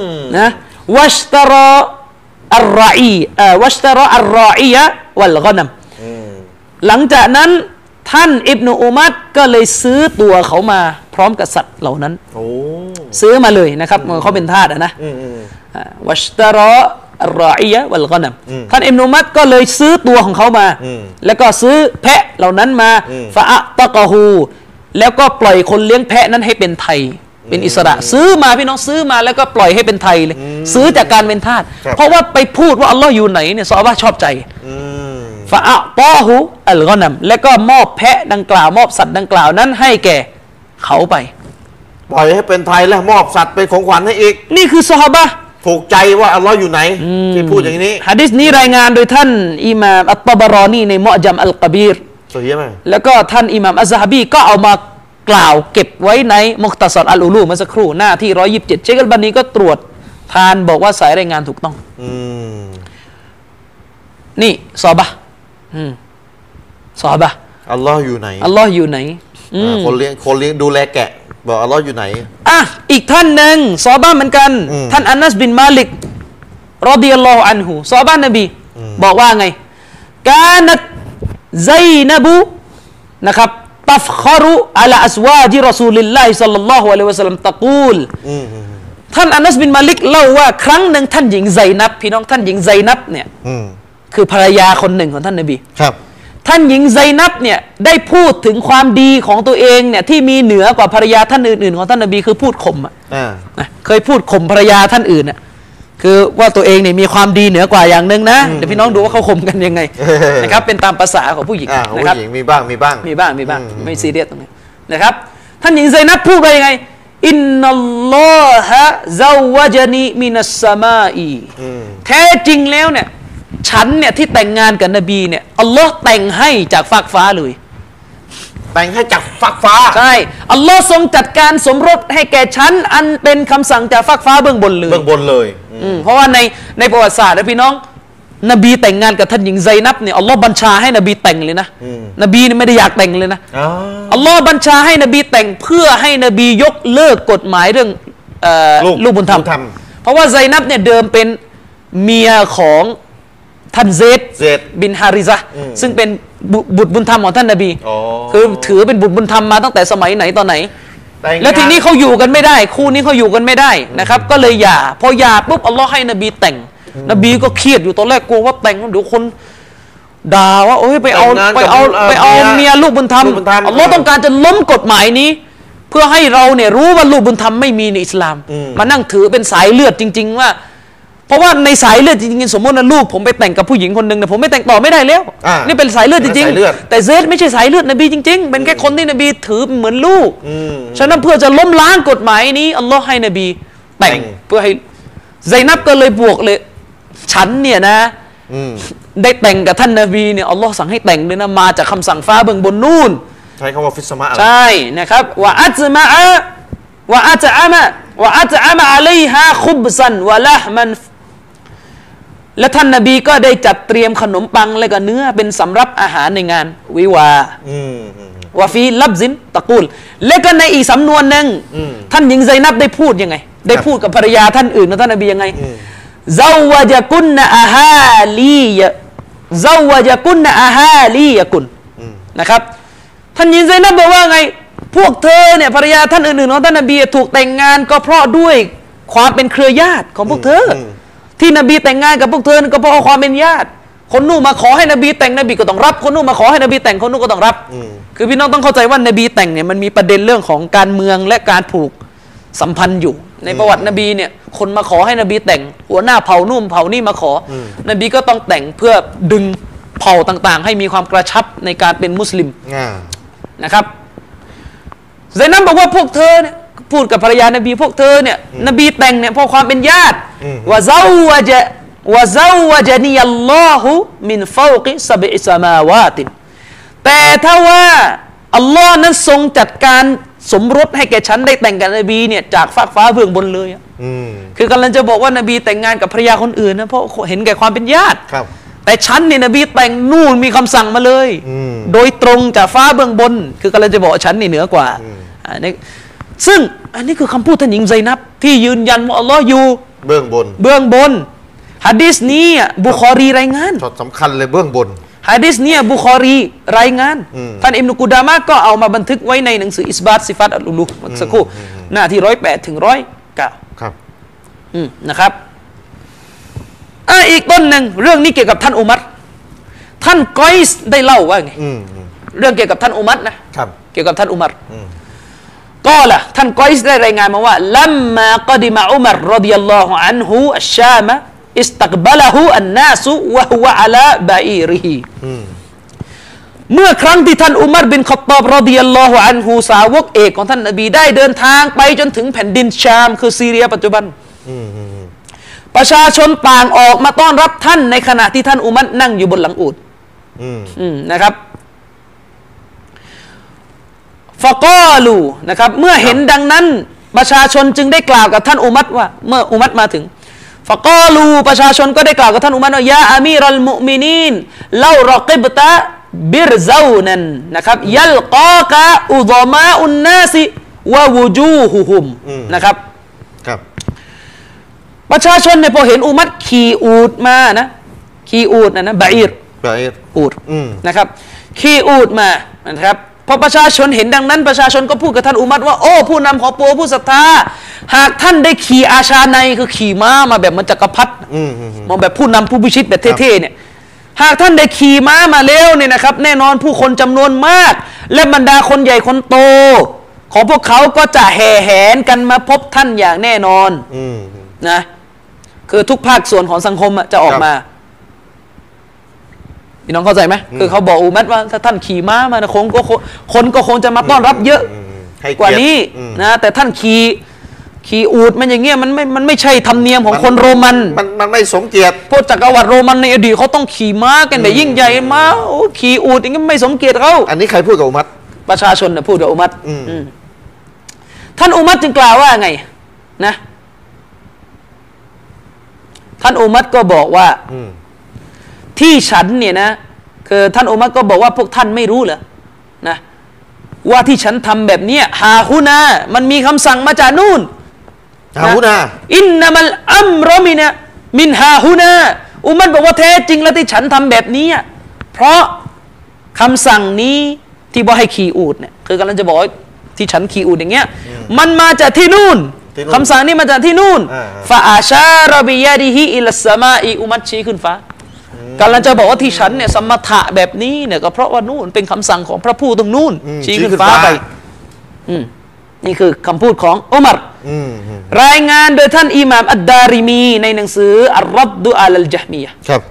Speaker 1: ม
Speaker 2: นะวัชตรออัลรออีเอ่อวัชตรออัลรออียะวัลกอนัมหลังจากนั้นท่านอิบนุอุมัดก็เลยซื้อตัวเขามาพร้อมกับสัตว์เหล่านั้น
Speaker 1: โอ้
Speaker 2: ซื้อมาเลยนะครับเขาเป็นทาสอะนะอ่าวัชตรออัลรออียะวัลกอนัมท่านอิบนุอุมัดก็เลยซื้อตัวของเขามา แล้วก็ซื้อแพะเหล่านั้นมาฟาอะตะกะฮูแล้วก็ปล่อยคนเลี้ยงแพะนั้นให้เป็นไทย เป็นอิสระซื้อมาพี่น้องซื้อมาแล้วก็ปล่อยให้เป็นไทยเลย ซื้อจากการเป็นทาสเพราะว่าไปพูดว่าอัลลอฮ์อยู่ไหนเนี่ยซอฮาบะห์ชอบใจ
Speaker 1: อืม
Speaker 2: ฟาอะตอหูอัลกอนัมแล้วก็มอบแพะดังกล่าวมอบสัตว์ดังกล่าวนั้นให้แก่เขาไป
Speaker 1: ปล่อยให้เป็นไทยแล้วมอบสัตว์เป็นของขวัญให้อีก
Speaker 2: นี่คือซอฮาบะห์
Speaker 1: ถูกใจว่าอัลลอฮ์อยู่ไหน ที่พูดอย่างนี้
Speaker 2: ฮะดิษนี้รายงานโดยท่านอิหม่ามอัตตบารอนีในมอจัมอัลกบีร
Speaker 1: สวยไหม
Speaker 2: แล้วก็ท่านอิหม่ามอัซฮะบีก็เอามากล่าวเก็บไว้ในมุคตสอดอัลอูลูเมื่อสักครู่หน้าที่ 127 เชคอัลบานีก็ตรวจทานบอกว่าสายรายงานถูกต้อง
Speaker 1: อืม
Speaker 2: นี่ซอบะอืมซอบะ
Speaker 1: อัลลอฮ์อยู่ไหน
Speaker 2: อัลลอฮ์อยู่ไหนอืม
Speaker 1: อ่าคนเลี้ยงคนเลี้ยงดูแลแกะ บอกอัลลอฮ์อยู่ไหน
Speaker 2: อ่ะอีกท่านหนึ่งซอบะเหมือนกัน
Speaker 1: อืม
Speaker 2: ท่านอานัสบินมาลิกรอดิยัลลอฮุอันหูซอบะนบี บอกว่าไง กานัตไซนบูนะครับตัฟคารุอัลอัสวาจิรอซูลิลลาฮิสัลลัลลอฮุอะลัยฮิวะสัลลัมตะกูล
Speaker 1: อืมอืม
Speaker 2: ท่านอานัสบินมาลิกเล่าว่าครั้งหนึ่งท่านหญิงไซนับพี่น้องท่านหญิงไซนับเนี่ย
Speaker 1: อืม
Speaker 2: คือภรรยาคนหนึ่งของท่านนบี
Speaker 1: ครับ
Speaker 2: ท่านหญิงไซนับเนี่ยได้พูดถึงความดีของตัวเองเนี่ยที่มีเหนือกว่าภรรยาท่านอื่นๆของท่านนบีคือพูดข่มอะ
Speaker 1: อ่า
Speaker 2: นะเคยพูดข่มภรรยาท่านอื่นน่ะคือว่าตัวเองเนี่ยมีความดีเหนือกว่าอย่างหนึ่งนะเดี๋ยวพี่น้องดูว่าเขาข่มกัน ยังไง
Speaker 1: อ
Speaker 2: นะครับเป็นตามภาษาของผู้หญิง
Speaker 1: อ่าของ
Speaker 2: นะครั
Speaker 1: ผู้
Speaker 2: บ
Speaker 1: หญิงมีบ้างมีบ้าง
Speaker 2: มีบ้างมีบ้าง
Speaker 1: อืม
Speaker 2: ไม่ซีเรียสตรงนี้นะครับ ท่านหญิงไซนับพูดว่ายังไง อินนัลลอฮะซาวะจานีมินัสสมาอี
Speaker 1: อืม
Speaker 2: แท้จริงแล้วเนี่ยฉันเนี่ยที่แต่งงานกับนบีเนี่ยอัลลอฮ์แต่งให้จากฟากฟ้าเลย
Speaker 1: แต่งให้จากฟักฟ้า
Speaker 2: ใช่อัลลอฮ์ทรงจัดการสมรสให้แก่ฉันอันเป็นคำสั่งจากฟากฟ้าเบื้องบนเลย
Speaker 1: เบื้องบนเลย
Speaker 2: อืมเพราะว่าในในประวัติศาสตร์นะพี่น้อง นบีแต่งงานกับท่านหญิงไซนับเนี่ยอัลลอฮ์บัญชาให้นบีแต่งเลยนะ นบีเนี่ยไม่ได้อยากแต่งเลยนะ
Speaker 1: อ๋อ
Speaker 2: อัลลอฮ์บัญชาให้นบีแต่งเพื่อให้นบียกเลิกกฎหมายเรื่องเอ่อลูกบุญธรรม เพราะว่าไซนับเนี่ยเดิมเป็นเมียของท่านเซด
Speaker 1: เสร็จ
Speaker 2: บินฮาริซะห์ซึ่งเป็นบุบุตรบุญธรรมของท่านนบี
Speaker 1: อ๋อ
Speaker 2: คือถือเป็นบุตรบุญธรรมมาตั้งแต่สมัยไหนตอนไหน
Speaker 1: แต่งงาน
Speaker 2: แล้วทีนี้เขาอยู่กันไม่ได้ คู่นี้เขาอยู่กันไม่ได้นะครับ ก็เลยหย่าพอหย่าปุ๊บอัลลอฮ์ให้นบีแต่ง นบีก็เครียดอยู่ตอนแรกกลัวว่าแต่งแล้วเดี๋ยวคนด่าว่าเอ้ยไปเอา
Speaker 1: แต่งงานกับ
Speaker 2: ไปเอา
Speaker 1: เอ่อ
Speaker 2: ไปเอาเมียลูกบุญธรรม
Speaker 1: ลูกบุญธรรม
Speaker 2: อัลลอฮ์ต้องการจะล้มกฎหมายนี้ เพื่อให้เราเนี่ยรู้ว่าลูกบุญธรรมไม่มีในอิสลาม
Speaker 1: อืม
Speaker 2: มานั่งถือเป็นสายเลือดจริง ๆ ว่า เพราะว่าในสายเลือดจริงๆสมมตินะลูกผมไปแต่งกับผู้หญิงคนหนึ่งนะผมไม่แต่งต่อไม่ได้แล้ว
Speaker 1: อ่านี่
Speaker 2: นี่เป็นสายเลือดจริง
Speaker 1: เป็นสายเลือด
Speaker 2: ๆแต่เซดไม่ใช่สายเลือดนบีจริง ๆ เป็นแค่คนที่นบีถือเหมือนลูก
Speaker 1: อืม
Speaker 2: ฉะนั้นเพื่อจะล้มล้างกฎหมายนี้อัลลอฮ์ให้นบีแต่ง
Speaker 1: แต่ง
Speaker 2: เพื่อให้ไซนับก็เลยบวกเลย ฉันเนี่ยนะ
Speaker 1: อืม
Speaker 2: ได้แต่งกับท่านนบีเนี่ยอัลลอฮ์สั่งให้แต่งเลยนะมาจากคำสั่งฟ้าเบื้องบนนู่น
Speaker 1: ใช้คำว่าฟิสมาอะ
Speaker 2: ใช่นะครับว่าอัจมะว่าอัจอะมะว่าอัจอะมะอะลัยฮาคุบซันวะละมัน และท่านนบีก็ได้จัดเตรียมขนมปังและก็เนื้อเป็นสำรับอาหารในงานวิวาห์
Speaker 1: อืมอืม
Speaker 2: วาฟีลับซินตะกูล และก็ในอีกสำนวนหนึ่ง
Speaker 1: อืม
Speaker 2: ท่านหญิงไซนับได้พูดยังไง ได้พูดกับภรรยาท่านอื่นนะท่านนบียังไง
Speaker 1: อืม
Speaker 2: เจ้าวาจะกุนนะอาฮาลียะเจ้าวาจะกุนนะอาฮาลียะกุนนะครับ ท่านหญิงไซนับบอกว่าไง พวกเธอเนี่ยภรรยาท่านอื่นๆของท่านนบีถูกแต่งงานก็เพราะด้วยความเป็นเครือญาติของพวกเธออที่นบีแต่งงานกับพวกเธอนั่นก็เพราะความเป็นญาติ คนนู่นมาขอให้นบีแต่งนบีก็ต้องรับ คนนู่นมาขอให้นบีแต่งคนนู่นก็ต้องรับ คือพี่น้องต้องเข้าใจว่านบีแต่งเนี่ยมันมีประเด็นเรื่องของการเมืองและการผูกสัมพันธ์อยู่ ในประวัตินบีเนี่ยคนมาขอให้นบีแต่ง หัวหน้าเผ่านู่นเผ่านี่มาขออนบีก็ต้องแต่งเพื่อดึงเผ่าต่างๆ ให้มีความกระชับในการเป็นมุสลิม
Speaker 1: อ่า
Speaker 2: นะครับไซนับบอกว่าพวกเธอเนี่ยพูดกับภรรยานบีพวกเธอเนี่ยนบีแต่งเนี่ยเพราะความเป็นญาติ
Speaker 1: อืม
Speaker 2: วะเจ้าวะจะวะเจ้าวะจะนียัลลอฮุมินฟาวกิสบิอิสมาวาตินแต่ถ้าว่าอัลลอฮ์นั้นทรงจัดการ สมรสให้แก่ฉันได้แต่งกับนบีเนี่ยจากฟากฟ้าเบื้องบนเลยอะ
Speaker 1: อืม
Speaker 2: คือกำลังจะบอกว่านบีแต่งงานกับภรรยาคนอื่นนะเพราะเห็นแก่ความเป็นญาติ
Speaker 1: ครับ
Speaker 2: แต่ฉันเนี่ยนบีแต่งนู่นมีคำสั่งมาเลย
Speaker 1: อืม
Speaker 2: โดยตรงจากฟ้าเบื้องบน คือกำลังจะบอกว่าฉันนี่เหนือกว่า
Speaker 1: อืม
Speaker 2: อันนี้ซึ่งอันนี้คือคำพูดท่านหญิงไซนับ ที่ยืนยันว่าอัลลอฮ์อยู่
Speaker 1: เบื้องบน
Speaker 2: เบื้องบนฮะดีษนี้อ่ะบุคอรีรายงาน
Speaker 1: ช็อตสำคัญเลยเบื้องบน
Speaker 2: ฮะดีษนี้บุคอรีรายงาน
Speaker 1: อืม
Speaker 2: ท่านอิมนุกุดามะก็เอามาบันทึกไว้ในหนังสืออิสบาตซิฟัตอัลลูลูเมื่อสักครู่หน้าที่ร้อยแปดถึงร้อยเก้า
Speaker 1: ครับ
Speaker 2: อืมนะครับอ่ะอีกต้นหนึ่งเรื่องนี้เกี่ยวกับท่านอุมัรท่านกอยส์ได้เล่าว่าไง
Speaker 1: อืมอืม
Speaker 2: เรื่องเกี่ยวกับท่านอุมัรนะครับ เกี่ยวกับท่านอุมัร
Speaker 1: อืม
Speaker 2: ก็ล่ะท่านกอยส์ได้รายงานมาว่าลัมมากดิมาอุมัรรดิยัลลอฮุอันฮุอัชชามะอิสตักบะละฮุอันนาสุวะฮุวะอะลาบะอีริฮี
Speaker 1: อืม
Speaker 2: เมื่อครั้งที่ท่านอุมัรบินขอตอบรดิยัลลอฮุอันฮุสาวกเอกของท่านนบีได้เดินทางไปจนถึงแผ่นดินชาม คือซีเรียปัจจุบัน
Speaker 1: อืมอืมอืม
Speaker 2: ประชาชนต่างออกมาต้อนรับท่านในขณะที่ท่านอุมัรนั่งอยู่บนหลังอูด
Speaker 1: อืม
Speaker 2: อืมนะครับฟะกอลูนะครับ เมื่อเห็นดังนั้น ประชาชนจึงได้กล่าวกับท่านอุมัรว่า เมื่ออุมัรมาถึงฟะกอลูประชาชนก็ได้กล่าวกับท่านอุมัรว่ายาอามีรัลมุอ์มินีนเล่ารอกิบตะบิรเซานันนะครับยัลกอกะอุดมาอุนนาสิวะวูจูฮุฮุมนะครับ
Speaker 1: ครับ
Speaker 2: ประชาชนเนี่ยพอเห็นอุมัดขี่อูดมานะขี่อูดนะนะบะอีร
Speaker 1: ไปเอ็ด
Speaker 2: อูด
Speaker 1: อืม
Speaker 2: นะครับขี่อูดมานะครับพอประชาชนเห็นดังนั้น ประชาชนก็พูดกับท่านอุมัดว่าโอ้ผู้นำของปวงผู้ศรัทธาหากท่านได้ขี่อาชาในคือขี่ม้ามาแบบเหมันจักรพรรดิ
Speaker 1: อืมอืมอืม
Speaker 2: มาแบบผู้นำผู้พิชิตแบบเท่ๆเนี่ยหากท่านได้ขี่ม้ามาแล้วเนี่ยนะครับ แน่นอนผู้คนจำนวนมาก และบรรดาคนใหญ่คนโต ของพวกเขาก็จะแห่แหนกันมาพบท่านอย่างแน่นอน
Speaker 1: อืม
Speaker 2: นะคือทุกภาคส่วนของสังคมอะจะออกมาพี่น้องเข้าใจไหมคือเขาบอกอุมัดว่าถ้าท่านขี่ม้ามานะคงก็คงคนก็คงจะมาต้อนรับเยอะ
Speaker 1: อืมให้เยรติ
Speaker 2: กว่านี้
Speaker 1: อืม
Speaker 2: นะแต่ท่านขี่ขี่อูดมันอย่างเงี้ยมันไม่มันไม่ใช่ธรรมเนียมของคนโรมัน
Speaker 1: มันมันไม่สมเกียรติ
Speaker 2: พวกจักรวรรดิโรมันในอดีตเขาต้องขี่ม้ากันแบบยิ่งใหญ่ม้าโอ้ขี่อูดอย่างเงี้ยไม่สมเกียรติเขา
Speaker 1: อันนี้ใครพูดกับอุมัต
Speaker 2: ประชาชนนะพูดกับอุมัต
Speaker 1: อืม
Speaker 2: อืมท่านอุมัตจึงกล่าวว่าไง นะ ท่านอุมัตก็บอกว่า
Speaker 1: อืม
Speaker 2: ที่ฉันเนี่ยนะคือท่านอุมัตก็บอกว่าพวกท่านไม่รู้เหรอนะว่าที่ฉันทำแบบเนี้ยฮาฮุนา มันมีคำสั่งมาจากนู่น
Speaker 1: ฮาวุนา
Speaker 2: อินนามัลอัมรอมินะมินฮาฮุนาอุมัรบอกว่าแท้จริงแล้วที่ฉันทำแบบนี้อะเพราะคำสั่งนี้ที่บอกให้ขี่อูดเนี่ยคือกำลังจะบอกว่าที่ฉันขี่อูดอย่างเงี้ยมันมาจากที่นู่น
Speaker 1: ที่นู่น
Speaker 2: คำสั่งนี้มาจากที่นู่น
Speaker 1: อ่าๆ
Speaker 2: ฟาอาชารบิยาดิฮิอิลสสมาอีอุมัตชี้ขึ้นฟ้ากำลังจะบอกว่าที่ฉันเนี่ยสมถะแบบนี้เนี่ยก็เพราะว่านู่นเป็นคำสั่งของพระผู้ตรงนู่น
Speaker 1: อืม
Speaker 2: ชี้ขึ้นฟ้าไปอืมนี่คือคำพูดของอุมัร
Speaker 1: อืมอืม
Speaker 2: รายงานโดยท่านอิหม่ามอัดดาริมี ในหนังสืออัรรับดุอาลัลจห์มียะห์
Speaker 1: ครับ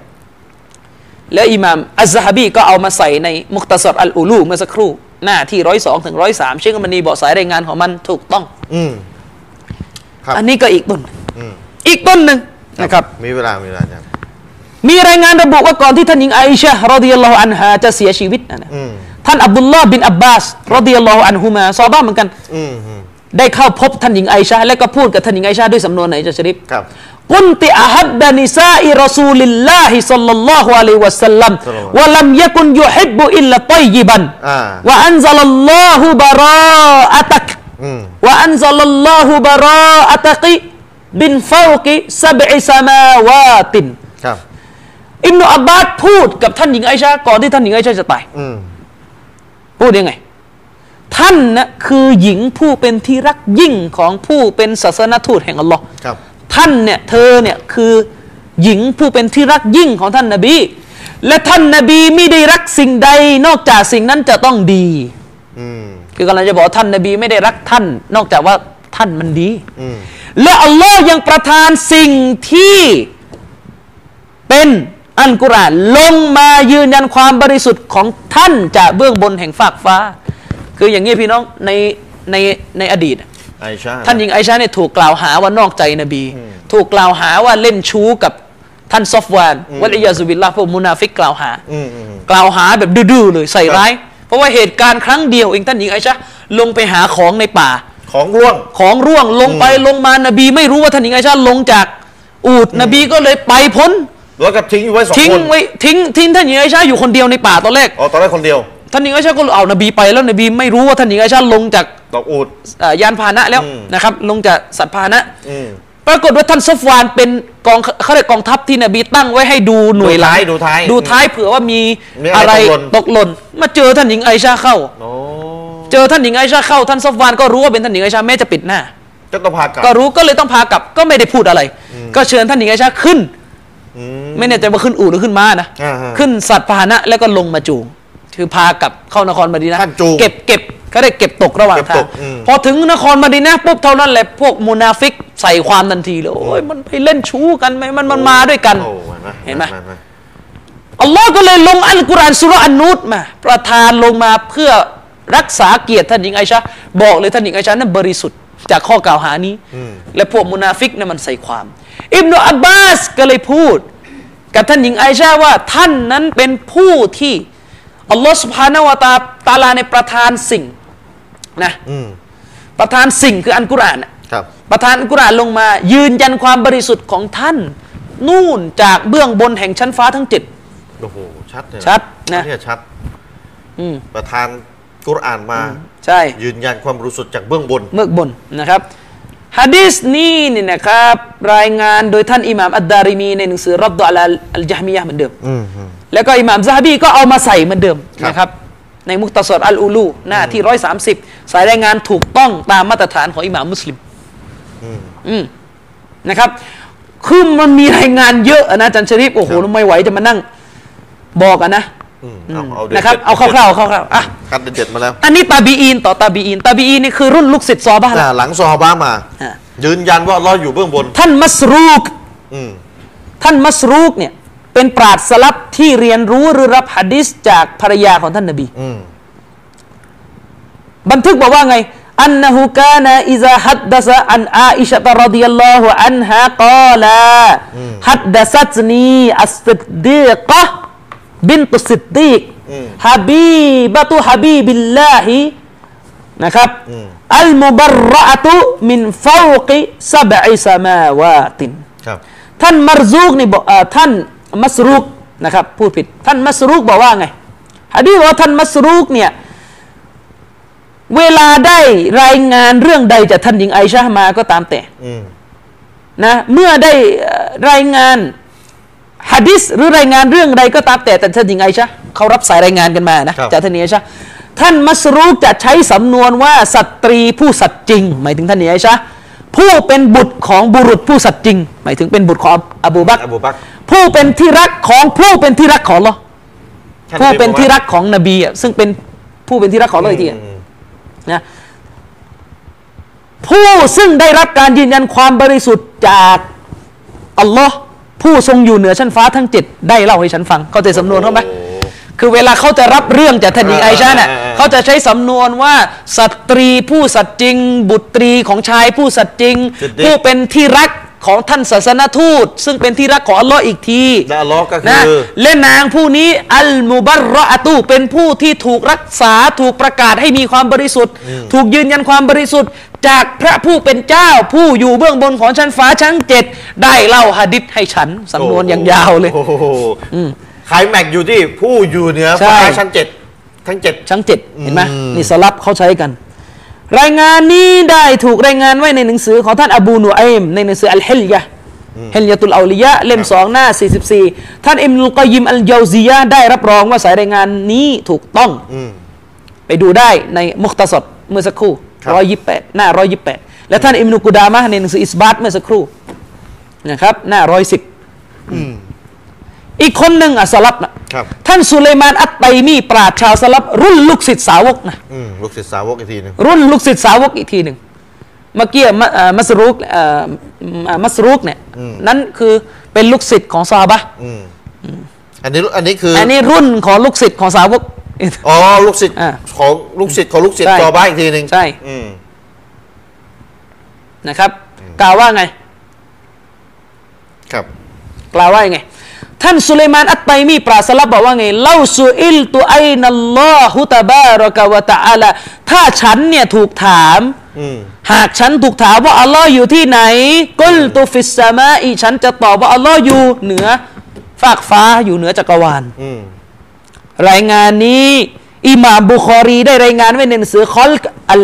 Speaker 2: และอิหม่ามอัซซะฮะบีก็เอามาใส่ในมุคตสรอัลอูลูเมื่อสักครู่ หน้าที่ร้อยสองถึงร้อยสามเชคอัลมานีบอกสายรายงานของมันถูกต้อง
Speaker 1: อืม ครับ
Speaker 2: อันนี้ก็อีกต้นหนึ่ง
Speaker 1: อืม
Speaker 2: อีกต้นหนึ่งนะครับ
Speaker 1: มีเวลามีเวลาครับ
Speaker 2: มีรายงานระบุว่าก่อนที่ท่านหญิงไอชะห์รอดิยัลลอฮุอันฮาจะเสียชีวิตนะนะ
Speaker 1: อืม
Speaker 2: ท่านอับดุลลอฮ์บินอับบาสรอดิยัลลอฮุอันฮุมาซอฮาบ้าเหมือนกัน
Speaker 1: อืมอืม
Speaker 2: ได้เข้าพบท่านหญิงไอชะห์และก็พูดกับท่านหญิงไอชะห์ด้วยสำนวนไหนจะชริป
Speaker 1: ครับ
Speaker 2: กุนติอาฮัดดานิซาอิรอซูลิลลาฮิซัลลัลลอฮุอะลัยฮิวะสัลลัม
Speaker 1: สัลลัลลอฮุ
Speaker 2: วะลัมยะกุนยุฮิบบุอิลลาตอยยิบัน
Speaker 1: อ่า
Speaker 2: วะอันซัลลัลลอฮุบะราอะตัก
Speaker 1: อืม
Speaker 2: วะอันซัลลัลลอฮุบะราอะตักิบินฟาวกิซับอิสมาวาติน
Speaker 1: ครับ
Speaker 2: อิบนุอับบาสพูดกับท่านหญิงไอชาก่อนที่ท่านหญิงไอชาจะตาย
Speaker 1: อืม
Speaker 2: พูดยังไง ท่านนะคือหญิงผู้เป็นที่รักยิ่งของผู้เป็นศาสนทูตแห่งอัลลอฮ์
Speaker 1: ครับ
Speaker 2: ท่านเนี่ยเธอเนี่ยคือหญิงผู้เป็นที่รักยิ่งของท่านนาบี และท่านนาบีไม่ได้รักสิ่งใดนอกจากสิ่งนั้นจะต้องดี
Speaker 1: อืม
Speaker 2: คือกำลังจะบอกว่าท่านนาบีไม่ได้รักท่าน นอกจากว่าท่านมันดี
Speaker 1: อืม
Speaker 2: และอัลลอฮ์ยังประทานสิ่งที่เป็นอัลกุรอานลงมายืนยันความบริสุทธิ์ของท่านจากเบื้องบนแห่งฟากฟ้า คืออย่างนี้พี่น้องในในในอดีต
Speaker 1: ไอชา
Speaker 2: ท่านหญิงไอชาเนี่ยถูกกล่าวหาว่านอกใจนบี ถูกกล่าวหาว่าเล่นชู้กับท่านซอฟวานวัลอิยาซุบิลลาพวกมุนาฟิกกล่าวหา
Speaker 1: อืมอืม
Speaker 2: กล่าวหาแบบดื้อๆเลยใส่ร้าย เพราะว่าเหตุการณ์ครั้งเดียวเองท่านหญิงไอชา ลงไปหาของในป่า
Speaker 1: ของร่วง
Speaker 2: ของร่วงลงไปลงมานบีไม่รู้ว่าท่านหญิงไอชาลงจากอูดนบีก็เลยไปพ้น
Speaker 1: แล้วก็ทิ้งอยู่ไว้สอง
Speaker 2: ทิ้ง
Speaker 1: คน
Speaker 2: ไว้ทิ้งทิ้งท่านหญิงไอชาอยู่คนเดียวในป่าตอนแรก
Speaker 1: อ๋อตอนแรกคนเดียว
Speaker 2: ท่านหญิงไอชาก็เอานบีไปแล้วนบีไม่รู้ว่าท่านหญิงไอชาลงจาก
Speaker 1: ตอกอูด
Speaker 2: เอ่อยานพาหนะแล้ว
Speaker 1: อืม
Speaker 2: นะครับ ลงจากสัตว์พาหนะ
Speaker 1: อืม
Speaker 2: ปรากฏว่าท่านซอฟวานเป็นกองเขาเรียกกองทัพที่นบีตั้งไว้ให้ดูหน่วยหลั
Speaker 1: ท้าง ยดูท้าย
Speaker 2: ดูท้ายเผื่อว่ามี
Speaker 1: มีอะ
Speaker 2: อะไรไร
Speaker 1: ตกหล่น
Speaker 2: ตกหล่นมาเจอท่านหญิงไอชาเข้า
Speaker 1: โอ้
Speaker 2: เจอท่านหญิงไอชาเข้า ท่านซอฟวานก็รู้ว่าเป็นท่านหญิงไอชาแม้จะปิดหน้า
Speaker 1: ก็ต้องพากลับ
Speaker 2: ก็รู้ก็เลยต้องพากลับก็ไม่ได้พูดอะไร ก็เชิญท่านหญิงไอชาขึ้น
Speaker 1: อืม
Speaker 2: ไม่แน่ใจว่าขึ้นอู่หรือขึ้นม้านะ
Speaker 1: อ่าฮะ
Speaker 2: ขึ้นสัตว์พาหนะแล้วก็ลงมาจูงคือพากลับเข้านครมดีนะ
Speaker 1: ท่านจูง
Speaker 2: เก็บเก็บเขาได้เก็บตกระหว่าง
Speaker 1: เก็บ
Speaker 2: ทา
Speaker 1: ต
Speaker 2: ง
Speaker 1: กอืม
Speaker 2: พอถึงนครมดีนะปุ๊บเท่านั้นแหละพวกมูนาฟิกใส่ความทันทีเลยโอ้ยมันไปเล่นชู้กันไหมมันมันมาด้วยกัน
Speaker 1: โอ้
Speaker 2: เห็
Speaker 1: เห็น
Speaker 2: น
Speaker 1: ไห
Speaker 2: ไห
Speaker 1: ม
Speaker 2: ม
Speaker 1: เห็นไหม
Speaker 2: อัลลอฮ์ก็เลยลงอัลกุรอานสุราะห์อันนูตมา ประทานลงมาเพื่อรักษาเกียรติท่านหญิงไอชาบอกเลยท่านหญิงไอชานั้นบริสุทธิ์จากข้อกล่าวหานี้
Speaker 1: อืม
Speaker 2: และพวกมุนาฟิกนั้นมันใส่ความ อิบนุอับบาสก็เลยพูด กับท่านหญิงไอชาว่าท่านนั้นเป็นผู้ที่อัลลอฮ์สุบฮานาวะตาตาลาในยประทานสิ่งนะ
Speaker 1: อืม
Speaker 2: ประทานสิ่งคืออันกุรอานน่ะ
Speaker 1: ครับ
Speaker 2: ประทานอัลกุรอานลงมายืนยันความบริสุทธิ์ของท่าน นู่นจากเบื้องบนแห่งชั้นฟ้าทั้งเจ็ด
Speaker 1: โอ้โห ชัดเลย
Speaker 2: ชัดนะ
Speaker 1: เนี่ยชัด
Speaker 2: อืม
Speaker 1: ประธานกุรอานมา
Speaker 2: ใช่
Speaker 1: ยืนยันความรู้สึกจากเบื้องบน
Speaker 2: เมือกบนนะครับฮะดีสนี้เนี่ยนะครับรายงานโดยท่านอิหม่ามอัดดาริมีในหนังสือรับดอลาอัลจาฮมียะห์เหมือนเดิม
Speaker 1: อืม
Speaker 2: แล้วก็อิหม่ามซะฮะบีก็เอามาใส่เหมือนเดิม
Speaker 1: ครับ
Speaker 2: นะครับในมุกตะสอดอัลอูลูหน้าที่ 130 สายรายงานถูกต้องตามมาตรฐานของอิหม่ามมุสลิมอืมนะครับคือมันมีรายงานเยอะอะนะอาจันชริปโอ้โหไม่ไหวจะมานั่งบอกอะนะ
Speaker 1: อืมเอาเอา
Speaker 2: นะครับเอาคร่าวๆคร่าวๆอ่ะ
Speaker 1: ๆคัดเด็ดๆมาแล้ว
Speaker 2: อันนี้ตาบีอีนต่อตาบีอีนตาบีอีนนี่คือรุ่นลูกศิษย์ซอบ้าละ
Speaker 1: อ่าหลังซอฮาบ้ามา
Speaker 2: อ่า
Speaker 1: ยืนยันว่าเราอยู่เบื้องบน
Speaker 2: ท่านมัสรูก
Speaker 1: อืม
Speaker 2: ท่านมัสรูกเนี่ยเป็นปราชญ์สลับที่เรียนรู้หรือรับหะดิษจากภรรยาของท่านนบี
Speaker 1: อืม
Speaker 2: บันทึกบอกว่าไง อันนะฮูกานะอิซาฮัดดะซะอันอาอิชะตะรอดิยัลลอฮุอันฮากอลาฮัดดะซัตนีอัสซิดดีกะฮ์บินตุสซิดดีก
Speaker 1: อืม
Speaker 2: ฮะบีบะตุฮะบีบิลลาฮินะครับอัลมุบรรอะตุมินฟาวกิซับอิสมาวาติน
Speaker 1: ครับ
Speaker 2: ท่านมารซูกนี่บอกเอ่อท่านมัสรุกนะครับพูดผิด ท่านมัสรุกบอกว่าไงฮะดีษบอกว่าท่านมัสรุกเนี่ยเวลาได้รายงานเรื่องใดจากท่านหญิงไอชามาก็ตามแต่
Speaker 1: อืม
Speaker 2: นะเมื่อได้เอ่อรายงานฮะดิษหรือรายงานเรื่องใดก็ตามแต่แต่ท่านหญิงไอชาเขารับสายรายงานกันมานะครับ จากท่านหญิงไอชาท่านมัสรุกจะใช้สำนวนว่าสตรีผู้สัตย์จริง หมายถึงท่านหญิงไอชาผู้เป็นบุตรของบุรุษผู้สัตย์จริง หมายถึงเป็นบุตรของอบูบักร
Speaker 1: อบูบักร
Speaker 2: ผู้เป็นที่รักของผู้เป็นที่รักของเรา
Speaker 1: ท่าน
Speaker 2: ผู้เป็นที่รั
Speaker 1: บอก
Speaker 2: ของนบีอ่ะซึ่งเป็นผู้เป็นที่รักของเรา
Speaker 1: ว่า
Speaker 2: อีกทีอ่ะ
Speaker 1: ม
Speaker 2: นะผู้ซึ่งได้รับการยืนยันความบริสุทธิ์จากอัลลอฮ์ผู้ทรงอยู่เหนือชั้นฟ้าทั้งเจ็ดได้เล่าให้ฉันฟังเข้าใจสำนวนเขาไหม
Speaker 1: โอ้
Speaker 2: คือเวลาเขาจะรับเรื่องจากท่านหญิง
Speaker 1: อ่า
Speaker 2: ไอชาเนี่ย
Speaker 1: อ่าอ่า
Speaker 2: เขาจะใช้สำนวนว่าสตรีผู้สัตย์จริง บุตรีของชายผู้สัตย์จริง ผู้เป็นที่รักของท่านศาสนทูต ซึ่งเป็นที่รักของอัลลอฮ์อีกที
Speaker 1: และอัลเลอฮ์ก็
Speaker 2: นะ
Speaker 1: คือ
Speaker 2: และนางผู้นี้อัลมุบรรอะตูเป็นผู้ที่ถูกรักษาถูกประกาศให้มีความบริสุทธิ์ ถูกยืนยันความบริสุทธิ์ จากพระผู้เป็นเจ้าผู้อยู่เบื้องบนของชั้นฟ้าชั้นเจ็ดได้เล่าหะดิษให้ฉันสำนวนอย่างยาวเลย
Speaker 1: โอ้โหขายแม็กอยู่ที่ผู้อยู่เหนือ
Speaker 2: ใช่
Speaker 1: ฟ้าชั้นเจ็ดทั้งเจ็ด
Speaker 2: ชั้นเจ็ดเห็นไหม
Speaker 1: อืม
Speaker 2: นี่สลับเขาใช้กัน รายงานนี้ได้ถูกรายงานไว้ในหนังสือของท่านอบูนูไอมในหนังสืออัลเฮลยะห์เฮลยะตุลอาลิยะห์เล่มสองหน้า 44 ท่านอิมนุลกอยยิมอัลเยาซียะห์ได้รับรองว่าสายรายงานนี้ถูกต้อง
Speaker 1: อืม
Speaker 2: ไปดูได้ในมุคตะสดเมื่อสักครู่
Speaker 1: ครับ
Speaker 2: ร้อยยี่แปดหน้าร้อยยี่แปดและท่านอิมนุกุดามะห์ในหนังสืออิสบาตเมื่อสักครู่นะครับ หน้าร้อยสิบอีกคนหนึ่งอ่ะสลับนะครับ ท่านสุไลมานอัตไตมีปราชญ์ชาวสลับรุ่นลูกศิษย์สาวกนะ
Speaker 1: อืมลูกศิษย์สาวกอีกทีหนึง
Speaker 2: รุ่นลูกศิษย์สาวกอีกทีหนึ่งเมื่อกี้มะเอ่อมัสรุกเอ่ออ่ามัสรุกเนี่ย
Speaker 1: อืม
Speaker 2: นั้นคือเป็นลูกศิษย์ของซอฮาบะห์
Speaker 1: อืมอันนี้อันนี้คือ
Speaker 2: อั
Speaker 1: อั
Speaker 2: นนี้รุ่นของลูกศิษย์ของสาวก
Speaker 1: อ๋อลูกศิษย์
Speaker 2: อ่า
Speaker 1: ของลูกศิษย์ของลูกศิษย์
Speaker 2: ใช่
Speaker 1: จอบ้าอีกทีหนึ่ง
Speaker 2: ใช่
Speaker 1: อืม
Speaker 2: นะครับ กล่าวว่าไง
Speaker 1: ครับ
Speaker 2: กล่าวว่ายังไง ท่านสุเลมานอัตไตมีปราศรับบอกว่าไงเล่าซูอิลตุไอนัลลอฮุตะบารอกะวะตะอาลาถ้าฉันเนี่ยถูกถาม
Speaker 1: อืม
Speaker 2: หากฉันถูกถามว่าอัลลอฮ์อยู่ที่ไหนกุลตุฟิสซามาอีฉันจะตอบว่าอัลลอฮ์อยู่เหนือฟากฟ้าอยู่เหนือจักรวาล
Speaker 1: อืม
Speaker 2: รายงานนี้อิหม่ามบุคอรีได้รายงานไว้ในหนังสือคอลกอัล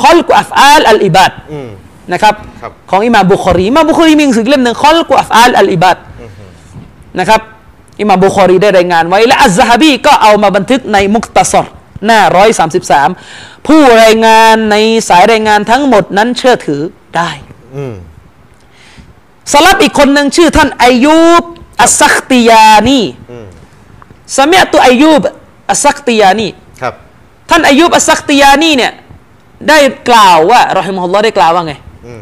Speaker 2: คอลกุอัฟอาลอัลอิบัด
Speaker 1: อืม
Speaker 2: นะครับ
Speaker 1: ครับ
Speaker 2: ของอิหม่ามบุคอรีอิหม่ามบุคอรีมีหนังสือเล่มหนึ่งคอลกุอัฟอาลอัลอิบัดนะครับอิหม่ามบุคอรีได้รายงานไว้และอัซซะฮะบีก็เอามาบันทึกในมุกตะซอรหน้า 133 ผู้รายงานในสายรายงานทั้งหมดนั้นเชื่อถือได้
Speaker 1: อืม
Speaker 2: สลับอีกคนหนึ่งชื่อท่านอายูบอัสซักติยานี
Speaker 1: อืม
Speaker 2: สมัยตัวอายูบอัสซักติยานี
Speaker 1: ครับ
Speaker 2: ท่านอายุบอัสซักติยานีเนี่ยได้กล่าวว่ารอฮิมฮุลลอฮ์ได้กล่าวว่าไง
Speaker 1: อืม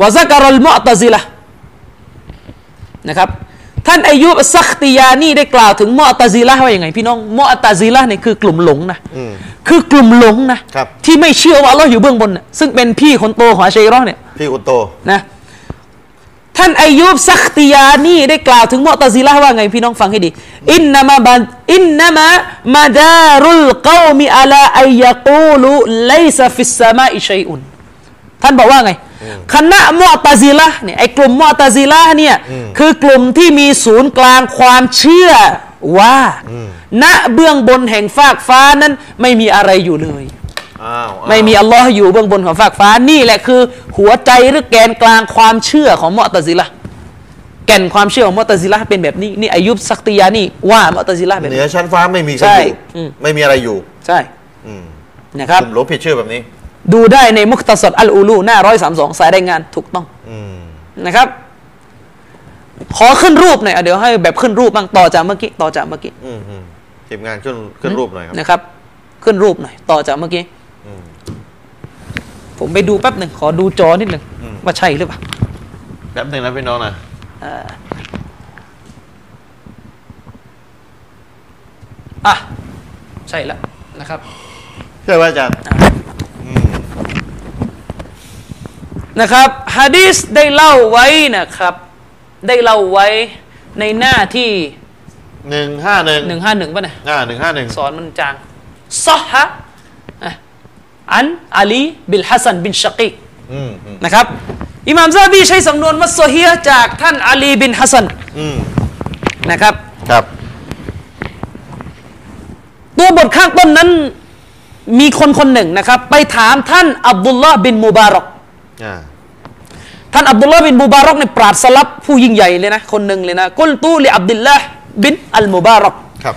Speaker 2: วะซักรอลมุอ์ตะซิละห์นะครับท่านอายุบอัสซักติยานีได้กล่าวถึงมุอ์ตะซิละห์ว่าอย่างไงพี่น้องมุอ์ตะซิละห์เนี่ยคือกลุ่มหลงนะ
Speaker 1: อืม
Speaker 2: คือกลุ่มหลงนะครับ ที่ไม่เชื่อว่าอัลลอฮ์อยู่เบื้องบนน่ะซึ่งเป็นพี่คนโตของอาชัยรอห์เนี่ย
Speaker 1: พี่อุตโต
Speaker 2: นะท่านอายุบซักติยานีได้กล่าวถึงมุอ์ตะซิละห์ว่าไงพี่น้องฟังให้ดีอินนามะบันอินนามะมาดารุลกอมิอะลาอัยยะกูลุไลซะฟิสสมาอิชัยอุน ท่านบอกว่าไง คณะมอตาซิละห์เนี่ยไอ้กลุ่มมอตาซิละห์เนี่ยคือกลุ่มที่มีศูนย์กลางความเชื่อว่า ณเบื้องบนแห่งฟากฟ้านั้นไม่มีอะไรอยู่เลย
Speaker 1: อ้าวอ้าว
Speaker 2: ไม่มีอัลลอฮ์อยู่เบื้องบนของฟากฟ้านี่แหละคือ หัวใจหรือแกนกลางความเชื่อของมอตาซิละห์แก่นความเชื่อของมอตาซิละห์เป็นแบบนี้นี่อายุบซักติยานี่ว่ามอตาซิละห์แบบ
Speaker 1: เหนื
Speaker 2: นี้
Speaker 1: อชั้นฟ้าไม่มีใคร
Speaker 2: ใช่
Speaker 1: อยู่
Speaker 2: อืม
Speaker 1: ไม่มีอะไรอยู่
Speaker 2: ใช่
Speaker 1: อืม
Speaker 2: นะครับ
Speaker 1: กลุ่มหลงผิดชื่อแบบนี้
Speaker 2: ดูได้ในมุคตสดอัลอูลูหน้าร้อยสามสองสายรายงานถูกต้อง
Speaker 1: อืม
Speaker 2: นะครับ ขอขึ้นรูปหน่อยอ่ะเดี๋ยวให้แบบขึ้นรูปบ้างต่อจากเมื่อกี้ต่อจากเมื่อกี้
Speaker 1: อืมอืมทีมงานขึ้นขึ้นรูปหน่อยครับ
Speaker 2: นะครับ ขึ้นรูปหน่อยต่อจากเมื่อกี้
Speaker 1: อืม
Speaker 2: ผมไปดูแป๊บหนึ่งขอดูจอนิดหนึ่งว่าใช่หรือเปล่า
Speaker 1: แป๊บหนึ่งนะพี่น้องนะ
Speaker 2: อ่ะใช่แล้วนะครับ
Speaker 1: ใช่ไหมอาจารย์
Speaker 2: นะครับฮะดีสได้เล่าไว้นะครับ ได้เล่าไว้ในหน้าที่
Speaker 1: หนึ่งห้าหนึ่ง
Speaker 2: หนึ่งห้าหนึ่งป่ะเนี่ย
Speaker 1: อ่าหนึ่งห้าหนึ่ง
Speaker 2: สอนมันจางซอฮะอ่ะอันอาลีบิลฮัสซันบินชักีก
Speaker 1: อืมอืม
Speaker 2: นะครับอิหม่ามซาบีใช้สำนวนมัสโซเฮียจากท่านอาลีบินฮัสซัน
Speaker 1: อืม
Speaker 2: นะครับ
Speaker 1: ครับ
Speaker 2: ตัวบทข้างต้นนั้นมีคนคนหนึ่งนะครับ ไปถามท่านอับดุลลาห์บินมูบารอก
Speaker 1: อ่า
Speaker 2: ท่านอับดุลลาห์บินมูบารอกในยปราดสลับผู้ยิ่งใหญ่เลยนะคนหนึ่งเลยนะกุลตูลิอับดุลลาห์บินอัลมูบารอก
Speaker 1: ครับ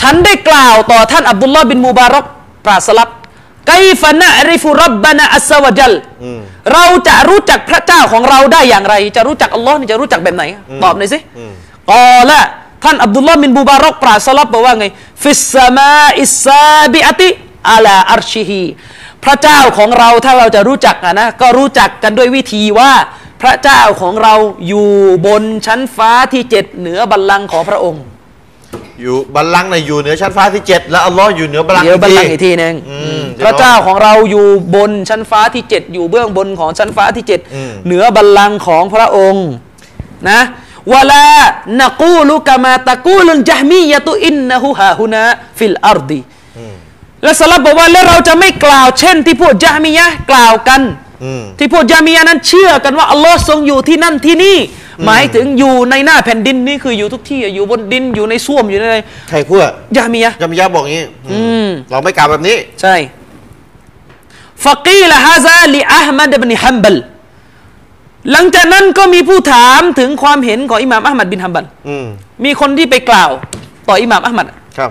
Speaker 2: ฉันได้กล่าวต่อท่านอับดุลลาห์บินมูบารอกปราดสลับไกฟะนะริฟุรับบานะอัสซะวะจัล
Speaker 1: อืม
Speaker 2: เราจะรู้จักพระเจ้าของเราได้อย่างไร จะรู้จักอัลลอฮ์นี่จะรู้จักแบบไหน ตอบหน่อยสิ
Speaker 1: อืม
Speaker 2: กอละท่านอับดุลลอฮ์บินบูบารอกปราศลับบอกว่าไงฟิสซามาอิสซาบิอติอาลาอัรชิฮีพระเจ้าของเราถ้าเราจะรู้จักอะนะก็รู้จักกันด้วยวิธีว่า พระเจ้าของเราอยู่บนชั้นฟ้าที่เจ็ดเหนือบัลลังก์ของพระองค์
Speaker 1: อยู่บัลลังก์ในะอยู่เหนือชั้นฟ้าที่เจ็ดแล้วอัลลอฮ์อยู่เหนือบัลลังก์
Speaker 2: เดี๋ยวบัลลังก์
Speaker 1: อี
Speaker 2: อี
Speaker 1: ก
Speaker 2: ก
Speaker 1: ที
Speaker 2: ทีหนึง
Speaker 1: อืม
Speaker 2: พระเจ้าของเราอยู่บนชั้นฟ้าที่เจ็ดอยู่เบื้องบนของชั้นฟ้าที่เจ็ด
Speaker 1: อืม
Speaker 2: เหนือบัลลังก์ของพระองค์นะวะลานะกูลุกามาตะกูลุนจาฮมียะตุอินนะฮุฮาฮุนะฟิลอัรดี
Speaker 1: อืม
Speaker 2: และสลับบอกว่าแล้วเราจะไม่กล่าวเช่นที่พวกยะฮ์มียะห์กล่าวกัน
Speaker 1: อืม
Speaker 2: ที่พวกยะฮ์มียะห์นั้นเชื่อกันว่าอัลลอฮ์ทรงอยู่ที่นั่นที่นี่ หมายถึงอยู่ในหน้าแผ่นดินนี่คืออยู่ทุกที่อะอยู่บนดินอยู่ในส้วมอยู่ในอะไร
Speaker 1: ใครพูด
Speaker 2: ยะฮ์มียะห์
Speaker 1: จำยาบอกอย่างงี้อื
Speaker 2: อืม
Speaker 1: เราไม่กล่าวแบบนี้
Speaker 2: ใช่ฟะกีลฮะซาลิอัลมัดบินฮัมบัลหลังจากนั้นก็มีผู้ถามถึงความเห็นของอิหม่ามอัลมัดบินฮัมบัล
Speaker 1: อืม
Speaker 2: มีคนที่ไปกล่าวต่ออิหม่ามอัลมัด
Speaker 1: ครับ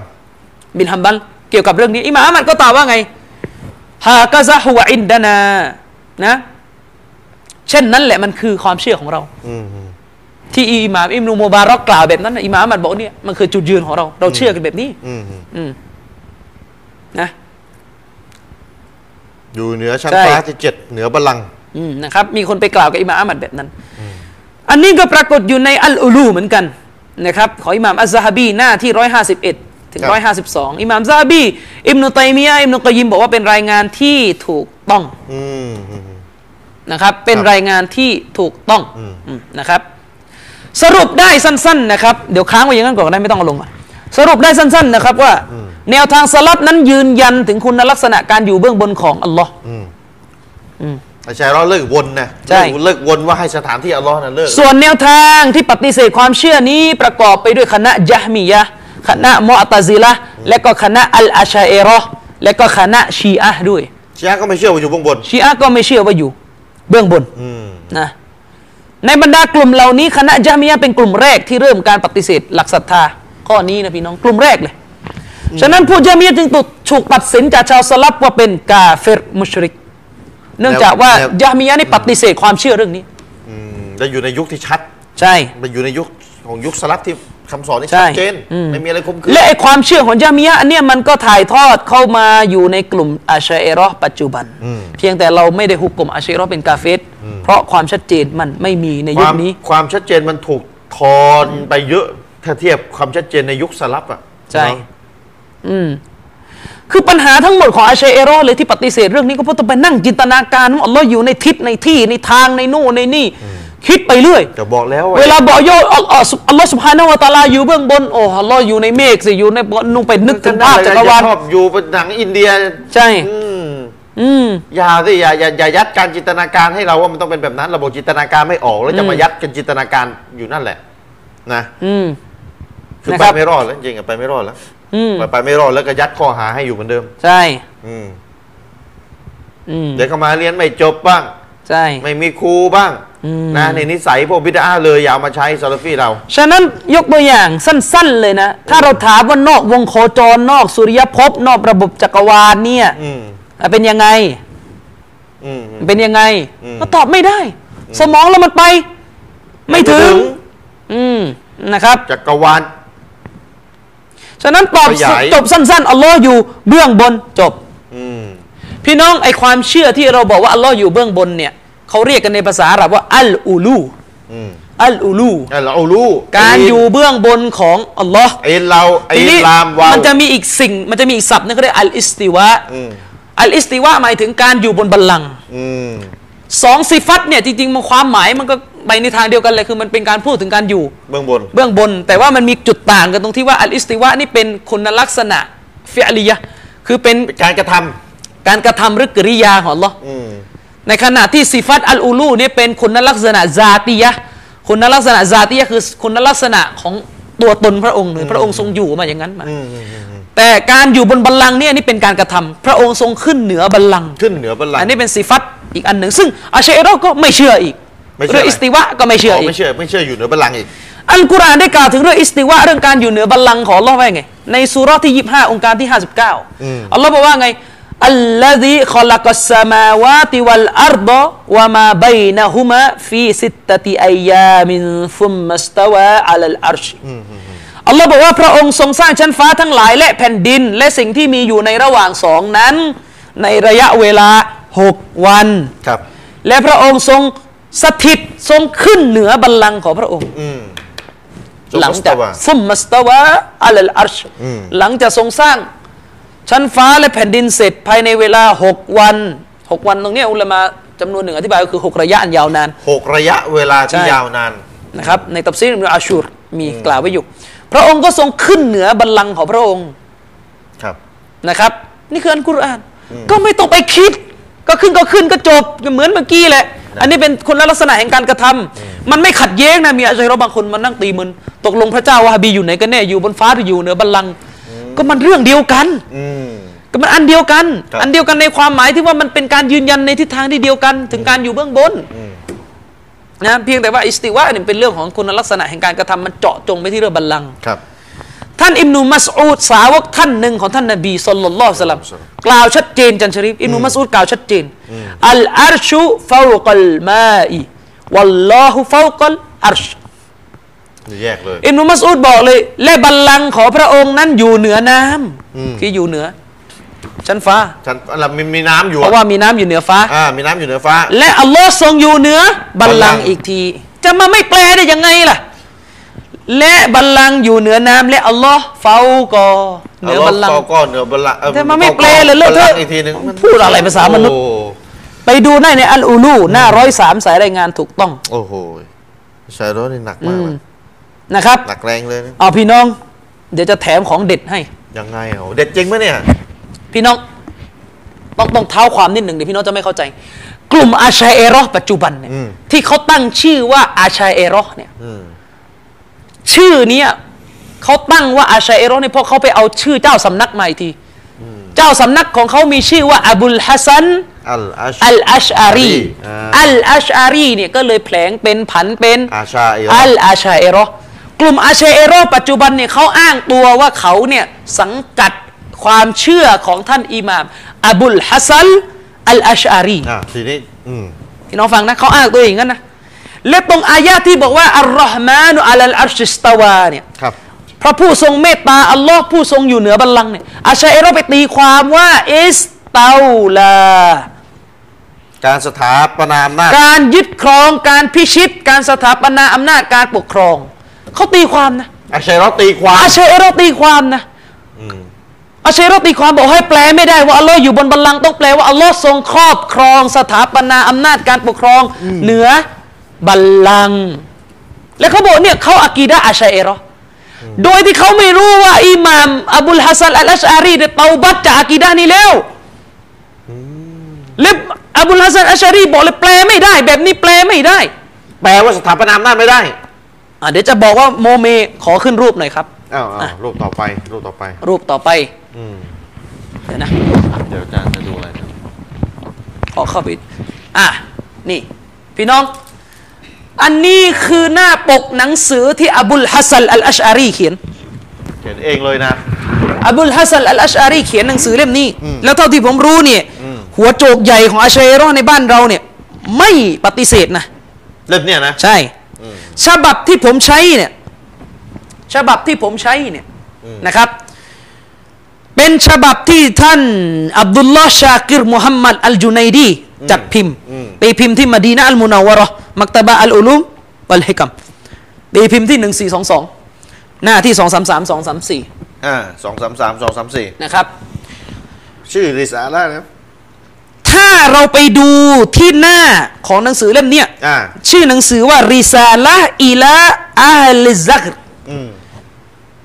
Speaker 2: บินฮัมบัลเกี่ยวกับเรื่องนี้อิหม่ามอัลมัดก็ตอบว่าไงฮากะซะฮุวะอินดานานะ เช่นนั้นแหละมันคือความเชื่อของเรา
Speaker 1: อืมอืม
Speaker 2: ที่อิหม่ามอิมนุโมบารอกกล่าวแบบนั้นน่ะอิหม่ามอัลมัดบอกเนี่ยมันคือจุดยืนของเรา เราเชื่อกันแบบนี้
Speaker 1: อืมอืม
Speaker 2: อืมนะ
Speaker 1: อยู่เหนือชั้น
Speaker 2: ใช่
Speaker 1: ฟ้าที่เจ็ดเหนือบัลลังก์
Speaker 2: อืมนะครับมีคนไปกล่าวกับอิหม่ามอามัดแบบนั้น อันนี้ก็ปรากฏอยู่ในอัลอูลูเหมือนกันนะครับของอิหม่ามอัซซะฮะบีหน้าที่ 151 ถึง 152 อิหม่ามซะฮะบีอิมนุตัยมียะห์อิมนุกอยยิมบอกว่าเป็นรายงานที่ถูกต้อง
Speaker 1: อืมอืม
Speaker 2: นะครับ เป็น
Speaker 1: ครับ
Speaker 2: รายงานที่ถูกต้องอืมนะครับ สรุปได้สั้น ๆ นะครับ เดี๋ยวค้างไว้อย่างนั้นก่อนก็ได้ไม่ต้องเอาลงมาสรุปได้สั้น ๆ นะครับว่า แนวทางสลับนั้นยืนยันถึงคุณลักษณะการอยู่เบื้องบนของอัลลอฮ์
Speaker 1: อาจารย์เราเลิกวนนะ
Speaker 2: ใช่
Speaker 1: เลิกเลิกวนว่าให้สถานที่อัลลอฮ์นะเลิก
Speaker 2: ส่วนแนวทางที่ปฏิเสธความเชื่อนี้ประกอบไปด้วยคณะยะฮ์มียะห์คณะมอตะซิละห์และก็คณะอัลอาชาเอรอห์และก็คณะชีอะห์ด้วย
Speaker 1: ชียะห์ก็ไม่เชื่อว่าอยู่เบื้องบน
Speaker 2: ชีอะห์ก็ไม่เชื่อว่าอยู่ เบื้องบนนะในบรรดากลุ่มเหล่านี้คณะยะฮ์มียะห์เป็นกลุ่มแรกที่เริ่มการปฏิเสธหลักศรัทธา ข้อนี้นะพี่น้องกลุ่มแรกเลย ฉะนั้นผู้ยะฮ์มียะห์จึงถูกตัดสินจากชาวสลับว่าเป็นกาเฟรมุชริก เนื่องจากว่า
Speaker 1: แล้ว
Speaker 2: ยะฮ์มียะห์นี่ปฏิเสธความเชื่อเรื่องนี้
Speaker 1: อืมแล้วอยู่ในยุคที่ชัด
Speaker 2: ใช่
Speaker 1: มันอยู่ในยุคของยุคสลับที่คำสอนนี่
Speaker 2: ใช่
Speaker 1: ชัดเจน
Speaker 2: อืม
Speaker 1: ไม่มีอะไรคลุมเครือ
Speaker 2: และไอความเชื่อของยะฮ์มียะห์เนี่ยมันก็ถ่ายทอดเข้ามาอยู่ในกลุ่มอาชัยเอรอห์ปัจจุบัน เพียงแต่เราไม่ได้หุกกลุ่มอาชัยเอรอห์เป็นกาเฟรเพราะความชัดเจนมันไม่มีใน
Speaker 1: ค
Speaker 2: ยุ
Speaker 1: วา
Speaker 2: ค
Speaker 1: ม
Speaker 2: นี้
Speaker 1: ความชัดเจนมันถูกทอนไปเยอะถ้าเทียบความชัดเจนในยุคสลับอ่ะ
Speaker 2: ใช่
Speaker 1: เนอะ
Speaker 2: คือปัญหาทั้งหมดของอาชัยเอรอห์เลยที่ปฏิเสธเรื่องนี้ก็เพราะต้องไปนั่งจินตนาการว่าอัลลอฮ์อยู่ในทิศในที่ในทางในนู่นในนี่ คิดไปเรื่อย
Speaker 1: แต่บอกแล้วว่า
Speaker 2: เวลาบอกโยอัลลอฮ์อัลลอฮ์สุบฮานาวะตะอาลาอยู่เบื้องบนโอ้อัลลอฮ์อยู่ในเมฆสิอยู่ในนู่นไปนึกถึงภาพจักรวาล
Speaker 1: ชอบอยู่เป็นหนังอินเดีย
Speaker 2: ใช่
Speaker 1: อืม
Speaker 2: อืม
Speaker 1: อย่าสิอย่าอย่าอย่ายัดการจินตนาการให้เราว่ามันต้องเป็นแบบนั้น ระบบจินตนาการไม่ออกแล้วจะมายัดกันจินตนาการอยู่นั่นแหละ นะ
Speaker 2: อืม
Speaker 1: คือ
Speaker 2: นะ
Speaker 1: ไป
Speaker 2: ครับ
Speaker 1: ไม่รอดแล้วจริงอะไปไม่รอดแล้ว
Speaker 2: อืม
Speaker 1: ไปไม่รอดแล้วก็ยัดข้อหาให้อยู่เหมือนเดิม
Speaker 2: ใช่
Speaker 1: อืม
Speaker 2: อืม
Speaker 1: เดี๋ยวก็มาเรียนไม่จบบ้าง
Speaker 2: ใช่
Speaker 1: ไม่มีครูบ้างนะในนิสัยพวกบิดาเลยอย่าเอามาใช้ซาลาฟีเรา
Speaker 2: ฉะนั้นยกตัวอย่างสั้น ๆ เลยนะ ถ้าเราถามว่านอกวงโคจรนอกสุริยภพ นอกระบบจักรวาลเนี่ย
Speaker 1: อืม
Speaker 2: อ่ะเป็นยังไง
Speaker 1: อืม
Speaker 2: เป็นยังไง
Speaker 1: อืม
Speaker 2: ก็ตอบไม่ได้ สมองเรามันไป ไม่ถึง อืมนะครับ
Speaker 1: จักรวาล
Speaker 2: ฉะนั้นตอบ
Speaker 1: ขยาย
Speaker 2: จบสั้น ๆ อัลลอฮ์อยู่เบื้องบนจบ
Speaker 1: อืม
Speaker 2: พี่น้องไอความเชื่อที่เราบอกว่าอัลลอฮ์อยู่เบื้องบนเนี่ยเขาเรียกกันในภาษาอาหรับว่า อัลอูลู
Speaker 1: อืม
Speaker 2: อัลอูลู
Speaker 1: อ่ะเรารู้
Speaker 2: การอยู่เบื้องบนของอัลลอฮ์
Speaker 1: ไอ้เราไอ้
Speaker 2: ทีนี้
Speaker 1: ลามวาว
Speaker 2: มันจะมีอีกสิ่ง มันจะมีอีกศัพท์นึงเขาเรียกอัลอิสติวะ
Speaker 1: อืม
Speaker 2: อัลอิสติวะหมายถึงการอยู่บนบัลลังก์
Speaker 1: อืม
Speaker 2: สองสิฟัตเนี่ยจริงๆมันความหมายมันก็ไปในทางเดียวกันเลยคือมันเป็นการพูดถึงการอยู่
Speaker 1: เบื้องบน
Speaker 2: เบื้องบน แต่ว่ามันมีจุดต่างกันตรงที่ว่าอัลอิสติวะนี่เป็นคุณลักษณะฟิอลียะห์คือเป็น
Speaker 1: การกระทำ
Speaker 2: การกระทำหรือกริยาของอัลลอฮ์
Speaker 1: อืม
Speaker 2: ในขณะที่สิฟัตอัลอูลูเนี่ยเป็นคุณลักษณะซาติยะห์คุณลักษณะซาติยะห์คือคุณลักษณะของตัวตนพระองค์หรือพระองค์ทรงอยู่มาอย่างนั้นมา
Speaker 1: อืมอืมอืมอืม
Speaker 2: แต่การอยู่บนบัลลังก์เนี่ยนี่เป็นการกระทำพระองค์ทรงขึ้นเหนือบัลลังก์
Speaker 1: ขึ้นเหนือบัลลัง
Speaker 2: อัน
Speaker 1: ก์
Speaker 2: นี้เป็นสิฟัตอีกอันหนึ่ง ซึ่งอาชัยเรอก็ไม่เชื่ออีก
Speaker 1: ไม่เชื่อ
Speaker 2: เรื่อง
Speaker 1: อะไร
Speaker 2: อิสติวะก็ไม่เชื่อ
Speaker 1: อ๋อ
Speaker 2: อีก
Speaker 1: ไม่เชื่อไม่เชื่ออยู่เหนือบัลลังก์อีก
Speaker 2: อัลกุรอานได้กล่าวถึงเรื่องอิสติวะเรื่องการอยู่เหนือบัลลังก์ของอัลลอฮ์ไว้ไงในสุราะห์ที่ 25 องค์การที่
Speaker 1: อืม
Speaker 2: 59อัลลอฮ์บอกว่าไงอัลลอฮีขลักสสมาวาติวัลอัรดะวะมาบัยนะฮุมาฟีสิตตะติอัยยามินฟุมมัสตาวะอัลลอัรช อัลลอฮ์บอกว่าพระองค์ทรงสร้างชั้นฟ้าทั้งหลายและแผ่นดิน และสิ่งที่มีอยู่ในระหว่างสองนั้น ในระยะเวลาหกวัน
Speaker 1: ครับ
Speaker 2: และพระองค์ทรงสถิตทรงขึ้นเหนือบัลลังก์ของพระองค์
Speaker 1: อืม
Speaker 2: หลังจาก
Speaker 1: ซุปเปอร์สตาร์
Speaker 2: ซุมมัสตาวะอัลลอัรช
Speaker 1: อืม
Speaker 2: หลังจากทรงสร้างชั้นฟ้าและแผ่นดินเสร็จภายในเวลาหกวันหกวันตรงเนี้ยอุลามะจำนวนหนึ่งอธิบายก็คือหกระยะอันยาวนาน
Speaker 1: หกระยะเวลาที่
Speaker 2: ใช่
Speaker 1: ยาวนาน
Speaker 2: นะครับในตับซีรอิบนุอาชูรมีกล่าวไว้อยู่ พระองค์ก็ทรงขึ้นเหนือบัลลังก์ของพระองค์
Speaker 1: ครับ
Speaker 2: นะครับนี่คืออันกุรอานก็ไม่ต้องไปคิด ก็ขึ้นก็ขึ้นก็จบเหมือนเมื่อกี้แหละ อันนี้เป็นคุณลักษณะแห่งการกระทำมันไม่ขัดแย้งนะมีอาจารย์บางคนมานั่งตีมึนตกลงพระเจ้าวะฮาบีอยู่ไหนกันแน่อยู่บนฟ้าหรืออยู่เหนือบัลลังก์ก็มันเรื่องเดียวกัน
Speaker 1: อืม
Speaker 2: ก็มันอันเดียวกัน
Speaker 1: ครับ
Speaker 2: อันเดียวกันในความหมายที่ว่ามันเป็นการยืนยันในทิศทางที่เดียวกัน ถึงการอยู่เบื้องบนนะเพียงแต่ว่าอิสติวะเนี่ยเป็นเรื่องของคุณลักษณะแห่งการกระทำมันเจาะจงไปที่เรื่องบัลลังก์
Speaker 1: ครับ
Speaker 2: ท่านอิมนุมัสอูดสาวกท่านหนึ่งของท่านนบีสุลต่านละสลัมกล่าวชัดเจนจันชริฟอิมนุมัสอูดกล่าวชัดเจนอัลอาร์ชูฟาวกัลมาอีวัลลอฮุฟาวกัลอาร์ช
Speaker 1: แยกเลย
Speaker 2: อิมนุมัสอูดบอกเลยและบัลลังก์ของพระองค์นั้นอยู่เหนือน้ำคืออยู่เหนือ ชั้นฟ้า
Speaker 1: ฉันเรามีมีน้ำอยู่
Speaker 2: เพ
Speaker 1: อะ
Speaker 2: ราะว่ามีน้ำอยู่เหนือฟ้า
Speaker 1: อ่า มีน้ำอยู่เหนือฟ้า
Speaker 2: และอัลลอฮ์ทรงอยู่เหนือบัล
Speaker 1: บัล
Speaker 2: ลัง
Speaker 1: ลังก์
Speaker 2: ก์อีกที จะมาไม่แปลได้ยังไงล่ะ และบัลลังก์อยู่เหนือน้ำและอัลลอฮ์เฝ้ากอเหนือบัลลังก์
Speaker 1: เาก็เหนือบัลลังก์เออ
Speaker 2: แต่มันไม่
Speaker 1: ก็
Speaker 2: แปลเลยเลอะเทอะ
Speaker 1: บังก์อีกทีหนึงมัน
Speaker 2: พูดอะไรภาษามนุษย์
Speaker 1: โอ้โห
Speaker 2: ไปดูได้ในอัลอูลูหน้าร้อยสามสายรายงานถูกต้อง
Speaker 1: โอ้โห ชายโรนี่หนักมากนะ
Speaker 2: นะครับ
Speaker 1: หนักแรงเลยนะ
Speaker 2: เอาพี่น้อง เดี๋ยวจะแถมของเด็ดให้
Speaker 1: ยังไงเหรอเด็ดจริงไหมเนี่ย
Speaker 2: พี่น้อง ต้องต้องเท้าความนิดหนึ่งเดี๋ยวพี่น้องจะไม่เข้าใจ กลุ่มอาชาเอเรอห์ปัจจุบันเนี่ยที่เขาตั้งชื่อว่าอาชาเอเรอห์เนี่ย
Speaker 1: อืม
Speaker 2: ชื่อเนี้ยเขาตั้งว่าอาชาเอโรเนี่ยเพราะเขาไปเอาชื่อเจ้าสำนักมาอีกที เจ้าสำนักของเขามีชื่อว่าอบุลฮัสซัน
Speaker 1: อัลอาช
Speaker 2: อัลอัชอารี
Speaker 1: อ่า
Speaker 2: อัลอัชอารีเนี่ยก็เลยแผลงเป็นผันเป็น
Speaker 1: อาชาเอโร
Speaker 2: อัลอาชาเอโรกลุ่มอาชาเอโรปัจจุบันเนี่ยเขาอ้างตัวว่าเขาเนี่ยสังกัดความเชื่อของท่านอิหม่ามอบุลฮัสซันอัลอัชอารี
Speaker 1: อ่ะทีนี้อืม
Speaker 2: พี่น้องฟังนะเขาอ้างตัวเองงั้นนะและตรงอายะที่บอกว่าอัลรอฮ์มานุอัลลอัรชิสตาวาเนี่ย
Speaker 1: ครับ
Speaker 2: พระผู้ทรงเมตตา อัลลอฮ์ผู้ทรงอยู่เหนือบัลลังก์เนี่ยอาชัยเราไปตีความว่า อิสตาลา
Speaker 1: การสถาปนามหน้าจ
Speaker 2: การยึดครองการพิชิต การสถาปนาอำนาจการปกครองเขาตีความนะ
Speaker 1: อาชายโรตีความ
Speaker 2: อาชัยเราตีความนะอาชัยเราตีความบอกให้แปลไม่ได้ว่าอัลลอฮ์อยู่บนบัลลังก์ต้องแปลว่าอัลลอฮ์ทรงครอบครอง สถาปนาอำนาจการปกครอง เหนือบัลลังก์และเขาบอกเนี่ยเขาอากีดะอาชัยเรา โดยที่เขาไม่รู้ว่าอิหม่ามอบุลฮัสซันอัลอัชอารีเนี่ยเตาบัตจากอากีดานี้แล้วและอบุลฮัสซันอัลอัชอารีบอกเลยแปลไม่ได้ แบบนี้แปลไม่ได้
Speaker 1: แปลว่าสถาปนามหน้าจไม่ได้
Speaker 2: อ่ะเดี๋ยวจะบอกว่าโมเมขอขึ้นรูปหน่อยครับ
Speaker 1: อ้าวอ้าวรูปต่อไปรูปต่อไป
Speaker 2: รูปต่อไป
Speaker 1: อืม
Speaker 2: เดี๋ยวนะ
Speaker 1: เดี๋ยวอาจารย์จะดูอะไรนะ
Speaker 2: ขอเข้าไปอ่ะนี่ พี่น้อง อันนี้คือหน้าปกหนังสือที่อบุลฮัสซันอัลอัชอารีเขียน
Speaker 1: เขียนเองเลยนะ
Speaker 2: อบุลฮัสซันอัลอัชอารีเขียนหนังสือเล่มนี้ แล้วเท่าที่ผมรู้เนี่ย
Speaker 1: อืม
Speaker 2: หัวโจกใหญ่ของอาชัยรอในบ้านเราเนี่ย ไม่ปฏิเสธนะ
Speaker 1: เล่มเนี่ยนะ
Speaker 2: ใช่
Speaker 1: อืม
Speaker 2: ฉบับที่ผมใช้เนี่ย ฉบับที่ผมใช้เนี่ยนะครับ เป็นฉบับที่ท่านอับดุลลอฮ์ชากิรมุฮัมมัดอัลจุนัยดี จัดพิมพ์
Speaker 1: อืม
Speaker 2: ตีพิมพ์ที่มะดีนะอัลมุนาวะเรอห์มักตะบะอัลอุลุมวัลฮิกัมตีพิมพ์ที่หนึ่งสี่สองสองหน้าที่สองสามสามสองสามสี่
Speaker 1: อ่าสองสามสามสองสามสี่
Speaker 2: นะครับ
Speaker 1: ชื่อริสาละนะ
Speaker 2: ถ้าเราไปดูที่หน้าของหนังสือเล่มเนี้ย
Speaker 1: อ่า
Speaker 2: ชื่อหนังสือว่าริซาละอิละอาลซักร
Speaker 1: อืม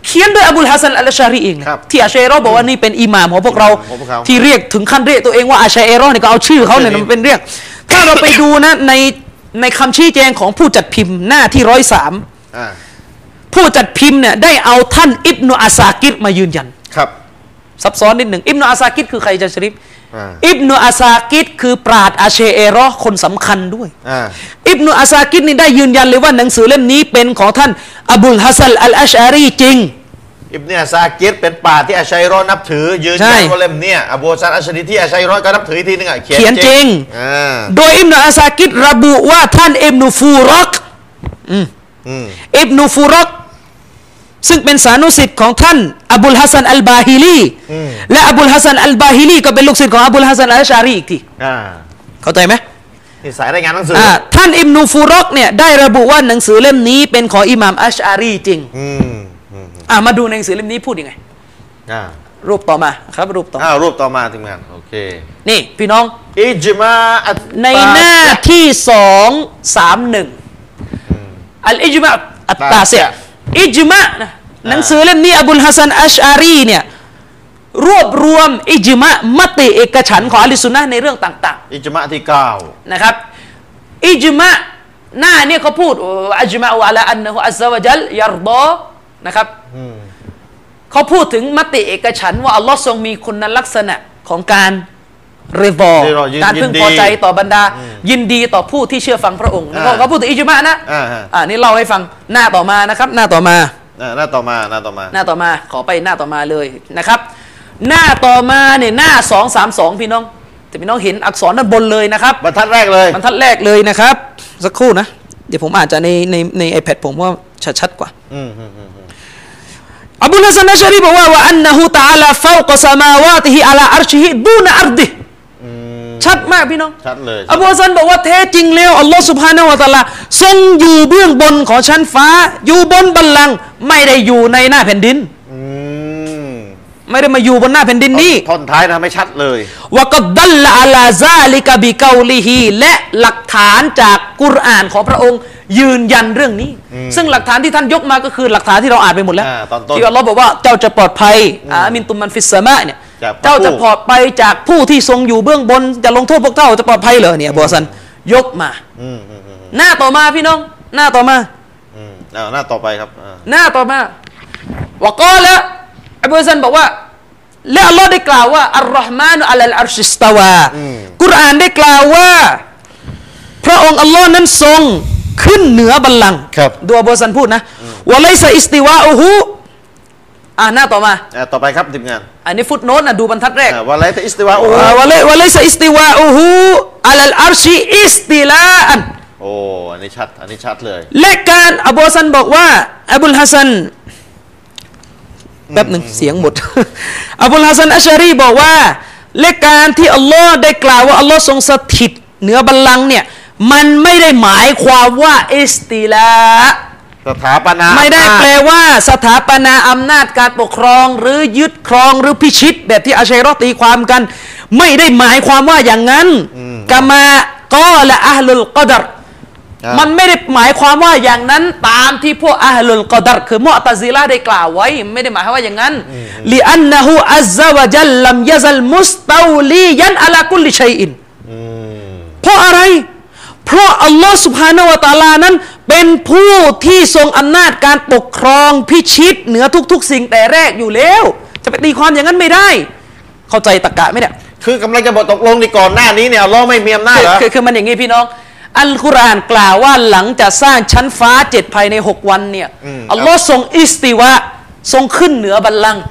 Speaker 2: เขียนโดยอบุลฮัสซันอัลชารีเองนะครับที่อาชัยเรอบอกว่านี่เป็นอิหม่ามของพวกเรา
Speaker 1: ของพวกเรา
Speaker 2: ที่เรียกถึงขั้นเรียกตัวเองว่าอาชัยเรอเนี่ยก็เอาชื่อเขาเนี่ย
Speaker 1: ชื่อนี้
Speaker 2: มันเป็นเรียก ถ้าเราไปดูนะในในคำชี้แจงของผู้จัดพิมพ์หน้าที่ร้อยสาม
Speaker 1: อ่า
Speaker 2: ผู้จัดพิมพ์เนี่ยได้เอาท่านอิบนุอาซากิดมายืนยัน
Speaker 1: ครับ
Speaker 2: ซับซ้อนนิดหนึ่งอิบนุอาซากิดคือใครจะชริฟ
Speaker 1: อ่า
Speaker 2: อิบนุอาซากิดคือปราดอาเชเอเรอคนสำคัญด้วย
Speaker 1: อ่า
Speaker 2: อิบนุอาซากิดนี่ได้ยืนยันเลยว่าหนังสือเล่มนี้เป็นของท่านอบุลฮัสซันอัลอัชอารีจริง
Speaker 1: อิบเนียซากิดเป็นป่าที่อาชัยรอนับถือ ยืน
Speaker 2: ใช่
Speaker 1: ยันว่าเล่มเนี่ยอบูซันอัชรีที่อาชัยรอก็นับถืออีกทีนึงอ่ะเขียน
Speaker 2: เขียนจริง
Speaker 1: อ่า
Speaker 2: โดยอิบนุอาซากิดระบุว่าท่านอิบนุฟูรัก
Speaker 1: อืม
Speaker 2: อิบนุฟูรักซึ่งเป็นสานุสิทธิ์ของท่านอบุลฮัสซันอัลบาฮิลีและอบุลฮัสซันอัลบาฮิลีก็เป็นลูกศิษย์ของอบุลฮัสซันอัลอัชอารีอีกที
Speaker 1: อ่า
Speaker 2: เข้าใจไหม
Speaker 1: นี่สายรายงานหนังสืออ
Speaker 2: อ่าท่านอิมนูฟูรอกเนี่ยได้ระบุว่าหนังสือเล่มนี้เป็นของอิหม่ามอัชอารีจริง
Speaker 1: อืมอืม
Speaker 2: อ่ามาดูในหนังสือเล่มนี้พูดยังไง
Speaker 1: อ่า
Speaker 2: รูปต่อมาครับรูปต่อมา
Speaker 1: อ้าวรูปต่อมาทีมงานโอเค
Speaker 2: นี่พี่น้อง
Speaker 1: อิจมาอัต
Speaker 2: ในหน้าที่สองสามหนึ่งอัลอิจมาอัตตาเซะอิจมานะหนังสือเล่มนี้อบุลฮัสซันอัชอารีเนี่ยรวบรวมอิจมะมติเอกฉันท์ของอะลิสุนนะห์ในเรื่องต่าง ๆ
Speaker 1: อิจมาที่เก้า
Speaker 2: นะครับอิจมะหน้าเนี่ยเขาพูดอัจมะอัลอันนะฮุอัลซาวะจัลยัรดอนะครับเขาพูดถึงมติเอกฉันท์ว่า อัลลอฮ์ทรงมีคุณลักษณะของการเรบอ
Speaker 1: ริดอยิน
Speaker 2: การพึงพอใจ
Speaker 1: ยินดี
Speaker 2: ต่อบรรดา ยินดีต่อผู้ที่เชื่อฟังพระองค์นะครับ
Speaker 1: อ่า
Speaker 2: เขาพูดถึงอิจมะนะ
Speaker 1: อ่าฮะ
Speaker 2: อ่านี่เล่าให้ฟังหน้าต่อมานะครับ หน้าต่อมา
Speaker 1: อ่าหน้าต่อมาหน้าต่อมา
Speaker 2: หน้าต่อมาขอไปหน้าต่อมาเลยนะครับ หน้าต่อมาเนี่ยหน้าสองสามสองพี่น้อง แต่พี่น้องเห็นอักษรด้านบนเลยนะครับ
Speaker 1: บรรทัดแรกเลย
Speaker 2: บรรทัดแรกเลยนะครับ สักครู่นะ เดี๋ยวผมอาจจะในในใน iPad ผมว่าชัดชัดกว่า
Speaker 1: อืมอืมอืม
Speaker 2: อับดุลฮัสซันอัชชารีบอกว่าว่าอันนะฮูตะอาลาฟาวกะซามาวาติฮิอาลาอัรชิฮิดูนอัรดิฮิ
Speaker 1: อืม
Speaker 2: ชัดมากพี่น้อง
Speaker 1: ชัดเลย
Speaker 2: อับดุลฮัสซันบอกว่าแท้จริงแล้วอัลลอฮ์สุบฮานะฮูวะตะอาลาทรงอยู่เบื้องบนของชั้นฟ้า อยู่บนบัลลังก์ไม่ได้อยู่ในหน้าแผ่นดิน
Speaker 1: อืม
Speaker 2: ไม่ได้มาอยู่บนหน้าแผ่นดินนี้
Speaker 1: ท่อนท้ายนะไม่ชัดเลย
Speaker 2: วะกัดดัลละอาลาซาลิกะบิเกาลิฮีและหลักฐานจากกุรอานของพระองค์ยืนยันเรื่องนี้ ซึ่งหลักฐานที่ท่านยกมาก็คือหลักฐานที่เราอ่านไปหมดแล้ว
Speaker 1: อ่าตอนต้น
Speaker 2: ที่อัลลอฮ์บอกว่าเจ้าจะปลอดภัยอามินตุมมันฟิสสามะเนี่ย
Speaker 1: จากผู้
Speaker 2: เจ้าจะปลอดภัยจากผู้ที่ทรงอยู่เบื้องบน จะลงโทษพวกเจ้าจะปลอดภัยเหรอเนี่ยบอสันยกมา
Speaker 1: อืมอืมอืม
Speaker 2: หน้าต่อมาพี่น้อง หน้าต่อมา
Speaker 1: อืมเอาหน้าต่อไปครับอ่า
Speaker 2: หน้าต่อมาวะกอละอับดุลซันบอกว่าและอัลลอฮ์ได้กล่าวว่าอัลลอฮ์มานุอัลลอัลชิสตาวากุรอานได้กล่าวว่า พระองค์อัลลอฮ์นั้นทรงขึ้นเหนือบัลลังก์
Speaker 1: ครับ
Speaker 2: ดูอับดุลซันพูดนะวะไลซะอิสติวาอูฮูอ่าหน้าต่อมา
Speaker 1: อ่าต่อไปครับทีมงาน
Speaker 2: อันนี้ฟุตโนตนะดูบรรทัดแรก
Speaker 1: อ่าวะไลตะอิสติวาโอ้โห
Speaker 2: อ่าวะเลยวะไลซะอิสติวาอูฮูอัลลอัลชิอิสติลาอัน
Speaker 1: โอ้อันนี้ชัด อันนี้ชัดเลย
Speaker 2: และการอบูซันบอกว่าอบุลฮัสซันแป๊บหนึ่งเสียงหมด อบุลฮัสซันอัชชารีบอกว่า และการที่อัลลอฮ์ได้กล่าวว่าอัลลอฮ์ทรงสถิตเหนือบัลลังก์เนี่ยมันไม่ได้หมายความว่าอิสติลา
Speaker 1: สถาปนา
Speaker 2: ไม่ได้
Speaker 1: อำนาจ
Speaker 2: แปลว่าสถาปนาอำนาจการปกครอง หรือยึดครองหรือพิชิต แบบที่อาชัยรอตีความกัน ไม่ได้หมายความว่าอย่างนั้นกามากอละอัลลุลกอดร
Speaker 1: อ่า
Speaker 2: มันไม่ได้หมายความว่าอย่างนั้นตามที่พวกอัลลุลกอดัรคือมุอ์ตะซิละห์ได้กล่าวไว้ ไม่ได้หมายความว่าอย่างนั้นลิอันนะฮูอัซซะวะจัลลัมยะซัลมุสตาวลียันอะลากุลลิชัยอิน
Speaker 1: อืม
Speaker 2: เพราะอะไร เพราะอัลลอฮ์สุภาณวตาลานั้น เป็นผู้ที่ทรงอำนาจการปกครองพิชิต เหนือทุก ๆ สิ่งแต่แรกอยู่แล้ว จะไปตีความอย่างนั้นไม่ได้ เข้าใจตะกะไหมเนี่ย
Speaker 1: คือกำลังจะบอกตกลงในก่อนหน้านี้เนี่ยอัลเลอฮ์ไม่มีอำนาจเห
Speaker 2: คือ
Speaker 1: รอ
Speaker 2: คือคือมันอย่างนี้พี่น้อง อัลกุรอานกล่าวว่าหลังจากสร้างชั้นฟ้าเจ็ดภายใน 6 วันเนี่ย
Speaker 1: อืม
Speaker 2: อัลลอฮ์ทรงอิสติวะทรงขึ้นเหนือบัลลังก์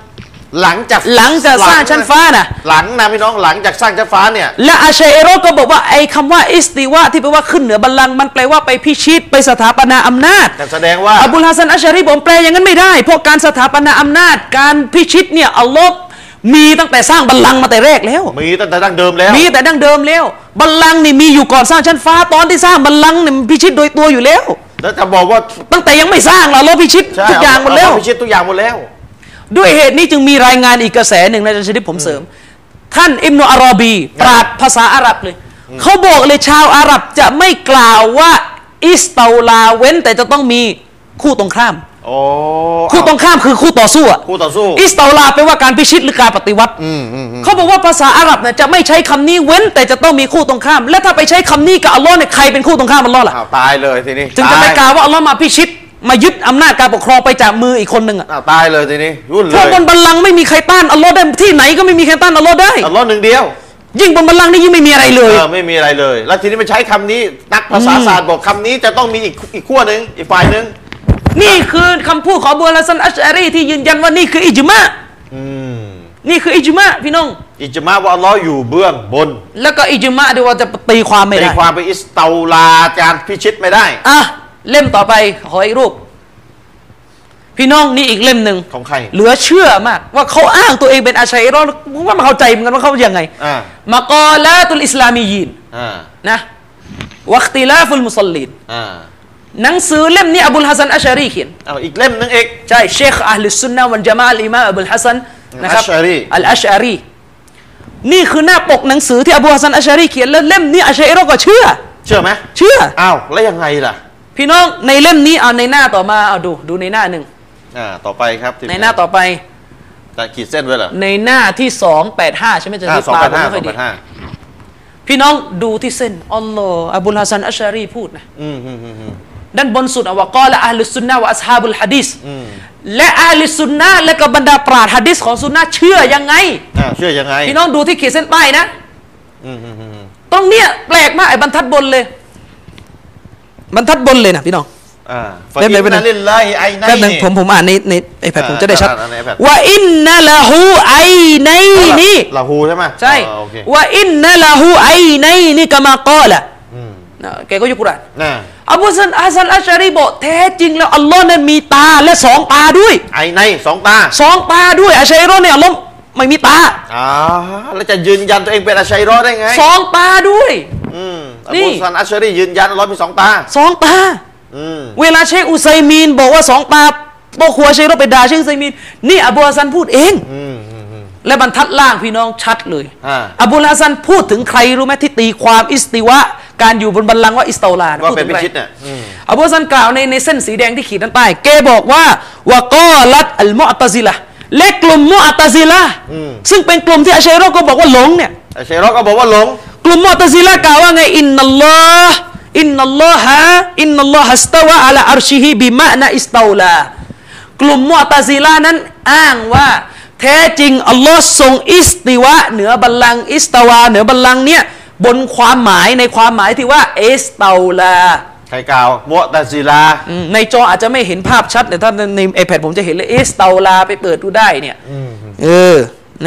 Speaker 1: หลังจาก
Speaker 2: หลังจากสร้างชั้นฟ้านะ
Speaker 1: หลังนะพี่น้องหลังจากสร้างชั้นฟ้าเนี่ย
Speaker 2: และอาชัยเอโรก็บอกว่าไอ้คำว่าอิสติวะที่แปลว่าขึ้นเหนือบัลลังก์มันแปลว่าไปพิชิตไปสถาปนาอำนาจ
Speaker 1: แต่แสดงว่า
Speaker 2: อับดุลฮัสซันอัชชารีผมแปลอย่างนั้นไม่ได้ เพราะการสถาปนาอำนาจการพิชิตเนี่ยอัลลอฮ์มีตั้งแต่สร้างบัลลังก์มาแต่แรกแล้ว
Speaker 1: มีตั้งแต่ดั้งเดิมแล้ว
Speaker 2: มีแต่ดั้งเดิมแล้ว บัลลังก์นี่มีอยู่ก่อนสร้างชั้นฟ้าตอนที่สร้างบัลลังก์เนี่ยมันพิชิตโดยตัวอยู่แล้ว
Speaker 1: แล้วจะบอกว่า
Speaker 2: ตั้งแต่ยังไม่สร้างเราลบพิชิต
Speaker 1: ใช่
Speaker 2: ทุกอย่างหมดแล้ว
Speaker 1: เอพิชิตทุกอย่างหมดแล้ว
Speaker 2: ด้วยเหตุนี้จึงมีรายงานอีกกระแสหนึ่งนะอาจารย์ชนิดผมเสริม ท่านอิมโนอารอบี ปราดภาษาอาหรับเลย เขาบอกเลยชาวอาหรับจะไม่กล่าวว่าอิสตาลาเว้นแต่จะต้องมีคู่ตรงข้าม
Speaker 1: โอ้
Speaker 2: คู่ตรงข้ามคือคู่ต่อสู้อะ
Speaker 1: คู่ต่อสู้
Speaker 2: อิสตาลาแปลว่าการพิชิตหรือการปฏิวัติเขาบอกว่าภาษาอาหรับเนี่ยจะไม่ใช้คำนี้เว้นแต่จะต้องมีคู่ตรงข้าม และถ้าไปใช้คำนี้กับอัลลอฮ์เนี่ยใครเป็นคู่ตรงข้ามอัลลอฮ์ล่ะ
Speaker 1: อ้าวตายเลยทีนี้
Speaker 2: จึงจะ
Speaker 1: ตาย
Speaker 2: ไม่กล่าวว่าอัลลอฮ์มาพิชิต มายึดอำนาจการปกครองไปจากมืออีกคนหนึ่งอะ
Speaker 1: อ้าวตายเลยทีนี้รุ่นเล
Speaker 2: เพราะ
Speaker 1: ย
Speaker 2: บนบัลลังก์ไม่มีใครต้านอัลลอฮ์ได้ที่ไหนก็ไม่มีใครต้านอัลลอฮ์ได้
Speaker 1: อัลเลอฮ์หนึ่งเดียว
Speaker 2: ยิ่งบนบัลลังก์นี่ยิ่งไม่มีอะไรเล
Speaker 1: เอย อไม่มีอะไรเลย แล้วทีนี้ไปใช้คำนี้นักภาษาศาสตร์บอกคำนี้จะต้องมีอีกอีกขั้วหนึ่งอีกฝ่ายหนึ่ง
Speaker 2: นี่คือคำพูดของอับูลฮัสซันอัชอารีที่ยืนยันว่านี่คืออิจมะ
Speaker 1: อืม
Speaker 2: นี่คืออิจมะพี่น้อง
Speaker 1: อิจมาว่าอัลเลอฮ์อยู่เบื้องบน
Speaker 2: แล้วก็อิจมะเดี๋ยวเราจะตีความไม่
Speaker 1: ตี
Speaker 2: ได้
Speaker 1: ความไปอิสตาลาการพิชิตไม่ได้
Speaker 2: อ่ะเล่มต่อไปขออีกรูป พี่น้องนี่อีกเล่มหนึ่ง
Speaker 1: ของใคร
Speaker 2: เหลือเชื่อมากว่าเขาอ้างตัวเองเป็นอาชัยรอดผมว่าไมันเข้าใจเหมือนกันว่าเขายังไง
Speaker 1: อ่าม
Speaker 2: ากอลาตุลอิสลามียีน
Speaker 1: อ่า
Speaker 2: นะวัคติลาฟุลมุสลิน
Speaker 1: อ่า
Speaker 2: หนังสือเล่มนี้อับูลฮัสซันอัชอารีเขียน
Speaker 1: เอาอีกเล่มหนึงอีก
Speaker 2: ใช่เชคอัลลุสซุนนะวันจามะอัลอิมามอับดุลฮัสซันนะครับ
Speaker 1: อัชอะรี
Speaker 2: อัลอัชอารีนี่คือหน้าปกหนังสือที่อบูฮัสซันอัชอารีเขียนแล้วเล่มนี้อัชอะรีก็เชื่อ
Speaker 1: เชื่อไหม
Speaker 2: เชื่อ
Speaker 1: อ้าวแล้วยังไงล่ะ
Speaker 2: พี่น้องในเล่มนี้เอาในหน้าต่อมาเอาดูดูในหน้าหนึ่ง
Speaker 1: อ่าต่อไปครับทีม
Speaker 2: ในหน้าต่อไป
Speaker 1: จะขีดเส้นไว้เหรอ
Speaker 2: ในหน้าที่ 285 ใช่ไหมจะ
Speaker 1: ห้า
Speaker 2: ที่
Speaker 1: สอง
Speaker 2: ปลา
Speaker 1: แปด
Speaker 2: ผม
Speaker 1: ห้าส
Speaker 2: ไม่ค่
Speaker 1: อ
Speaker 2: อง ย
Speaker 1: แป
Speaker 2: ดี
Speaker 1: ดห้า
Speaker 2: พี่น้องดูที่เส้นอัลลอฮ์อบูลฮัสซันอัชอารีพูดนะ
Speaker 1: อืมอืมอืมอืม
Speaker 2: ด้านบนสุดอะวะกอละอัลลุสซุนนะฮ์วะอัสฮาบุลฮะดีษและอัลลุสซุนนะฮ์และก็บรรดาปราชญ์ฮะดีษของซุนนะฮ์เชื่อยังไง
Speaker 1: อ่าเชื่อยังไง
Speaker 2: พี่น้องดูที่ขีดเส้นใต้นะ
Speaker 1: อืมอืมอืมอืม
Speaker 2: ตรงเนี้ยแปลกมากไอ้บรรทัดบนเลย บรรทัดบนเลยนะพี่น้อง
Speaker 1: อ่า
Speaker 2: เล่มไหนเป็นไหน
Speaker 1: ฟาอิลิลลาฮิไอไน
Speaker 2: แป๊บหนึง
Speaker 1: นี่
Speaker 2: ผมผมอ่านในในไอ้แพดผมจะได้ชัด
Speaker 1: อ่านใน iPad
Speaker 2: ว่าอินนะละหูไอในนี่
Speaker 1: ลาหูใช่ไหม
Speaker 2: ใช่
Speaker 1: อ่าโอเค
Speaker 2: ว่าอินนะละหูไอในนี่กามากอละ
Speaker 1: อืม
Speaker 2: นะแกก็ยกกุรอาน
Speaker 1: น่ะ
Speaker 2: อับดุลฮัสซันอัสซันอัชชารีบอกแท้จริงแล้วอัลลอฮ์นั้นมีตาและสองตาด้วย
Speaker 1: ไอไนสองตา
Speaker 2: สองตาด้วยอัชชัยรอเนี่ยอัลลอฮ์ไม่มีตา
Speaker 1: อ่าแล้วจะยืนยันตัวเองเป็นอาชัยรอดได้ไง
Speaker 2: สองตาด้วย
Speaker 1: อืมอั
Speaker 2: นี่
Speaker 1: บูซันอัชชารียืนยันร้อยมีสองตา
Speaker 2: สองตา
Speaker 1: อืม
Speaker 2: เวลาเชคอุไซมีนบอกว่าสองตาโตครัวเชคเราไปด่าเชคอุไซมีนนี่อบูฮัสซันพูดเอง
Speaker 1: อืมอืมอืม
Speaker 2: และบรรทัดล่างพี่น้องชัดเลย
Speaker 1: อ่า
Speaker 2: อบุลฮัสซันพูดถึงใครรู้ไหมที่ตีความอิสติวะ การอยู่บนบัลลังก์ว่าอิสตอลา
Speaker 1: ว่า
Speaker 2: พูด
Speaker 1: เป็น
Speaker 2: ถึง
Speaker 1: พิ
Speaker 2: ใคร
Speaker 1: ชิตเนี่ยอืม
Speaker 2: อบุลฮัสซันกล่าวในในเส้นสีแดงที่ขีดด้านใต้แกบอกว่าวะกอลัดอัลมอตซิละห์และกลุ่มมุอตซิละห์ซึ่งเป็นกลุ่มที่อาชัยรอก็บอกว่าหลงเนี่ย
Speaker 1: ไอ้เชยร็อกก็บอกว่าหลง
Speaker 2: กลุ่มมอตซิละห์กล่าวว่าไงอินนัลลอฮ์อินนัลลอฮะอินนัลลอฮะสตาวะอะลาอัรชิฮิบิมะนะอิสตาวลากลุ่มมอตซิละห์นั้นอ้างว่า แท้จริงอัลลอฮ์ทรงอิสติวะเหนือบัลลังก์อิสตาวาเหนือบัลลังก์เนี่ยบนความหมายในความหมายที่ว่าอิสตาวลา
Speaker 1: ใครกล่าวมัวตะซิลา
Speaker 2: อืมในจออาจจะไม่เห็นภาพชัดแต่ถ้าในใน iPad ผมจะเห็นเลยอิสตาวลาไปเปิดดูได้เนี่ยเออ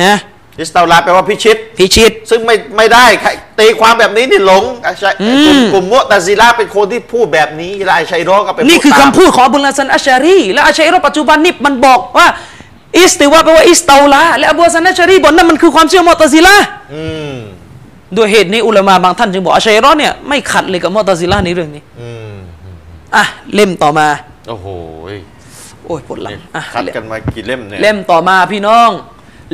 Speaker 2: นะ
Speaker 1: อิสตาลาแปลว่าพิชิต
Speaker 2: พิชิต
Speaker 1: ซึ่งไม่ไม่ได้ใครตีความแบบนี้นี่หลงไอ้ชัยกลุ่มกลุ่มมัวตะซิลาเป็นคนที่พูดแบบนี้และไอ้ชัยร็อกก็เป็น
Speaker 2: นี่คือ
Speaker 1: ตาม
Speaker 2: คำพูดของอบุลฮัสซันอัชชารีและอัชชัยรอปัจจุบันนี่มันบอกว่า อิสติวะแปลว่าอิสตาลาและอบูฮัสซันอัชชารีบอกนั่นมันคือความเชื่อมอตะซิละห์
Speaker 1: อืม
Speaker 2: ด้วยเหตุนี้อุลามะบางท่านจึงบอกอัชชัยรอเนี่ยไม่ขัดเลยกับมอตะซิละห์ในเรื่องนี้
Speaker 1: อืม
Speaker 2: อ่ะเล่มต่อมา
Speaker 1: โอ้โหย
Speaker 2: โอ้ยปวดหลังอ่ะ
Speaker 1: คัด
Speaker 2: เล่ม
Speaker 1: กันมากี่เล่มเนี่ย
Speaker 2: เล่มต่อมาพี่น้อง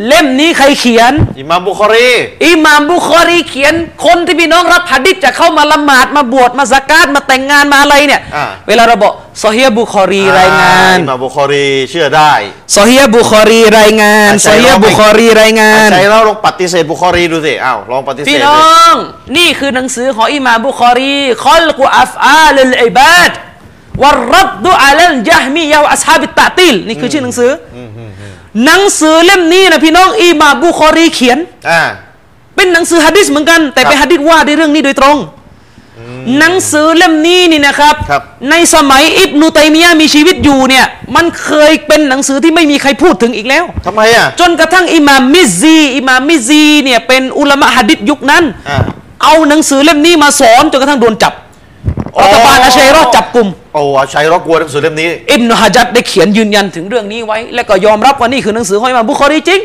Speaker 2: เล่มนี้ใครเขียน
Speaker 1: อิหมามบุคอรี
Speaker 2: อิหม่ามบุคอรีเขียนคนที่พี่น้องรับหะดิษจะเข้ามาละหมาดมาบวชมาสกาดมาแต่งงานมาอะไรเนี่ย
Speaker 1: อ่า
Speaker 2: เวลาเราบอกซอฮีฮ์บุคอรีรายงาน
Speaker 1: อ่อิหมามบุคอรีเชื่อได้
Speaker 2: ซอฮีฮ์บุคอรีรายงาน
Speaker 1: อาจารย์
Speaker 2: ซอฮีฮ์
Speaker 1: เราไม่
Speaker 2: บุคอรีรายงา
Speaker 1: ไอ้
Speaker 2: น
Speaker 1: ชัยร็อกลองปฏิเสธบุคอรีดูสิอ้าวลองปฏิเส
Speaker 2: พี่
Speaker 1: ธ
Speaker 2: น้
Speaker 1: ดิ
Speaker 2: อง นี่คือหนังสือของอิหม่ามบุคอรีคอลกุอัฟอาลลอิบาดวรรับดุอาลัลยะฮ์มียาวอัสฮาบิตตะติลนี่คือชื่อหนังสืออหนังสือเล่มนี้นะพี่น้องอิหม่ามบุคอรีเขียน
Speaker 1: อ่า
Speaker 2: เป็นหนังสือฮะดิษเหมือนกัน แต่เป็น
Speaker 1: ครับ
Speaker 2: ฮะดิษว่าในเรื่องนี้โดยตรง หนังสือเล่มนี้นี่นะครับ
Speaker 1: ครับ
Speaker 2: ในสมัยอิบนุตัยมียะห์มีชีวิตอยู่เนี่ยมันเคยเป็นหนังสือที่ไม่มีใครพูดถึงอีกแล้ว
Speaker 1: ทำไมอ่ะ
Speaker 2: จนกระทั่งอิหม่ามมิซซีอิหม่ามมิซซีเนี่ยเป็นอุลามะหะดิษยุคนั้น
Speaker 1: อ่า
Speaker 2: เอาหนังสือเล่มนี้มาสอนจนกระทั่งโดนจับรัฐบาลอาชัยรอดจับกลุ่ม
Speaker 1: โอ้อาชัยร็อกกลัวหนังสือเล่มนี้
Speaker 2: อิบนุฮะจัดได้เขียนยืนยันถึงเรื่องนี้ไว้ และก็ยอมรับว่านี่คือหนังสือของอิหม่ามบุคอรีจริง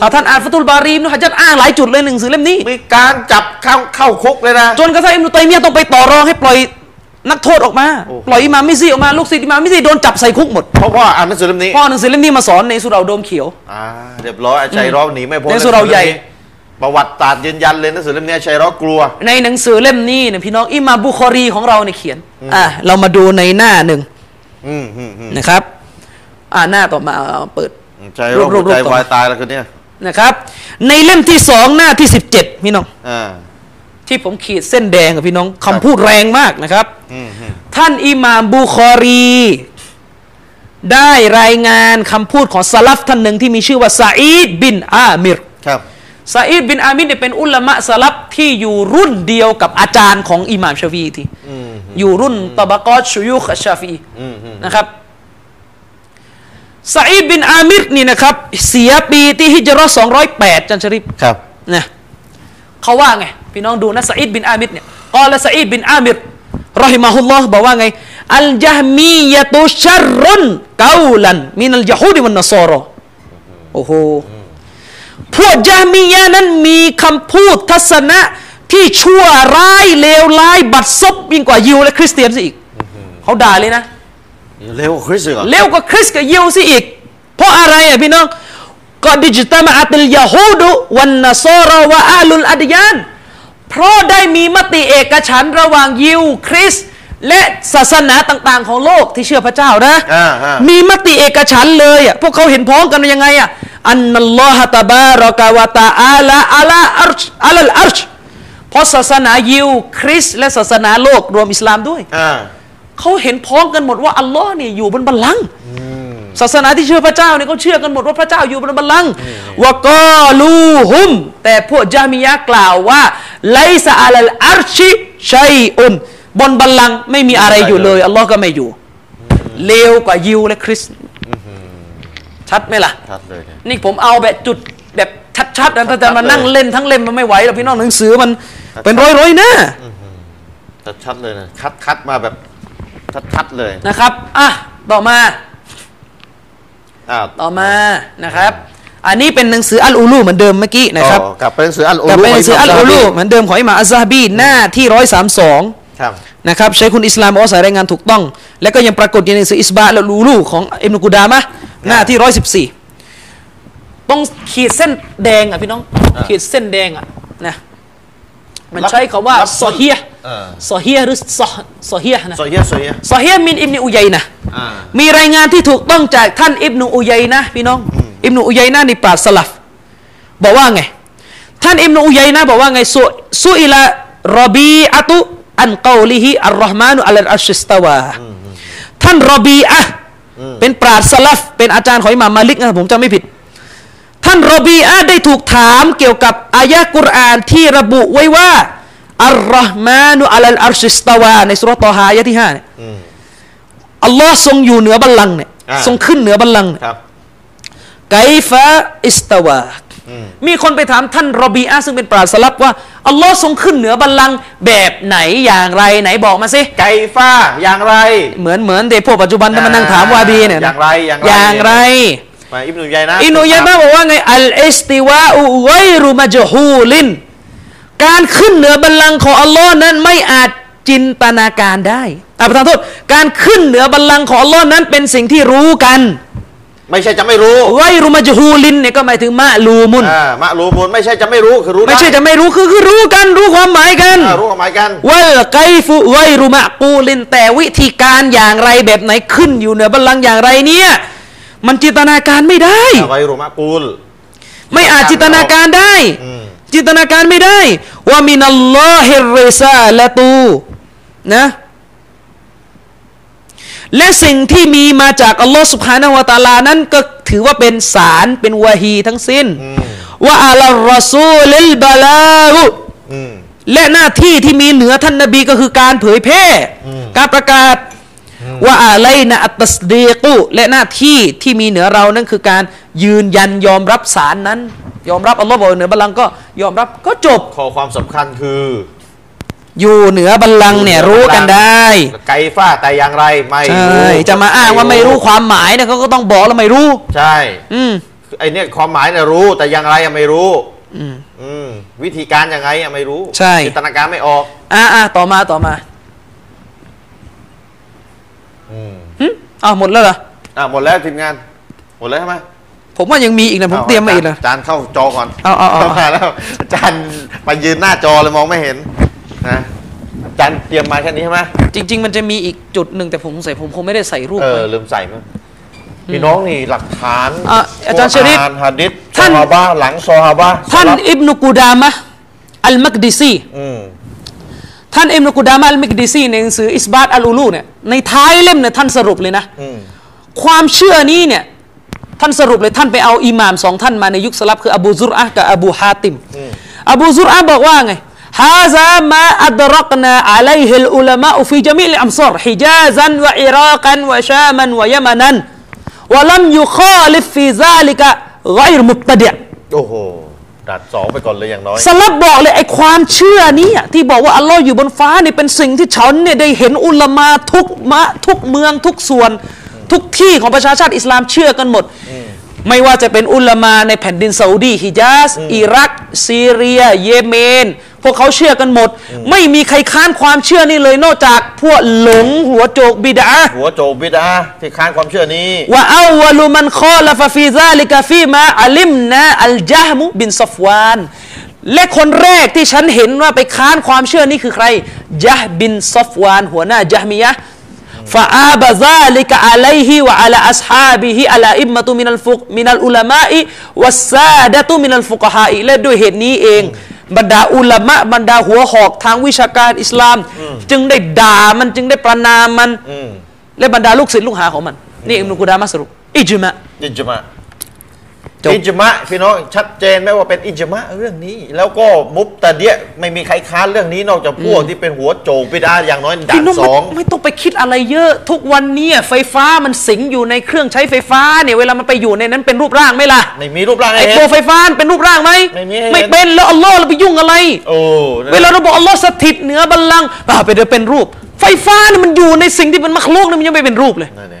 Speaker 2: ถ้าท่านอ่านฟะตุลบารีอิบนุฮะจัดอ้างหลายจุดเลยหนังสือเล่มนี้
Speaker 1: มีการจับเข้าเข้าคุกเลยนะ
Speaker 2: จนกระทั่งอิบนุตัยมียะห์ต้องไปต่อรองให้ปล่อยนักโทษออกมา
Speaker 1: โอ้โห
Speaker 2: ปล่อยอิหม่ามมิซซีออกมาลูกศิษย์อิหม่ามมิซซีโดนจับใส่คุกหมด
Speaker 1: เพราะว่าอ่านหนังสือเล่มนี้
Speaker 2: เพ่อาหนังสือเล่มนี้มาสอนในสุเหราโดมเขียว
Speaker 1: อ่าเรียบร้อยอาชัยร็อกหนีไม่พ้น
Speaker 2: ในสุเหร่าใหญ่
Speaker 1: นังอล่มนี้ประวัติศาสตร์ยืนยันเลยหนังสือเล่มนี้อาชัยร็อกกลัว
Speaker 2: ในหนังสือเล่มนี้เนี่ยพี่น้องอิหมามบุคอรีของเราเนี่ยเขียน อ่ะเรามาดูในหน้าหนึ่ง
Speaker 1: อืมอืมอืม
Speaker 2: นะครับ อ่าหน้าต่อมาเอาเอาเปิด
Speaker 1: อาชัยร็อก
Speaker 2: รูปรูป
Speaker 1: ใจ
Speaker 2: ต่อ
Speaker 1: วายตายแล้วคนเนี้ย
Speaker 2: นะครับ ในเล่มที่สองหน้าที่ 17 พี่น้อง
Speaker 1: อ่า
Speaker 2: ที่ผมขีดเส้นแดงกับพี่น้องคำพูดแรงมากนะครับ
Speaker 1: อืมอืม
Speaker 2: ท่านอิหมามบุคอรี ได้รายงานคำพูดของสลัฟท่านหนึ่งที่มีชื่อว่าซาอีดบินอามิร
Speaker 1: ครับ
Speaker 2: ซาอีดบินอามิรเนี่ยเป็นอุลามะสลัฟที่อยู่รุ่นเดียวกับอาจารย์ของอิหมามชาฟีอีที
Speaker 1: อืมอืม
Speaker 2: อยู่รุ่นตะบะกอตชุยุคอัชชาฟี
Speaker 1: อืมอืม
Speaker 2: นะครับซาอิดบินอามิรนี่นะครับ เสียปีที่ฮิจรัสองร้อยแปดจันชริป
Speaker 1: ครับ
Speaker 2: นะเขาว่าไง พี่น้องดูนะซาอิดบินอามิรเนี่ยกอละซาอิดบินอามิรรอฮิมาฮุลลอฮ์บอกว่าไง อัลยะฮ์มียะตุชัรรุนกาลัน มินัลยะฮูดิวันนสอรอโอ้โห พวกยะฮ์มียะห์นั้นมีคำพูดทัศนะที่ชั่วร้ายเลวร้ายบัดซบยิ่งกว่ายิวและคริสเตียนซะอีก เขาด่าเลยนะ
Speaker 1: เร็วคริสเหรอ
Speaker 2: เร็วกว่าคริสกับยิวซะอีก เพราะอะไรอ่ะพี่น้องก็ดิจิตามะอัติลยาฮูดุวันนสอราวะอาลุลอดยาน เพราะได้มีมติเอกฉันท์ระหว่างยิวคริสต์และศาสนาต่างๆ ของโลกที่เชื่อพระเจ้านะ
Speaker 1: อ่าอ่า
Speaker 2: มีมติเอกฉันท์เลยอ่ะพวกเขาเห็นพ้องกันว่ายังไงอ่ะอันนัลลอฮะตะบารอกะวะตะอาลาอาลาอัรชอาลาอัรชเพราะศาสนายิวคริสต์และศาสนาโลกรวมอิสลามด้วย
Speaker 1: อ่า
Speaker 2: เขาเห็นพ้องกันหมดว่าอัลลอฮ์เนี่ยอยู่บนบัลลังก์ศาสนาที่เชื่อพระเจ้าเนี่ยเขาเชื่อกันหมดว่าพระเจ้าอยู่บนบัลลังก์วะกอลูฮุม แต่พวกจามิยะห์กล่าวว่าไลซาอาลัลอัรชิชัยอุนบนบัลลังก์ไม่มีอะไรอยู่เลยอัลลอฮ์ก็ไม่อยู่ เลวกว่ายิวและคริสต์ชัดไหมล่ะ
Speaker 1: ชัดเลยเนี่ย
Speaker 2: นี่ผมเอาแบบจุดแบบชัดๆนะแต่มานั่งเล่นทั้งเล่มมันไม่ไหวหรอกพี่น้องหนังสือมันเป็นร้อยๆหน้า
Speaker 1: ชัดชัดเลยนะคัดคัดมาแบบชัดชัดเลย
Speaker 2: นะครับ อ่ะ ต่อมา
Speaker 1: อ้าว
Speaker 2: ต่อมานะครับ อันนี้เป็นหนังสืออัลอูลูเหมือนเดิมเมื่อกี้นะครับ
Speaker 1: ต่อกลับไปหนังสืออัลอู
Speaker 2: แต่เป็นหนังสืออัลอูลูเหมือนเดิมของอิหม่ามอัซซะฮะบีหน้าที่ร้อยสามสอง
Speaker 1: ครับ
Speaker 2: นะครับใช้คุณอิสลามออสายรายงานถูกต้อง และก็ยังปรากฏอยู่ในหนังสืออิสบะอัลอูลูของอิบนุกุดามะห์หน้าที่ร้อยสิบสี่ ต้องขีดเส้นแดงอ่ะพี่น้อง ขีดเส้นแดงอ่ะนะมันใช้คาว่า
Speaker 1: รับ
Speaker 2: ซอเฮีย
Speaker 1: เออ
Speaker 2: ซอเฮียหรือซอซอเฮียนะ
Speaker 1: โซเฮียโซเฮีย
Speaker 2: ซอเฮียมินอิบนอุยัยนะ
Speaker 1: อ่า
Speaker 2: มีรายงานที่ถูกต้องจากท่านอิบนุอุยัยนะห์พี่น้อง อิบนุอุยัยนะห์นี่ปราชญ์สลัฟบอกว่าไง ท่านอิบนุอุยัยนะห์บอกว่าไงสุสุอิละรอบีอะตุอันกอลิฮิอัลรอฮ์มานุอัลลอัชชิสตาวาท่านรอบีอะห์เป็นปราชญ์สลัฟเป็นอาจารย์ของอิหม่ามมาลิกนะผมจำไม่ผิด ท่านรอบีอาได้ถูกถามเกี่ยวกับอายะกุรอานที่ระบุไว้ว่าอัลรอฮ์มานุอัลลอัชชิสตาวาในสุรตอฮาอายะที่ห้าเนี่ย อัลลอฮ์ทรงอยู่เหนือบัลลังก์เนี่ย
Speaker 1: อ่า
Speaker 2: ทรงขึ้นเหนือบัลลังก์เนี่ย
Speaker 1: ครับ
Speaker 2: ไกฟะอิสตาวามีคนไปถามท่านรอบีอาซึ่งเป็นปราศลับว่าอัลลอฮ์ทรงขึ้นเหนือบัลลังก์แบบไหนอย่างไรไหนบอกมาสิ
Speaker 1: ไก่ฟ้าอย่างไร
Speaker 2: เหมือนเหมือนเด็กพวกปัจจุบันที่มานั่งถามวาบีเนี่ยนะ
Speaker 1: อย่างไรอย่างไร
Speaker 2: อย่างไร
Speaker 1: มาอิบนุยัยนะ
Speaker 2: อิบนุอุยายมาบอกว่าไงอัลอิสติวาอุไวรุมาจฮูลิน การขึ้นเหนือบัลลังก์ของอัลลอฮ์นั้นไม่อาจจินตนาการได้อ่ะประทานโทษการขึ้นเหนือบัลลังก์ของอัลลอฮ์นั้นเป็นสิ่งที่รู้กัน
Speaker 1: ไม่ใช่จะไม่รู้
Speaker 2: ไวรุมาจฮูลินเนี่ยก็หมายถึงมะลูมุน
Speaker 1: อ่ามะรูมูลไม่ใช่จะไม่รู้คือรู้
Speaker 2: ไม่ใช่
Speaker 1: ด้
Speaker 2: จะไม่รู้คือคือรู้กันรู้ความหมายกัน
Speaker 1: อ่ารู้ความหมายกัน
Speaker 2: วัลไกฟุไวรุมะกูลิน แต่วิธีการอย่างไรแบบไหนขึ้นอยู่เหนือบัลลังก์อย่างไรเนี่ย มันจินตนาการไม่ได้
Speaker 1: ไวรุมะกูล
Speaker 2: ไม่อาจจินตนาการได้
Speaker 1: อืม
Speaker 2: จินตนาการไม่ได้ว่ามินัลลอฮิรริซาละตูนะและสิ่งที่มีมาจากอัลลอฮ์สุบฮานะฮูวะตะอาลานั้นก็ถือว่าเป็นสารเป็นวะฮีทั้งสิ้นว่าอัลรอซูลิลบาลาอุ
Speaker 1: อืม
Speaker 2: และหน้าที่ที่มีเหนือท่านนบีก็คือการเผยแพร่การประกาศว่าอะไรนะอัตตัสดีกุและหน้าที่ที่มีเหนือเรานั่นคือการยืนยันยอมรับสารนั้น ยอมรับอัลลอฮ์บอกเหนือบัลลังก์ก็ยอมรับก็จบ
Speaker 1: ข้อความสำคัญคือ
Speaker 2: อยู่เหนือบัลลังก์เนี่ยรู้กันได้
Speaker 1: ไก่ฟ้าแต่อย่างไรไม่
Speaker 2: ใช
Speaker 1: รู้
Speaker 2: ่จะมาอ้างว่าไม่รู้ความหมายเนี่ยเขาก็ต้องบอกแล้วไม่รู้
Speaker 1: ใช่
Speaker 2: อืม
Speaker 1: คือไอเนี่ยความหมายเนี่ยรู้แต่อย่างไรอะไม่รู้อืมวิธีการยังไงอะไม่รู้
Speaker 2: ใช่
Speaker 1: จินตนาการไม่ออก
Speaker 2: อ่ะอ่ะต่อมาต่อมา
Speaker 1: อืม
Speaker 2: หึอ้าวหมดแล้วเหรอ
Speaker 1: อ่ะหมดแล้วทีมงาน หมดแล้วใช่ไหม
Speaker 2: ผมว่ายังมีอีกนะผมเตรียมมาอีกนะ
Speaker 1: จานเข้าจอก่อน
Speaker 2: เอาเอาเอา
Speaker 1: มาแล้ว จานไปยืนหน้าจอเลยมองไม่เห็นนะจานเตรียมมาแค่นี้ใช่ไหม
Speaker 2: จริง ๆ มันจะมีอีกจุดหนึ่งแต่ผมสงสัยผมคงไม่ได้ใส่รูป
Speaker 1: เออ
Speaker 2: ไว้
Speaker 1: ลืมใส่มั้งพี่น้องนี่หลักฐาน
Speaker 2: อ่ะอาจารย์ชริฟ
Speaker 1: กุนฮะดิษ
Speaker 2: ท่าน
Speaker 1: ซอฮาบะห์หลังซอฮาบะห์
Speaker 2: ท่าน
Speaker 1: สลับ
Speaker 2: อิบนุกูดามะห์อัลมักดิซี
Speaker 1: อืม
Speaker 2: ท่านอิบนุกูดามะห์อัลมักดิซีในหนังสืออิสบาตอัลอูลูเนี่ยในท้ายเล่มเนี่ยท่านสรุปเลยนะ
Speaker 1: อืม
Speaker 2: ความเชื่อนี้เนี่ยท่านสรุปเลยท่านไปเอาอิหม่ามสองท่านมาในยุคสลับคืออบูซุรอะห์กับอบูฮาติม อบูซุรอะห์บอกว่าไงฮาซามาอัดรักนาอะลัยฮิลอุลามะอุฟิจามิลอัมซอรฮิจาซันวะอิรากันวะชามันวะยะมันันวะลัมยุคาลิฟฟีซาลิกะไกรมุบตะดิอ
Speaker 1: โอ้โหดัดสองไปก่อนเลยอย่างน้อย
Speaker 2: สลับบอกเลยไอ้ความเชื่อนี้อะที่บอกว่าอัลลอฮ์อยู่บนฟ้านี่เป็นสิ่งที่ฉันเนี่ยได้เห็นอุลามาทุกมะทุกเมืองทุกส่วน ทุกที่ของประชาชาติอิสลามเชื่อกันหมด ไม่ว่าจะเป็นอุลามาในแผ่นดินซาอุดีฮิญาซอิรัก ซีเรีย เยเมน พวกเขาเชื่อกันหมด ไม่มีใครค้านความเชื่อนี้เลยนอกจากพวกหลงหัวโจกบิดา
Speaker 1: หัวโจกบิดาที่ค้านความเชื่อนี้
Speaker 2: ว่าเอาวลุมันคอลฟฟีซาลิกฟีมาอัลิมนะอัลจาฮมุบินซอฟวาน และคนแรกที่ฉันเห็นว่าไปค้านความเชื่อนี้คือใครยะฮ์บินซอฟวาน หัวหน้าจาฮ์มียะห์ฟาอาบะซาลิกะอะลัยฮิวะอะลาอัสฮาบิฮิอะลาอิมมะตุมินัลฟุกมินัลอุลามะอิวัสซาดะตุมินัลฟุกะฮาอิและด้วยเหตุนี้เอง บรรดาอุลามะบรรดาหัวหอกทางวิชาการอิสลาม จึงได้ด่ามันจึงได้ประนามมัน
Speaker 1: อืม
Speaker 2: และบรรดาลูกศิษย์ลูกหาของมัน นี่อิมนุกุดามะสรุปอิจมะ
Speaker 1: อิจมะ
Speaker 2: จบ
Speaker 1: อิจมะพี่น้องชัดเจนไหมว่าเป็นอิจมะเรื่องนี้ แล้วก็มุบตะเดียไม่มีใครค้านเรื่องนี้นอกจากพวกที่เป็นหัวโจกบิดาอย่างน้อยด่า
Speaker 2: พี่
Speaker 1: น
Speaker 2: น้อง
Speaker 1: ส
Speaker 2: ไม่
Speaker 1: อง
Speaker 2: ไม่ต้องไปคิดอะไรเยอะ ทุกวันนี้ไฟฟ้ามันสิงอยู่ในเครื่องใช้ไฟฟ้าเนี่ยเวลามันไปอยู่ในนั้นเป็นรูปร่างไหมล่ะ
Speaker 1: ไม่มีรูปร่าง
Speaker 2: ไอ้
Speaker 1: ไอ้
Speaker 2: ตั
Speaker 1: เห็
Speaker 2: ว
Speaker 1: น
Speaker 2: ไฟฟ้ามันเป็นรูปร่างไหม
Speaker 1: ไม่มีให้เห็น
Speaker 2: เป็นแล้วอัลลอฮ์เราไปยุ่งอะไร
Speaker 1: โอ้นั่น
Speaker 2: เวลาเราบอกอัลลอฮ์สถิตเหนือบัลลังก์อ่าไปเดี๋ยวเป็นรูป ไฟฟ้าเนี่ยมันอยู่ในสิ่งที่เป็นมักลูกเนี่ยมันยังไม่เป็นรูปเลย
Speaker 1: นั่นเอง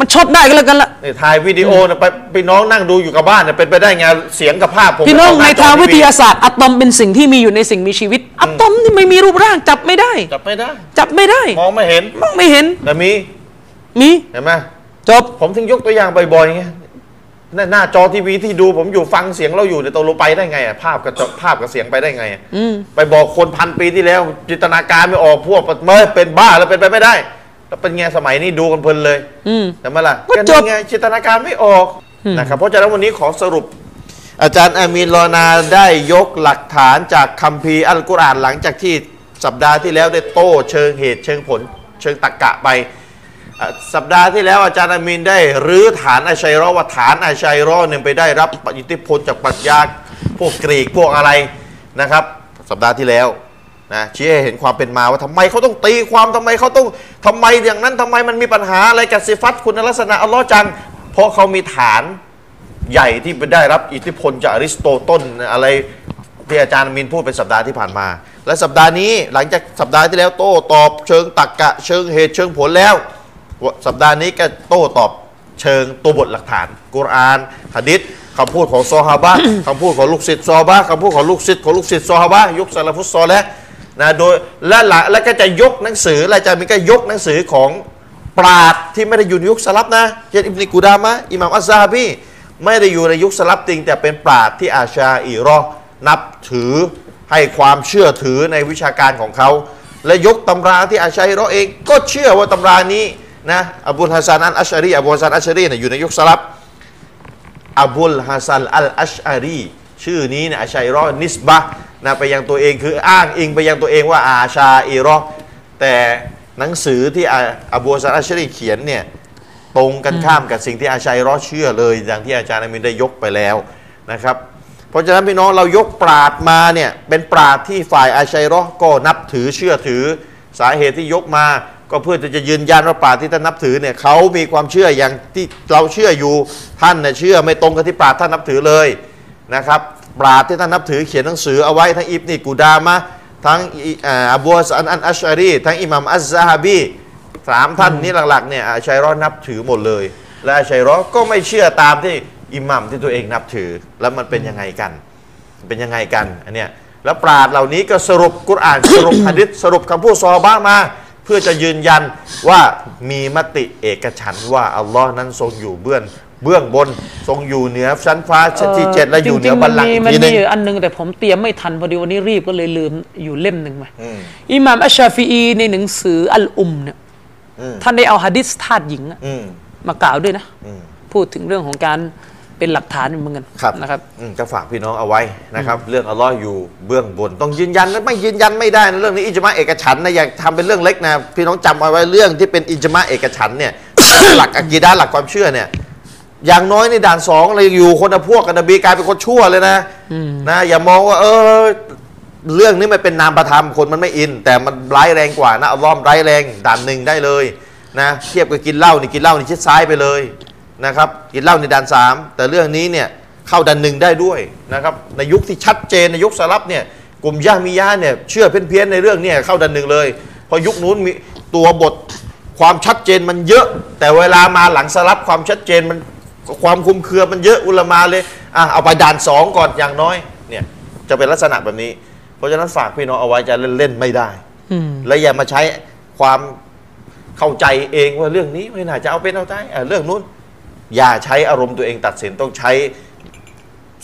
Speaker 2: มันช็อตได้ก็แล้วกันละ
Speaker 1: นี่ถ่ายวิดีโอนะไปพี่น้องนั่งดูอยู่กับบ้านนะเป็นไปได้ไงเสียงกับภาพผม
Speaker 2: พี่น้อง
Speaker 1: เ
Speaker 2: ในทางวิทยา
Speaker 1: จอ
Speaker 2: ศาสตร์อะตอมเป็นสิ่งที่มีอยู่ในสิ่งมีชีวิตอะตอมนี่ไม่มีรูปร่างจับไม่ได้
Speaker 1: ทีวีจับไม่ได้
Speaker 2: จับไม่ได้
Speaker 1: มองไม่เห็น
Speaker 2: มองไม่เห็น
Speaker 1: แต่มี
Speaker 2: มี
Speaker 1: เห็นไหม
Speaker 2: จบ
Speaker 1: ผมถึงยกตัวอย่างบ่อยๆไง หน้าหน้าจอทีวีที่ดูผมอยู่ฟังเสียงเราอยู่เนี่ยตกลงไปได้ไงอะภาพกับจอภาพกับเสียงไปได้ไงอะ
Speaker 2: อืม
Speaker 1: ไปบอกคนพันปีที่แล้ว จินตนาการไม่ออกพวกเมื่อเป็นบ้าแล้วเป็นไปไม่ได้แล้วเป็นไงสมัยนี้ดูกันเพลินเลย
Speaker 2: อืม
Speaker 1: แต่เมื่อไหร่
Speaker 2: ก็จบ
Speaker 1: ไงจินตนาการไม่ออก
Speaker 2: อืม
Speaker 1: นะครับเพราะฉะนั้นวันนี้ขอสรุป อาจารย์อามีนลอนาได้ยกหลักฐานจากคัมภีร์อัลกุรอานหลังจากที่สัปดาห์ที่แล้วได้โต้เชิงเหตุเชิงผลเชิงตรกกะไปอ่ะสัปดาห์ที่แล้วอาจารย์อามีนได้รื้อฐานอาชัยเรอว่าฐานอาชัยเรอเนี่ยไปได้รับอิทธิพลจากปรัชญาพวกกรีกพวกอะไรนะครับ สัปดาห์ที่แล้วนะชี้ให้เห็นความเป็นมาว่าทำไมเขาต้องตีความทำไมเขาต้องทำไมอย่างนั้นทำไมมันมีปัญหาอะไรกับสิฟัตคุณลักษณะอัลลอฮ์จังเพราะเขามีฐาน ใหญ่ที่ได้รับอิทธิพลจากอริสโตเติลอะไรที่อาจารย์อามินพูดไปสัปดาห์ที่ผ่านมา และสัปดาห์นี้หลังจากสัปดาห์ที่แล้วโต้ตอบเชิงตรรกะเชิงเหตุเชิงผลแล้ว สัปดาห์นี้ก็โต้ตอบเชิงตัวบทหลักฐาน กุรอานหะดิษคำพูดของซอฮาบะ คำพูดของลูกศิษย์ซอฮาบะคำพูดของลูกศิษย์ของลูกศิษย์ซอฮาบะยุคซาลาฟุสซอและนะโดยและหลังและก็จะยกหนังสือและอาจารย์อามินก็ยกหนังสือของ ปราดที่ไม่ได้อยู่ในยุคสลับนะเช่นอิบนกูดามะอิหม่ามอัซซะฮาบีไม่ได้อยู่ในยุคสลับจริง แต่เป็นปราดที่อาชาอีรอห์นับถือให้ความเชื่อถือในวิชาการของเขา และยกตำราที่อาชาอีรอห์เองก็เชื่อว่าตำรานี้นะอบูลฮัสซันอัลอัชอารีอบูลฮัสซันอัลอัชอารีเนี่ยอยู่ในยุคสลับ อบุลฮัสซันอัลอัชอารีชื่อนี้เนี่ยอาชัยรอนิสบะห์นะไปยังตัวเองคืออ้างอิงไปยังตัวเองว่าอาชาอีรอห์แต่หนังสือที่อาอบูฮัสซันอัชอารีเขียนเนี่ยตรงกันข้ามกับสิ่งที่อาชัยรอเชื่อเลยอย่างที่อาจารย์อามินได้ยกไปแล้วนะครับเพราะฉะนั้นพี่น้องเรายกปราดมาเนี่ยเป็นปราดที่ฝ่ายอาชัยรอก็นับถือเชื่อถือสาเหตุที่ยกมา ก็เพื่อจะยืนยันว่าปราชญ์ที่ท่านนับถือเนี่ยเขามีความเชื่ออย่างที่เราเชื่ออยู่ท่านเนี่ยเชื่อไม่ตรงกับที่ปราชญ์ท่านนับถือเลยนะครับปราชญ์ที่ท่านนับถือเขียนหนังสือเอาไว้ทั้งอิบนีกูดามะทั้งอิอ่าอับวสันอันอัชอารีทั้งอิหมัมอัซซะฮาบีสามท่านนี้หลักๆเนี่ยอาชัยรอนับถือหมดเลย และอาชัยรอก็ไม่เชื่อตามที่อิหมัมที่ตัวเองนับถือแล้วมันเป็นยังไงกัน เป็นยังไงกันอันเนี้ยแล้วปราดเหล่านี้ก็สรุปกุรอาน สรุปหะดิษสรุปคำพูดซอฮาบ้ามา เพื่อจะยืนยันว่ามีมติเอกฉันท์ว่าอัลลอฮ์นั้นทรงอยู่เบื้องเบื้องบนทรงอยู่เหนือชั้นฟ้าชั้นที่เจ็ดและอยู่เหนือบัลลังก์อีกที
Speaker 2: จริงๆ
Speaker 1: ห
Speaker 2: มันมีมัน
Speaker 1: นึ
Speaker 2: มี
Speaker 1: ง
Speaker 2: อยู่อันหนึงแต่ผมเตรียมไม่ทันพอดีวันนี้รีบก็เลยลืมอยู่เล่มหนึ่งมา
Speaker 1: อืม
Speaker 2: อิหม่ามอัชชาฟีอีในหนังสืออัลอุมเนี่ย
Speaker 1: อืม
Speaker 2: ท่านได้เอาฮะดิษทาสหญิงอะ
Speaker 1: อืม
Speaker 2: มากล่าวด้วยนะ
Speaker 1: อืม
Speaker 2: พูดถึงเรื่องของการเป็นหลักฐานเหมือนกัน
Speaker 1: ครับ
Speaker 2: นะครับ
Speaker 1: อืมก็ฝากพี่น้องเอาไว้นะครับ เรื่องอัลลอฮ์อยู่เบื้องบน ต้องยืนยันนะไม่ยืนยันไม่ได้นะเรื่องนี้อิจมาเอกฉันท์นะอย่าทำเป็นเรื่องเล็กนะพี่น้องจำเอาไว้เรื่องที่เป็นอิจมาเอกฉันท์เนี่ย หลักอักีดาหลักความเชื่อเนี่ยอย่างน้อยในด่านสองเลยอยู่คนละพวกกันนบีกลายเป็นคนชั่วเลยนะนะอย่ามองว่า เออ เรื่องนี้มันเป็นนามประธรรมคนมันไม่อิน แต่มันร้ายแรงกว่านะอัลลอฮ์ร้ายแรงด่านหนึ่งได้เลยนะเทียบกับกินเหล้านี่กินเหล้านี่ชิดซ้ายไปเลยนะครับกินเหล้าในด่านสามแต่เรื่องนี้เนี่ยเข้าด่านหนึ่งได้ด้วยนะครับในยุคที่ชัดเจนในยุคสลับเนี่ยกลุ่มยามียะเนี่ยเชื่อเพี้ยนๆในเรื่องเนี่ยเข้าด่านหนึ่งเลยเพอยุคนู้นมีตัวบทความชัดเจนมันเยอะ แต่เวลามาหลังสลับความชัดเจนมันความคลุมเครือมันเยอะอุลามาเลยอ่ะเอาไปด่านสองก่อนอย่างน้อยเนี่ยจะเป็นลักษณะแบบนี้ เพราะฉะนั้นฝากพี่น้องเอาไว้จะเล่น ๆ ไม่ได้
Speaker 2: อืม
Speaker 1: และอย่ามาใช้ความเข้าใจเองว่าเรื่องนี้ไม่น่าจะเอาเป็นเอาได้อ่ะเรื่องนู้น อย่าใช้อารมณ์ตัวเองตัดสินต้องใช้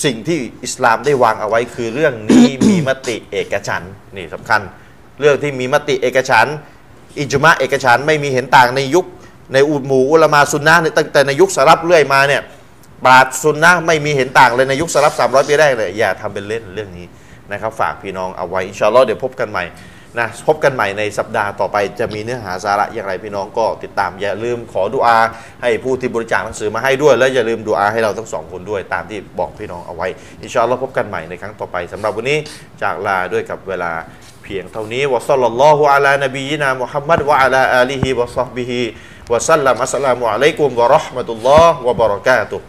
Speaker 1: สิ่งที่อิสลามได้วางเอาไว้คือเรื่องนี้ มีมติเอกฉันท์นี่สำคัญ เรื่องที่มีมติเอกฉันท์อิจมะเอกฉันท์ไม่มีเห็นต่างในยุคในอุดหมู่อุลามาซุนนะห์เนี่ยตั้งแต่ในยุคสลับเรื่อยมาเนี่ยปราดซุนนะห์ไม่มีเห็นต่างเลยในยุคสลับ300ปีแรกเลยอย่าทำเป็นเล่นเรื่องนี้นะครับฝากพี่น้องเอาไว้อินชาอัลลอฮ์เดี๋ยวพบกันใหม่นะพบกันใหม่ในสัปดาห์ต่อไปจะมีเนื้อหาสาระอย่างไรพี่น้องก็ติดตามอย่าลืมขอดุอาให้ผู้ที่บริจาคหนังสือมาให้ด้วย และอย่าลืมดุอาให้เราทั้งสองคนด้วยตามที่บอกพี่น้องเอาไว้อินชาอัลลอฮ์พบกันใหม่ในครั้งต่อไปสำหรับวันนี้จากลาด้วยกับเวลา เพียงเท่านี้วะซัลลัลลอฮุอะลานบียนามุฮัมมัดวะอะลาอาลีฮิวะซอฮบิฮิวะสัลลัมอัสสลามุอะลัยกุมวะเราะห์มะตุลลอฮ์วะบะเราะกาตุฮ์